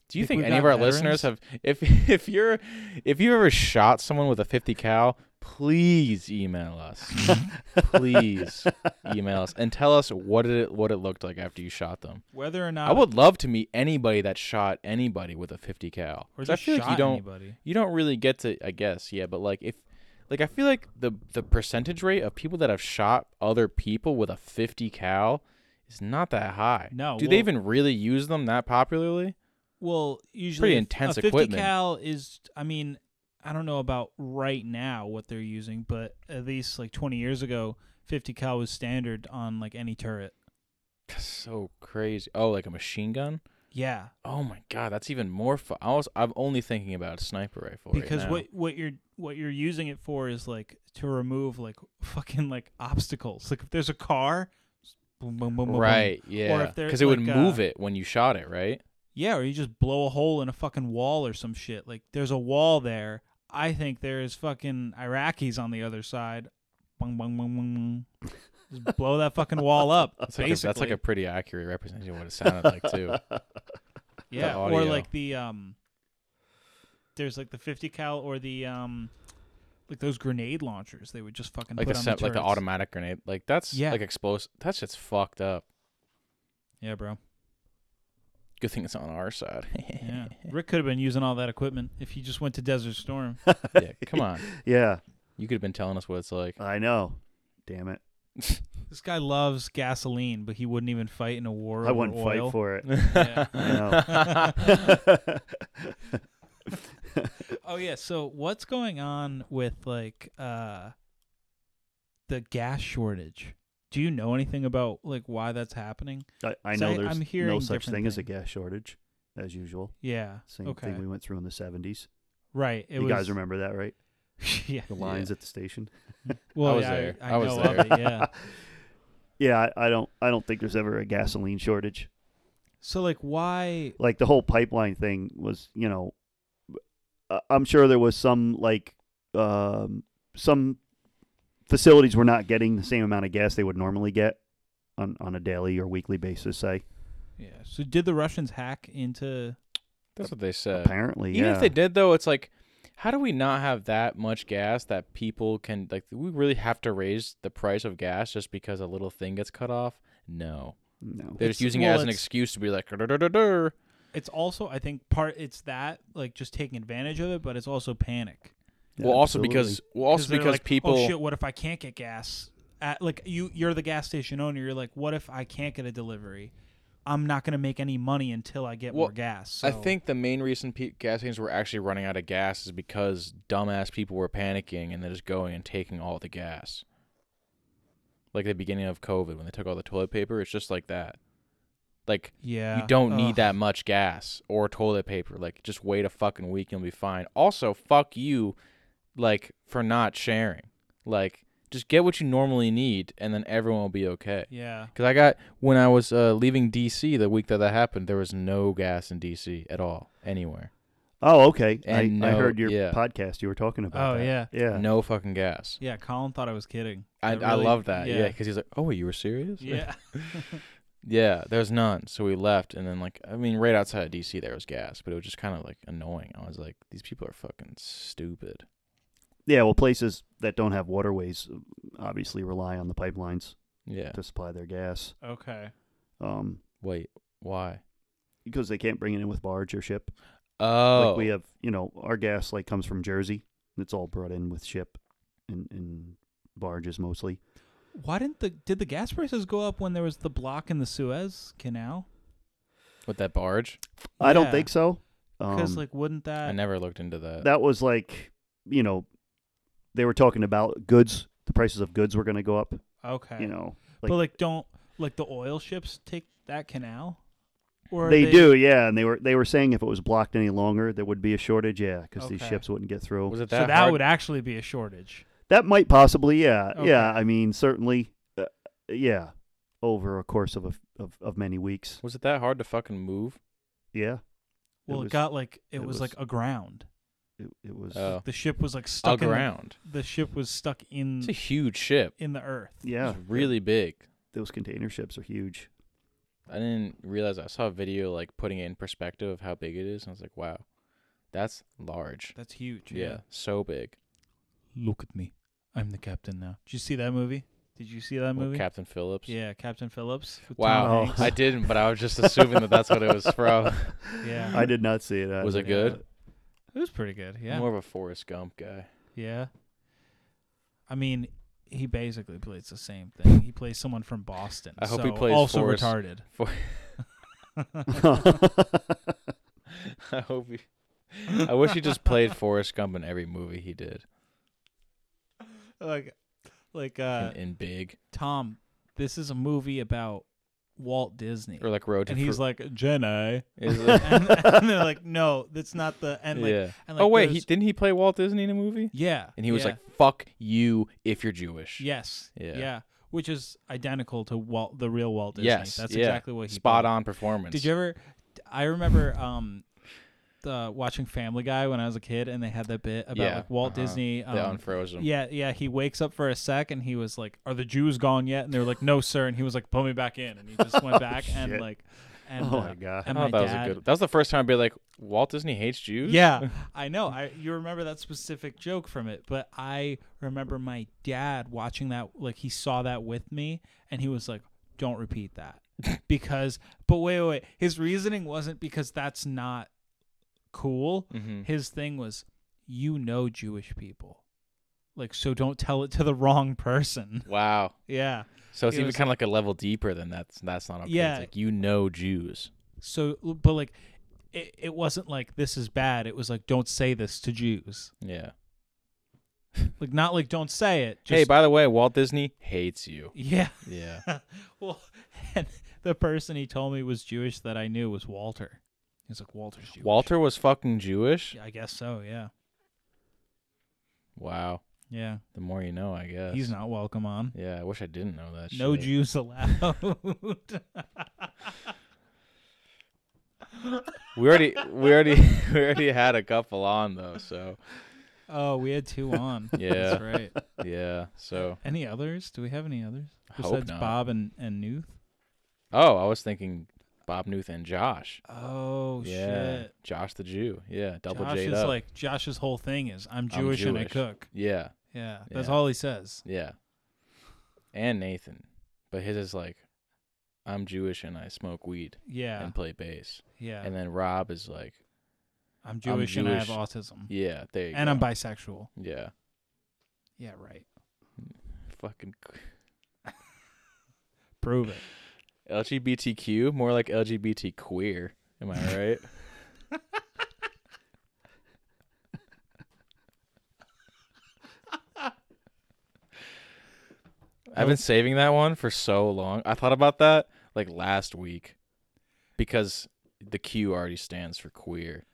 C: Do you
A: Think
C: think,
A: we've
C: any of
A: got
C: our listeners have? If (laughs) if you're if you ever shot someone with a fifty cal, please email
A: (laughs)
C: us. (laughs)
B: (laughs)
C: Please email us and tell us what it what it looked like after you shot them.
A: Whether or not
C: I would love to meet anybody that shot anybody with a fifty cal.
A: or
C: 'Cause
A: just
C: I feel
A: shot
C: like you don't
A: anybody.
C: you don't really get to. I guess yeah, but like if like I feel like the the percentage rate of people that have shot other people with a fifty cal is not that high.
A: No,
C: do they
A: well-
C: even really use them that popularly?
A: Well, usually
C: Pretty
A: a-
C: intense
A: a 50
C: equipment.
A: cal is. I mean, I don't know about right now what they're using, but at least like 20 years ago, 50 cal was standard on like any turret.
C: That's so crazy. Oh, like a machine gun?
A: Yeah,
C: Oh my god, that's even more fu- I was I'm only thinking about a sniper rifle right
A: because
C: now.
A: what what you're what you're using it for is like to remove like fucking like obstacles. Like if there's a car, just boom, boom, boom, boom, boom.
C: Right, yeah.
A: if they're,
C: Because it would
A: like,
C: move
A: uh,
C: it when you shot it,
A: (laughs)
C: right?
A: Yeah, or you just blow a hole in a fucking wall or some shit. Like there's a wall there. I think there's fucking Iraqis on the other side. Bung, bung, bung, bung, bung. Just blow that fucking wall
C: (laughs)
A: up.
C: That's like, a, that's like a pretty accurate representation of what it sounded like
A: (laughs)
B: (laughs)
C: too.
A: yeah, or
C: audio.
A: like the um. There's like the 50 cal or the um, like those grenade launchers. They would just fucking
C: Like
A: put
C: the
A: on
C: se- like the
A: turrets.
C: automatic grenade. Like that's
A: Yeah.
C: like explosive. That shit's fucked up.
A: Yeah, bro.
C: Good thing it's on our side. (laughs)
A: Yeah, Rick could have been using all that equipment if he just went to Desert Storm.
C: yeah, come on.
B: Yeah,
C: You could have been telling us what
A: (laughs)
C: it's like.
B: I know. Damn it!
A: this guy loves gasoline, but he wouldn't even fight in a war.
B: I
A: over
B: wouldn't
A: oil.
B: fight for
A: (laughs)
B: it. (laughs)
C: (laughs)
A: Oh yeah, so what's going on with like uh the gas shortage? Do you know anything about like why that's happening?
B: I, I
A: So
B: know
A: I-
B: there's
A: I'm hearing
B: no such
A: different
B: thing as a
A: things.
B: gas shortage, as usual.
A: Yeah.
B: Same
A: okay.
B: thing we went through in the 70s.
A: right. It
B: you
A: was,
B: guys remember that, right?
A: (laughs) yeah.
B: The lines at the station.
A: Well,
C: was
A: yeah,
C: there.
A: I,
C: I was
A: know of
C: there.
A: it,
B: (laughs)
A: yeah.
B: Yeah, I, I don't. I don't think there's ever a gasoline shortage.
A: So like why
B: like the whole pipeline thing was you know I- i'm sure there was some like um some facilities were not getting the same amount of gas they would normally get on on a daily or weekly basis say
A: Yeah. So did the Russians hack into
C: That's what they said.
B: apparently
C: Even
B: yeah
C: if they did, though, it's like, how do we not have that much gas that people can like? We really have to raise the price of gas just because a little thing gets cut off? No,
B: no
C: they're
A: It's-
C: just using it
A: well,
C: as an
A: it's-
C: excuse to be like, "Dur-dur-dur-dur."
A: it's also I think part it's that like just taking advantage of it, but it's also panic.
C: well, also because well, also
A: they're
C: because
A: like,
C: people.
A: oh shit, what if I can't get gas? At, like you, you're the gas station owner. You're like, what if I can't get a delivery? I'm not gonna make any money until I get
C: Well,
A: more gas.
C: I
A: so-
C: think the main reason pe- gas stations were actually running out of gas is because dumbass people were panicking and they're just going and taking all the gas. Like the beginning of COVID when they took all the toilet paper, it's just like that. Like
A: yeah,
C: you don't need
A: Ugh.
C: that much gas or toilet paper. Like, just wait a fucking week, you'll be fine. Also, fuck you, like for not sharing. Like, just get what you normally need, and then everyone will be okay.
A: Yeah,
C: Cause I got when I was uh, leaving DC the week that that happened, there was no gas in DC at all anywhere.
B: oh okay I,
C: And
B: I
C: no-
B: heard your
C: yeah.
B: podcast you were talking about
A: Oh,
B: that.
A: yeah.
B: yeah
C: No fucking gas.
A: yeah. Colin thought I was kidding.
C: I,
A: That
C: I
A: really-
C: love that. Yeah,
A: yeah.
C: because he's like, oh, wait, you were serious?
A: (laughs) Yeah,
C: (laughs) yeah. There's none, so we left, and then like, I mean, right outside of DC there was gas, but it was just kind of like annoying. I was like, these people are fucking stupid.
B: yeah well places that don't have waterways obviously rely on the pipelines
C: Yeah.
B: to supply their gas
A: okay.
B: um
C: Wait, why?
B: because they can't bring it in with barge or ship
C: Oh,
B: Like
A: uh,
B: we have, you know, our gas like comes from Jersey. and It's all brought in with ship and, and barges mostly.
A: Why didn't the did the gas prices go up when there was the block in the Suez Canal?
C: with that barge.
B: I don't
A: Yeah,
B: think so.
A: Because
B: Um,
A: like, wouldn't
C: I
A: Uh, that?
C: never looked into that.
B: that was like, you know, they were talking about goods. The prices of goods were going to go up.
A: Okay.
B: You know,
A: but like, don't like the oil ships take that canal? Or
B: they, do, yeah. And they were they were saying if it was blocked any longer, there would be a shortage, yeah, because these
A: Okay.
B: ships wouldn't get through.
C: Was it
A: so
C: that?
A: that
C: hard?
A: would actually be a shortage.
B: That might possibly, yeah,
A: Okay.
B: yeah. I mean, certainly, uh, yeah. Over a course of, a, of of many weeks,
C: Was it that hard to fucking move?
B: yeah.
A: Well, it,
B: was-
A: got like it,
B: it
A: was,
B: was-
A: like aground.
B: It, it was,
C: Oh,
A: The ship was like stuck in the,
C: aground.
A: the ship was stuck in
C: It's a huge ship.
A: in the earth.
B: yeah.
C: it's really big.
B: those container ships are huge.
C: I didn't realize. I saw a video like putting it in perspective of how big it is, and I was like, wow, that's large.
A: That's huge.
C: Yeah, so big.
A: Look at me. I'm the captain now. Did you see that movie? Did you see that
C: Well,
A: movie?
C: Captain Phillips.
A: yeah, Captain Phillips. with Tom
C: Wow,
A: Hanks.
C: Oh. I didn't, but I was just assuming that that's what it was (laughs) from.
A: Yeah.
B: I did not see it. I
C: Was it
B: did
C: good?
B: not.
A: It was pretty good. Yeah.
C: More of a Forrest Gump guy.
A: (laughs) Yeah. I mean, he basically plays the same thing. He plays someone from Boston.
C: I hope he
A: so
C: plays
A: also
C: Forrest.
A: retarded.
C: I hope he. I wish he
A: (laughs)
C: just played Forrest Gump in every movie he did.
A: (laughs) like like
C: In,
A: uh
C: in Big
A: Tom, this is a movie about Walt Disney.
C: or like Road to
A: And he's
C: Fru-
A: like Jenny,
C: (laughs) is it-
A: (laughs) and, and they're like, "No, that's not the." And like,
C: yeah.
A: and like
C: oh wait, he,
A: there's-
C: didn't he play Walt Disney in a movie?
A: yeah,
C: And he was
A: yeah,
C: like, "Fuck you if you're Jewish."
A: "Yes, yeah.
C: Yeah.
A: which is identical to Walt, the real Walt Disney.
C: Yes,
A: that's
C: yeah.
A: exactly what he
C: Spot
A: did.
C: on performance.
A: Did you ever? I remember um, the watching Family Guy when I was a kid, and they had that bit about
C: Yeah,
A: like Walt
C: uh-huh.
A: Disney.
C: They
A: Um,
C: unfroze him.
A: yeah, yeah. He wakes up for a sec, and he was like, "Are the Jews gone yet?" And they were like, "No, sir." And he was like, "Pull me back in," and he just went back and
B: Shit.
A: like, and
B: (laughs) Oh
A: uh,
B: my god!
A: and
C: I
A: my
C: thought that was
A: dad.
C: a good. (laughs) That was the first time I'd be like, Walt Disney hates
A: (laughs)
C: Jews.
A: Yeah, I know. I you remember that specific joke from it, but I remember my dad watching that like he saw that with me and he was like, "Don't repeat that." because but wait, wait, wait. His reasoning wasn't because that's not cool.
C: Mhm.
A: His thing was you know Jewish people. Like so don't tell it to the (laughs) wrong person.
C: Wow.
A: yeah.
C: So it's
A: It
C: even
A: was
C: kind of like a level deeper than that's that's not okay.
A: Yeah.
C: It's like you know Jews.
A: So but like it, it wasn't like this is bad. It was like don't say this to Jews. (laughs)
C: Yeah.
A: Like not like don't say it. Just
C: hey, by the way, Walt Disney hates you.
A: (laughs) Yeah. (laughs)
C: Yeah.
A: well, and the person he told me was Jewish that I knew was Walter. He was like, Walter's Jewish.
C: Walter was fucking Jewish.
A: Yeah, I guess so, yeah.
C: Wow.
A: Yeah.
C: The more you know, I guess.
A: He's not welcome on.
C: Yeah, I wish I didn't know that.
A: No
C: shit.
A: Jews
C: (laughs)
A: allowed. (laughs)
C: We already, we already, (laughs) we already had a couple on though. So
A: oh, we had two on.
C: Yeah.
A: That's right.
C: yeah. So
A: Any others? Do we have any others?
C: hope
A: Besides
C: not.
A: Bob and, and Newth?
C: oh, I was thinking Bob Newth and Josh.
A: Oh,
C: yeah.
A: shit.
C: Josh the Jew. Yeah. Double
A: Josh
C: J'd
A: is
C: up.
A: like, Josh's whole thing is, I'm Jewish, and I
C: Jewish."
A: cook.
C: yeah.
A: Yeah. That's
C: Yeah.
A: all he says.
C: Yeah. And Nathan, but his is like, I'm Jewish and I smoke weed
A: Yeah.
C: and play bass.
A: Yeah.
C: And then Rob is like,
A: I'm Jewish and I have
C: Jewish.
A: autism.
C: yeah, there you
A: and
C: go.
A: I'm bisexual.
C: Yeah.
A: Yeah, right.
C: Fucking
A: Prove it.
C: LGBTQ, more like LGBT queer. Am
A: (laughs)
C: I right? I've been saving that one for so long. I thought about that like last week because the Q already stands for queer.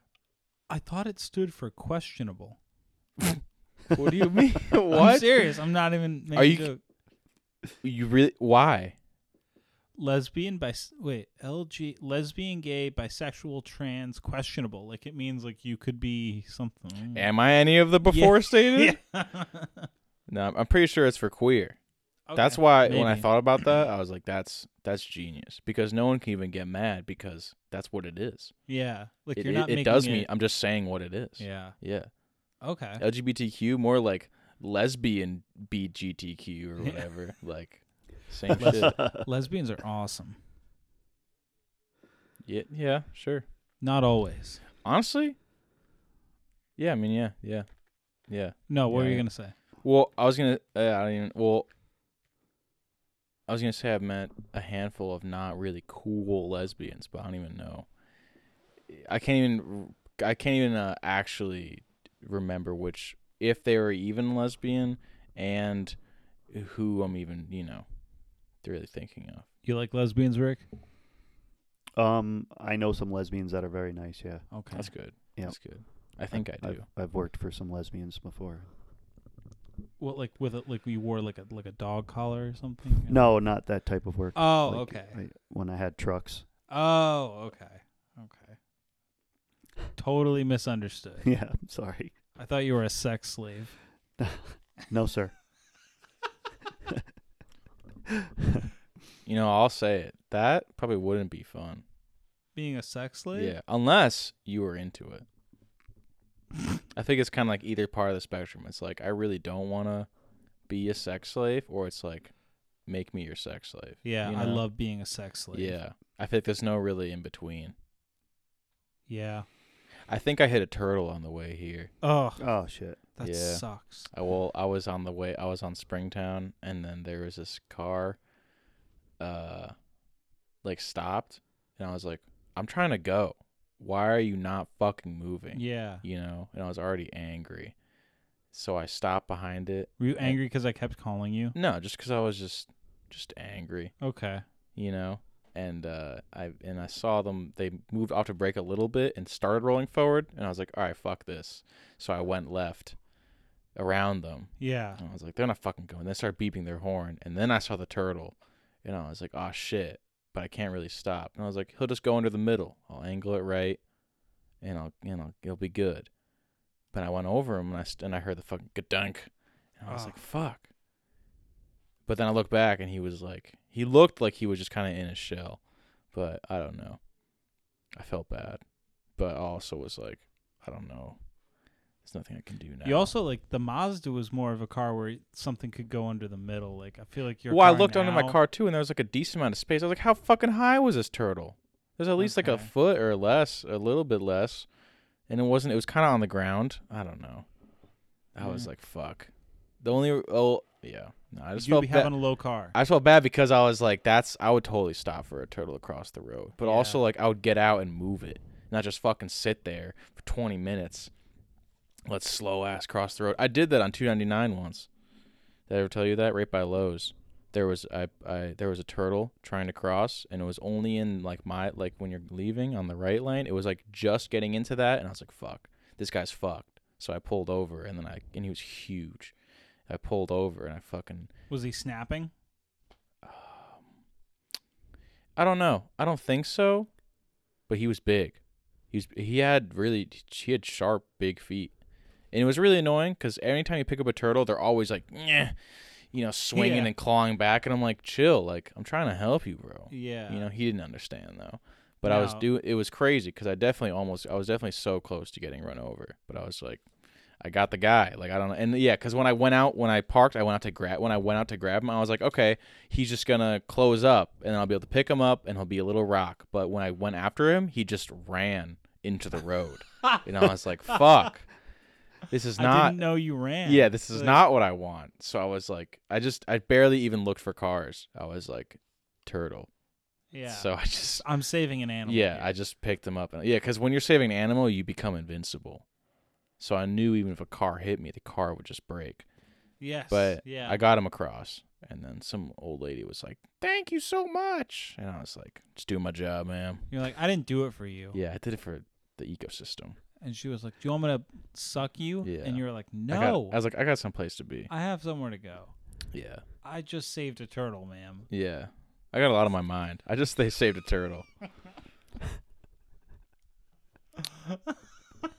A: I thought it stood for questionable.
C: What do
B: (laughs)
C: you mean?
A: I'm
C: what?
A: serious. I'm not even making
C: Are
A: Are
C: you-
A: you... joke.
C: You really? Why?
A: Lesbian, bis wait, LG, lesbian, gay, bisexual, trans, questionable. Like it means like you could be something.
C: Am I any of the before stated?
A: Hmm. (laughs) Yeah. (laughs)
C: No, I'm pretty sure it's for queer. That's
A: Okay.
C: why when I
A: Maybe.
C: thought
A: (clears throat)
C: about that, I was like, "That's that's genius," because no one can even get mad because that's what it is.
A: Yeah, like
C: it
A: you're
C: it-
A: not.
C: it
A: making
C: does mean I'm just saying what it is.
A: Yeah.
C: yeah.
A: Okay.
C: LGBTQ more like lesbian
A: (laughs)
C: BGTQ or whatever. like same shit.
B: That's
A: Lesbians are awesome.
C: Yeah, yeah, sure.
A: Not always.
C: Honestly, yeah. I mean, yeah, yeah, yeah.
A: No, what
C: Yeah,
A: were you
C: yeah.
A: gonna say?
C: Well, I was gonna. Uh, I don't even. Well, I was gonna say I've met a handful of not really cool lesbians, but I don't even know. I can't even. I can't even uh, actually remember which if they were even lesbian and who I'm even, you know, really thinking of.
A: You like lesbians, Rick?
B: Um, I know some lesbians that are very nice. Yeah,
A: Okay.
C: That's good.
B: Yeah.
C: That's good. I think I do.
B: I've, I've worked for some lesbians before.
A: Well, like with it, like you wore like a like a dog collar or
C: (laughs)
A: something.
B: No, not that type of work.
A: Oh,
B: Like,
A: okay.
B: I, when I had trucks. (laughs)
A: Oh, okay. Okay. Totally misunderstood.
B: Yeah, I'm sorry.
A: I thought you were a sex slave.
B: No, sir. (laughs)
C: You know, I'll say it. That probably wouldn't be fun.
A: Being a sex slave?
C: Yeah, unless you were into it. (laughs) I think it's kind of like either part of the spectrum. It's like I really don't want to be a sex slave, or it's like make me your sex slave.
A: Yeah,
C: you
A: I
C: know?
A: love being a sex slave.
C: Yeah, I think there's no really in between.
A: Yeah.
C: I think I hit a turtle on the way here.
A: Oh,
B: Oh shit.
A: that
C: Yeah.
A: sucks.
C: I well, I was on the way. I was on Springtown, and then there was this car, uh, like stopped, and I was like, "I'm trying to go. Why are you not fucking moving?"
A: Yeah.
C: You know, and I was already angry, so I stopped behind it.
A: Were you angry because I kept calling you?
C: No, just because I was just, just angry,
A: Okay.
C: you know. And uh, I and I saw them. They moved off to break a little bit and started rolling forward, and I was like, "All right, fuck this." So I went left, around them.
A: Yeah.
C: And I was like, they're not fucking going. They start beeping their horn. And then I saw the turtle. And I was like, oh shit. But I can't really stop. And I was like, he'll just go under the middle. I'll angle it right. And I'll, you know, it'll be good. But I went over him and I, st- and I heard the fucking gadunk. And I was
A: Ah.
C: like, fuck. But then I looked back and he was like, he looked like he was just kind of in his shell. But I don't know. I felt bad. But I also was like, I don't know. There's nothing I can do now.
A: You also like the Mazda was more of a car where something could go under the middle. Like I feel like your.
C: well, I
A: car
C: looked under my
A: now-
C: car too, and there was like a decent amount of space. I was like, "How fucking high was this turtle?" There's at least like a
A: Okay.
C: foot or less, a little bit less, and it wasn't. It was kind of on the ground. I don't know. I was
A: Mm.
C: like, "Fuck." The only oh yeah, no, I just
A: You'd
C: felt
A: be
C: ba-
A: having a low car.
C: I just felt bad because I was like, "That's I would totally stop for a turtle across the road," but also
A: Yeah.
C: like I would get out and move it, not just fucking sit there for 20 minutes. Let's slow ass cross the road. I did that on 299 once. Did I ever tell you that? Right by Lowe's, there was I, I there was a turtle trying to cross, and it was only in like my like when you're leaving on the right lane. It was like just getting into that, and I was like, "Fuck, this guy's fucked." So I pulled over, and then I and he was huge. I pulled over and I fucking
A: was he snapping?
C: I don't know. I don't think so. But he was big. He was he had really he had sharp big feet. And it was really annoying cuz anytime you pick up a turtle, they're always like, "Nyeh," you know, swinging
A: Yeah.
C: and clawing back and I'm like, "Chill, like I'm trying to help you, bro."
A: Yeah.
C: You know, he didn't understand though. But I was
A: No.
C: do it was crazy cuz I definitely almost I was definitely so close to getting run over, but I was like I got the guy. Like I don't know. And yeah, cuz when I went out when I parked, I went out to grab when I went out to grab him, I was like, "Okay, he's just going to close up and I'll be able to pick him up and he'll be a little rock." But when I went after him, he just ran into
A: (laughs)
C: the road. and I was like, "Fuck. This is
A: I
C: not
A: didn't know you ran.
C: yeah, this is
A: Like,
C: not what I want. So I was like, I just, I barely even looked for cars. I was like, turtle.
A: Yeah.
C: So I just,
A: I'm saving an animal.
C: yeah,
A: here.
C: I just picked them up. And, yeah, because when you're saving an animal, you become invincible. So I knew even if a car hit me, the car would just break.
A: Yes.
C: But
A: yeah.
C: I got him across. And then some old lady was like, thank you so much. And I was like, just doing my job, ma'am.
A: You're like, I didn't do it for you.
C: Yeah, I did it for the ecosystem.
A: And she was like, Do you want me to suck you?
C: Yeah.
A: And you're like,
C: I, got-
A: No.
C: I was like, I got someplace to be.
A: I have somewhere to go.
C: Yeah.
A: I just saved a turtle, ma'am.
C: Yeah. I got a lot on my mind. I just, they saved a turtle.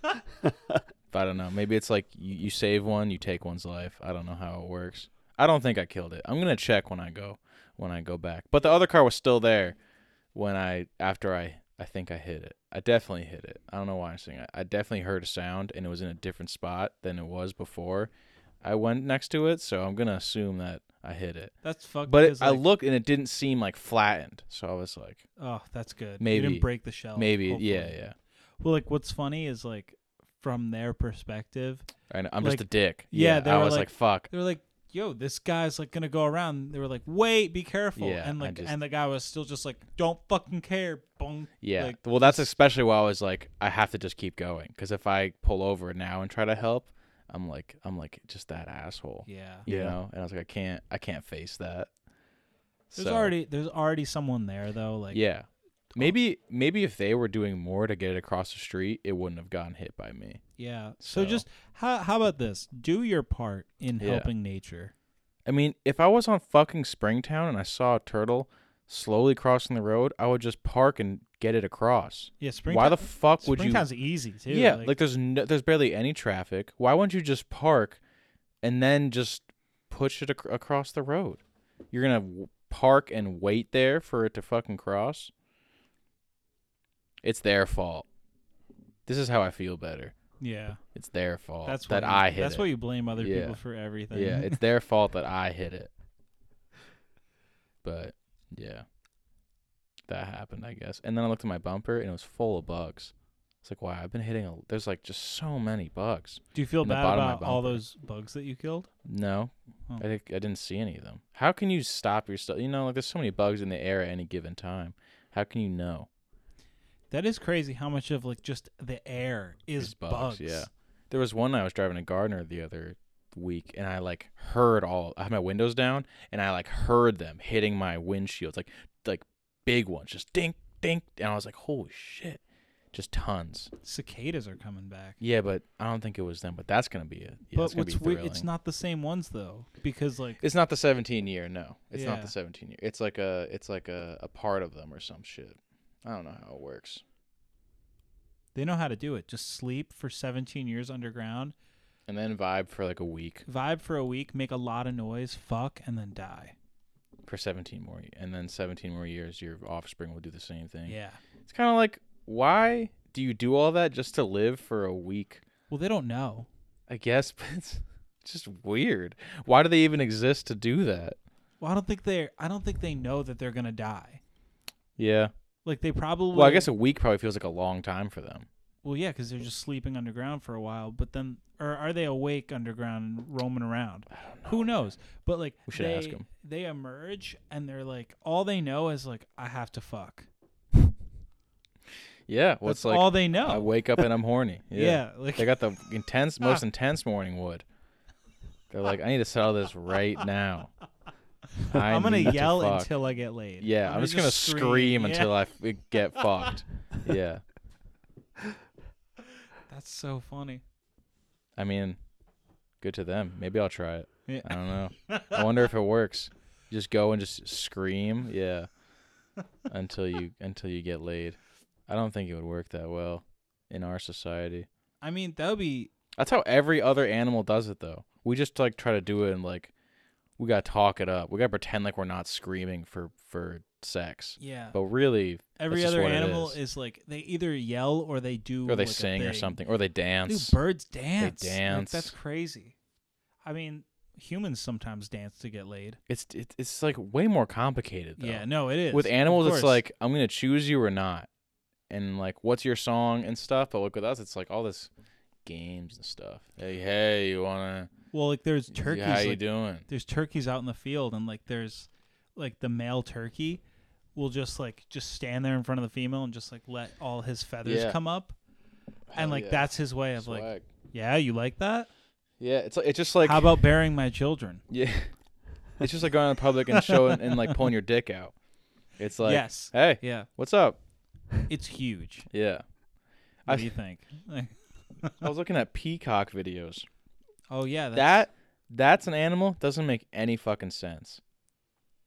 C: But I don't know. Maybe it's like you, you save one, you take one's life. I don't know how it works. I don't think I killed it. I'm gonna check when I go when I go back. But the other car was still there when I after I I think I hit it. I definitely hit it. I don't know why I'm saying it. I definitely heard a sound and it was in a different spot than it was before. I went next to it, so I'm gonna assume that I hit it.
A: That's fucked.
C: But it,
A: 'cause,
C: I
A: like,
C: looked and it didn't seem like flattened, so I was like,
A: Oh, that's good. You
C: Maybe.
A: didn't break the shell.
C: maybe, yeah,
A: Oh, hopefully.
C: yeah.
A: Well, like, what's funny is, like, from their perspective,
C: And I'm
A: Like-
C: just a dick.
A: yeah, they
C: I
A: were
C: was
A: like-
C: like, fuck.
A: they were like, Yo, this guy's like gonna go around. They were like, "Wait, be careful!"
C: Yeah,
A: and
C: I
A: like,
C: just-
A: and the guy was still just like, "Don't fucking care." Boom.
C: Yeah.
A: Like,
C: well, that's especially why I was like, I have to just keep going because if I pull over now and try to help, I'm like I'm like just that asshole.
A: Yeah.
C: You
B: Yeah.
C: know? And I was like I can't I can't face that.
A: There's
C: So,
A: already there's already someone there though. Like
C: Yeah. Maybe maybe if they were doing more to get it across the street, it wouldn't have gotten hit by me.
A: yeah. So,
C: So-
A: just how how about this? Do your part in
C: Yeah.
A: helping nature.
C: I mean, if I was on fucking Springtown and I saw a turtle slowly crossing the road, I would just park and get it across.
A: Yeah. Spring.
C: Why the fuck would you?
A: Springtown's easy too.
C: yeah, like, there's no, there's barely any traffic. Why wouldn't you just park and then just push it ac- across the road? You're gonna w- park and wait there for it to fucking cross. It's their fault. This is how I feel better.
A: yeah.
C: It's their fault
A: That's
C: oh, that
A: what you,
C: I hit
A: That's
C: it.
A: what you blame other
C: Yeah.
A: people for everything.
C: Yeah, it's their fault that I hit it. But yeah, that happened, I guess. And then I looked at my bumper and it was full of bugs. It's like, wow, I've been hitting a. There's like just so many bugs.
A: (laughs) Do you feel
C: in the
A: bad
C: bottom of my
A: about all
C: bumper.
A: those bugs that you killed?
C: No,
A: Oh.
C: I, think I didn't see any of them. How can you stop yourself? You know, like there's so many bugs in the air at any given time. How can you know?
A: That is crazy. How much of like just the air is
C: There's Yeah. There was one night I was driving to Gardner the other week and I like heard all I had my windows down and I like heard them hitting my windshields like like big ones just dink dink and I was like holy shit just tons
A: Cicadas are coming back.
C: yeah but I don't think it was them but that's gonna be it yeah,
A: but
C: it's gonna
A: what's
C: be
A: weird, it's
C: thrilling.
A: not the same ones though, because like
C: it's not the 17 year no it's not
A: Yeah.
C: the 17 year it's like a it's like a, a part of them or some shit I don't know how it works
A: they know how to do it. Just sleep for 17 years underground,
C: and then vibe for like a week
A: vibe for a week, make a lot of noise, fuck, and then die.
C: for 17 more and then 17 more years your offspring will do the same thing
A: Yeah.
C: It's kind of like, why do you do all that just to live for a week?
A: Well, they don't know.
C: I guess, (laughs) but it's just weird. Why do they even exist to do that?
A: Well, I don't think they. are I don't think they know that they're gonna die.
C: Yeah.
A: Like they probably.
C: Well, I guess a week probably feels like a long time for them.
A: Well, yeah, because they're just sleeping underground for a while, but then, or are they awake underground and roaming around? Who knows? But like,
C: We should
A: they,
C: ask 'em.
A: They emerge and they're like, all they know is like, I have to fuck.
C: Yeah. Well,
A: That's
C: it's like
A: all they know.
C: I wake up and
A: (laughs)
C: I'm horny. Yeah.
A: yeah. Ah. like
C: They got the intense, most intense morning wood. They're like, I need to settle this right
A: (laughs)
C: now. I
A: I'm gonna
C: need to
A: yell
C: fuck.
A: until I get laid.
C: Yeah, I'm, just gonna scream, until I f-
A: (laughs)
C: get fucked. Yeah.
A: That's so funny.
C: I mean, good to them. Maybe I'll try it.
A: Yeah.
C: I don't know. I wonder if it works. Just go and just scream, yeah, until you until you get laid. I don't think it would work that well in our society.
A: I mean, that would be
C: That's how every other animal does it, though. We just like try to do it and like we gotta talk it up. We gotta pretend like we're not screaming for for sex,
A: yeah.
C: but really,
A: Every
C: just
A: other
C: what it
A: animal
C: is.
A: is. like they either yell or they do
C: or they
A: like, a
C: sing or
A: thing.
C: something, or they
A: Dude,
C: dance.
A: birds dance. Like,
C: dance.
A: that's crazy. I mean, humans sometimes dance to get laid.
C: It's it's it's like way more complicated. Though.
A: Yeah, no, it is.
C: with
A: Of
C: animals it's
A: course.
C: like i'm gonna choose you or not and like what's your song and stuff but like with us it's like all this games and stuff hey hey you wanna
A: well, like there's turkeys.
C: how you
A: like,
C: doing
A: There's turkeys out in the field, and like there's like the male turkey will just like just stand there in front of the female and just like let all his feathers
C: Yeah.
A: come up,
C: Hell
A: and like
C: yeah.
A: that's his way of like, yeah, you like that?
C: yeah it's like it's just like
A: How about burying my children?
C: yeah (laughs) it's just like going out in public and showing and like pulling your dick out it's like
A: Yes.
C: hey
A: Yeah,
C: what's up
A: it's huge.
C: yeah
A: What
C: I-
A: do you think? Like,
C: i was looking at peacock videos
A: oh yeah, that's,
C: that that's an animal doesn't make any fucking sense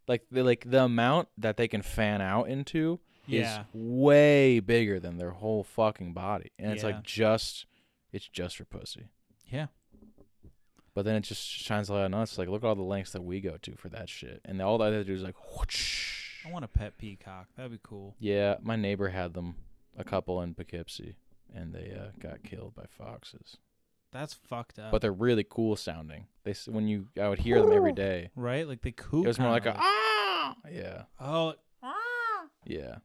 C: like the like the amount that they can fan out into
A: yeah.
C: is way bigger than their whole fucking body. And it's
A: Yeah.
C: like just it's just for pussy.
A: Yeah.
C: But then it just shines a light on us. Like, look at all the lengths that we go to for that shit. And all the other dudes like, whoosh.
A: I want a pet peacock. That'd be cool.
C: Yeah, my neighbor had them, a couple in Poughkeepsie, and they uh, got killed by foxes.
A: That's fucked up.
C: But they're really cool sounding. They s- when you I would hear them every day.
A: right? Like they coo.
C: It was more like
A: kinda
C: a ah. Yeah,
A: oh
C: yeah,
A: yeah.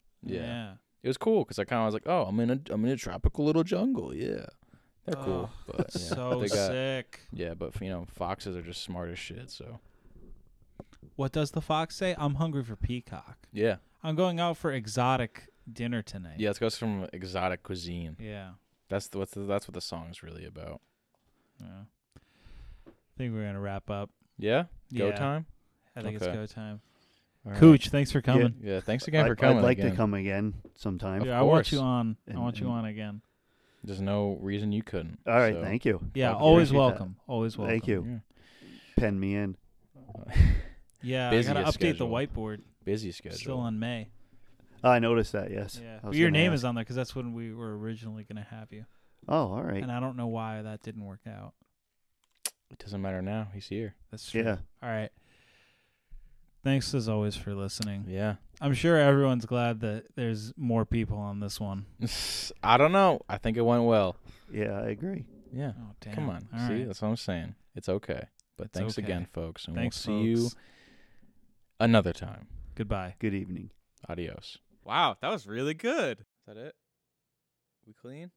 C: yeah. It was cool because I kind of was like, oh, I'm in a I'm in a tropical little jungle. Yeah, they're cool.
A: Oh,
C: But yeah.
A: So
C: they got,
A: sick.
C: Yeah, but you know, foxes are just smart as shit. So
A: What does the fox say? I'm hungry for peacock.
C: yeah,
A: I'm going out for exotic dinner tonight.
C: yeah. Let's go from exotic cuisine.
A: Yeah.
C: That's the, what's the, that's what the song's really about.
A: yeah. think we're gonna wrap up.
C: Yeah. Go
A: Yeah.
C: time.
A: I think
C: Okay.
A: it's go time.
C: All right.
A: Cooch, thanks for coming.
C: Yeah. Thanks again
B: I,
C: for coming.
B: would like
C: again.
B: to come again sometime.
C: Of
A: Yeah, I want you
C: course.
A: on. I
B: And-
A: want you
B: and-
A: on again.
C: There's no reason you couldn't.
B: All right,
C: so,
B: thank you.
A: Yeah,
C: Fuck yeah.
A: always
B: Appreciate that.
A: welcome. Always welcome.
B: Thank you.
C: yeah.
B: Pen me in.
A: Yeah,
C: Busy
A: I gotta
C: as
A: update the
C: schedule.
A: whiteboard.
C: (laughs) Busy
A: It's
C: schedule.
A: Still on May.
B: I noticed that. Yes.
A: Yeah,
B: I
A: but
B: was
A: your
B: gonna
A: name
B: ask.
A: is on there because that's when we were originally gonna have you,
B: Oh, all right.
A: and I don't know why that didn't work out.
C: It doesn't matter now. He's here.
A: That's true.
B: Yeah.
A: All right. Thanks as always for listening.
C: Yeah. (laughs)
A: I'm sure everyone's glad that there's more people on this one.
C: I don't know. I think it went well.
B: Yeah, I agree.
C: Yeah.
A: Oh damn!
C: Come on.
A: All
C: see,
A: right.
C: that's what I'm saying. It's okay. But
A: It's
C: thanks
A: okay.
C: again, folks, and
A: Thanks.
C: we'll see
A: folks.
C: you another time.
A: Goodbye.
B: Good evening.
C: Adios.
G: Wow, that was really good.
C: Is that it? We clean?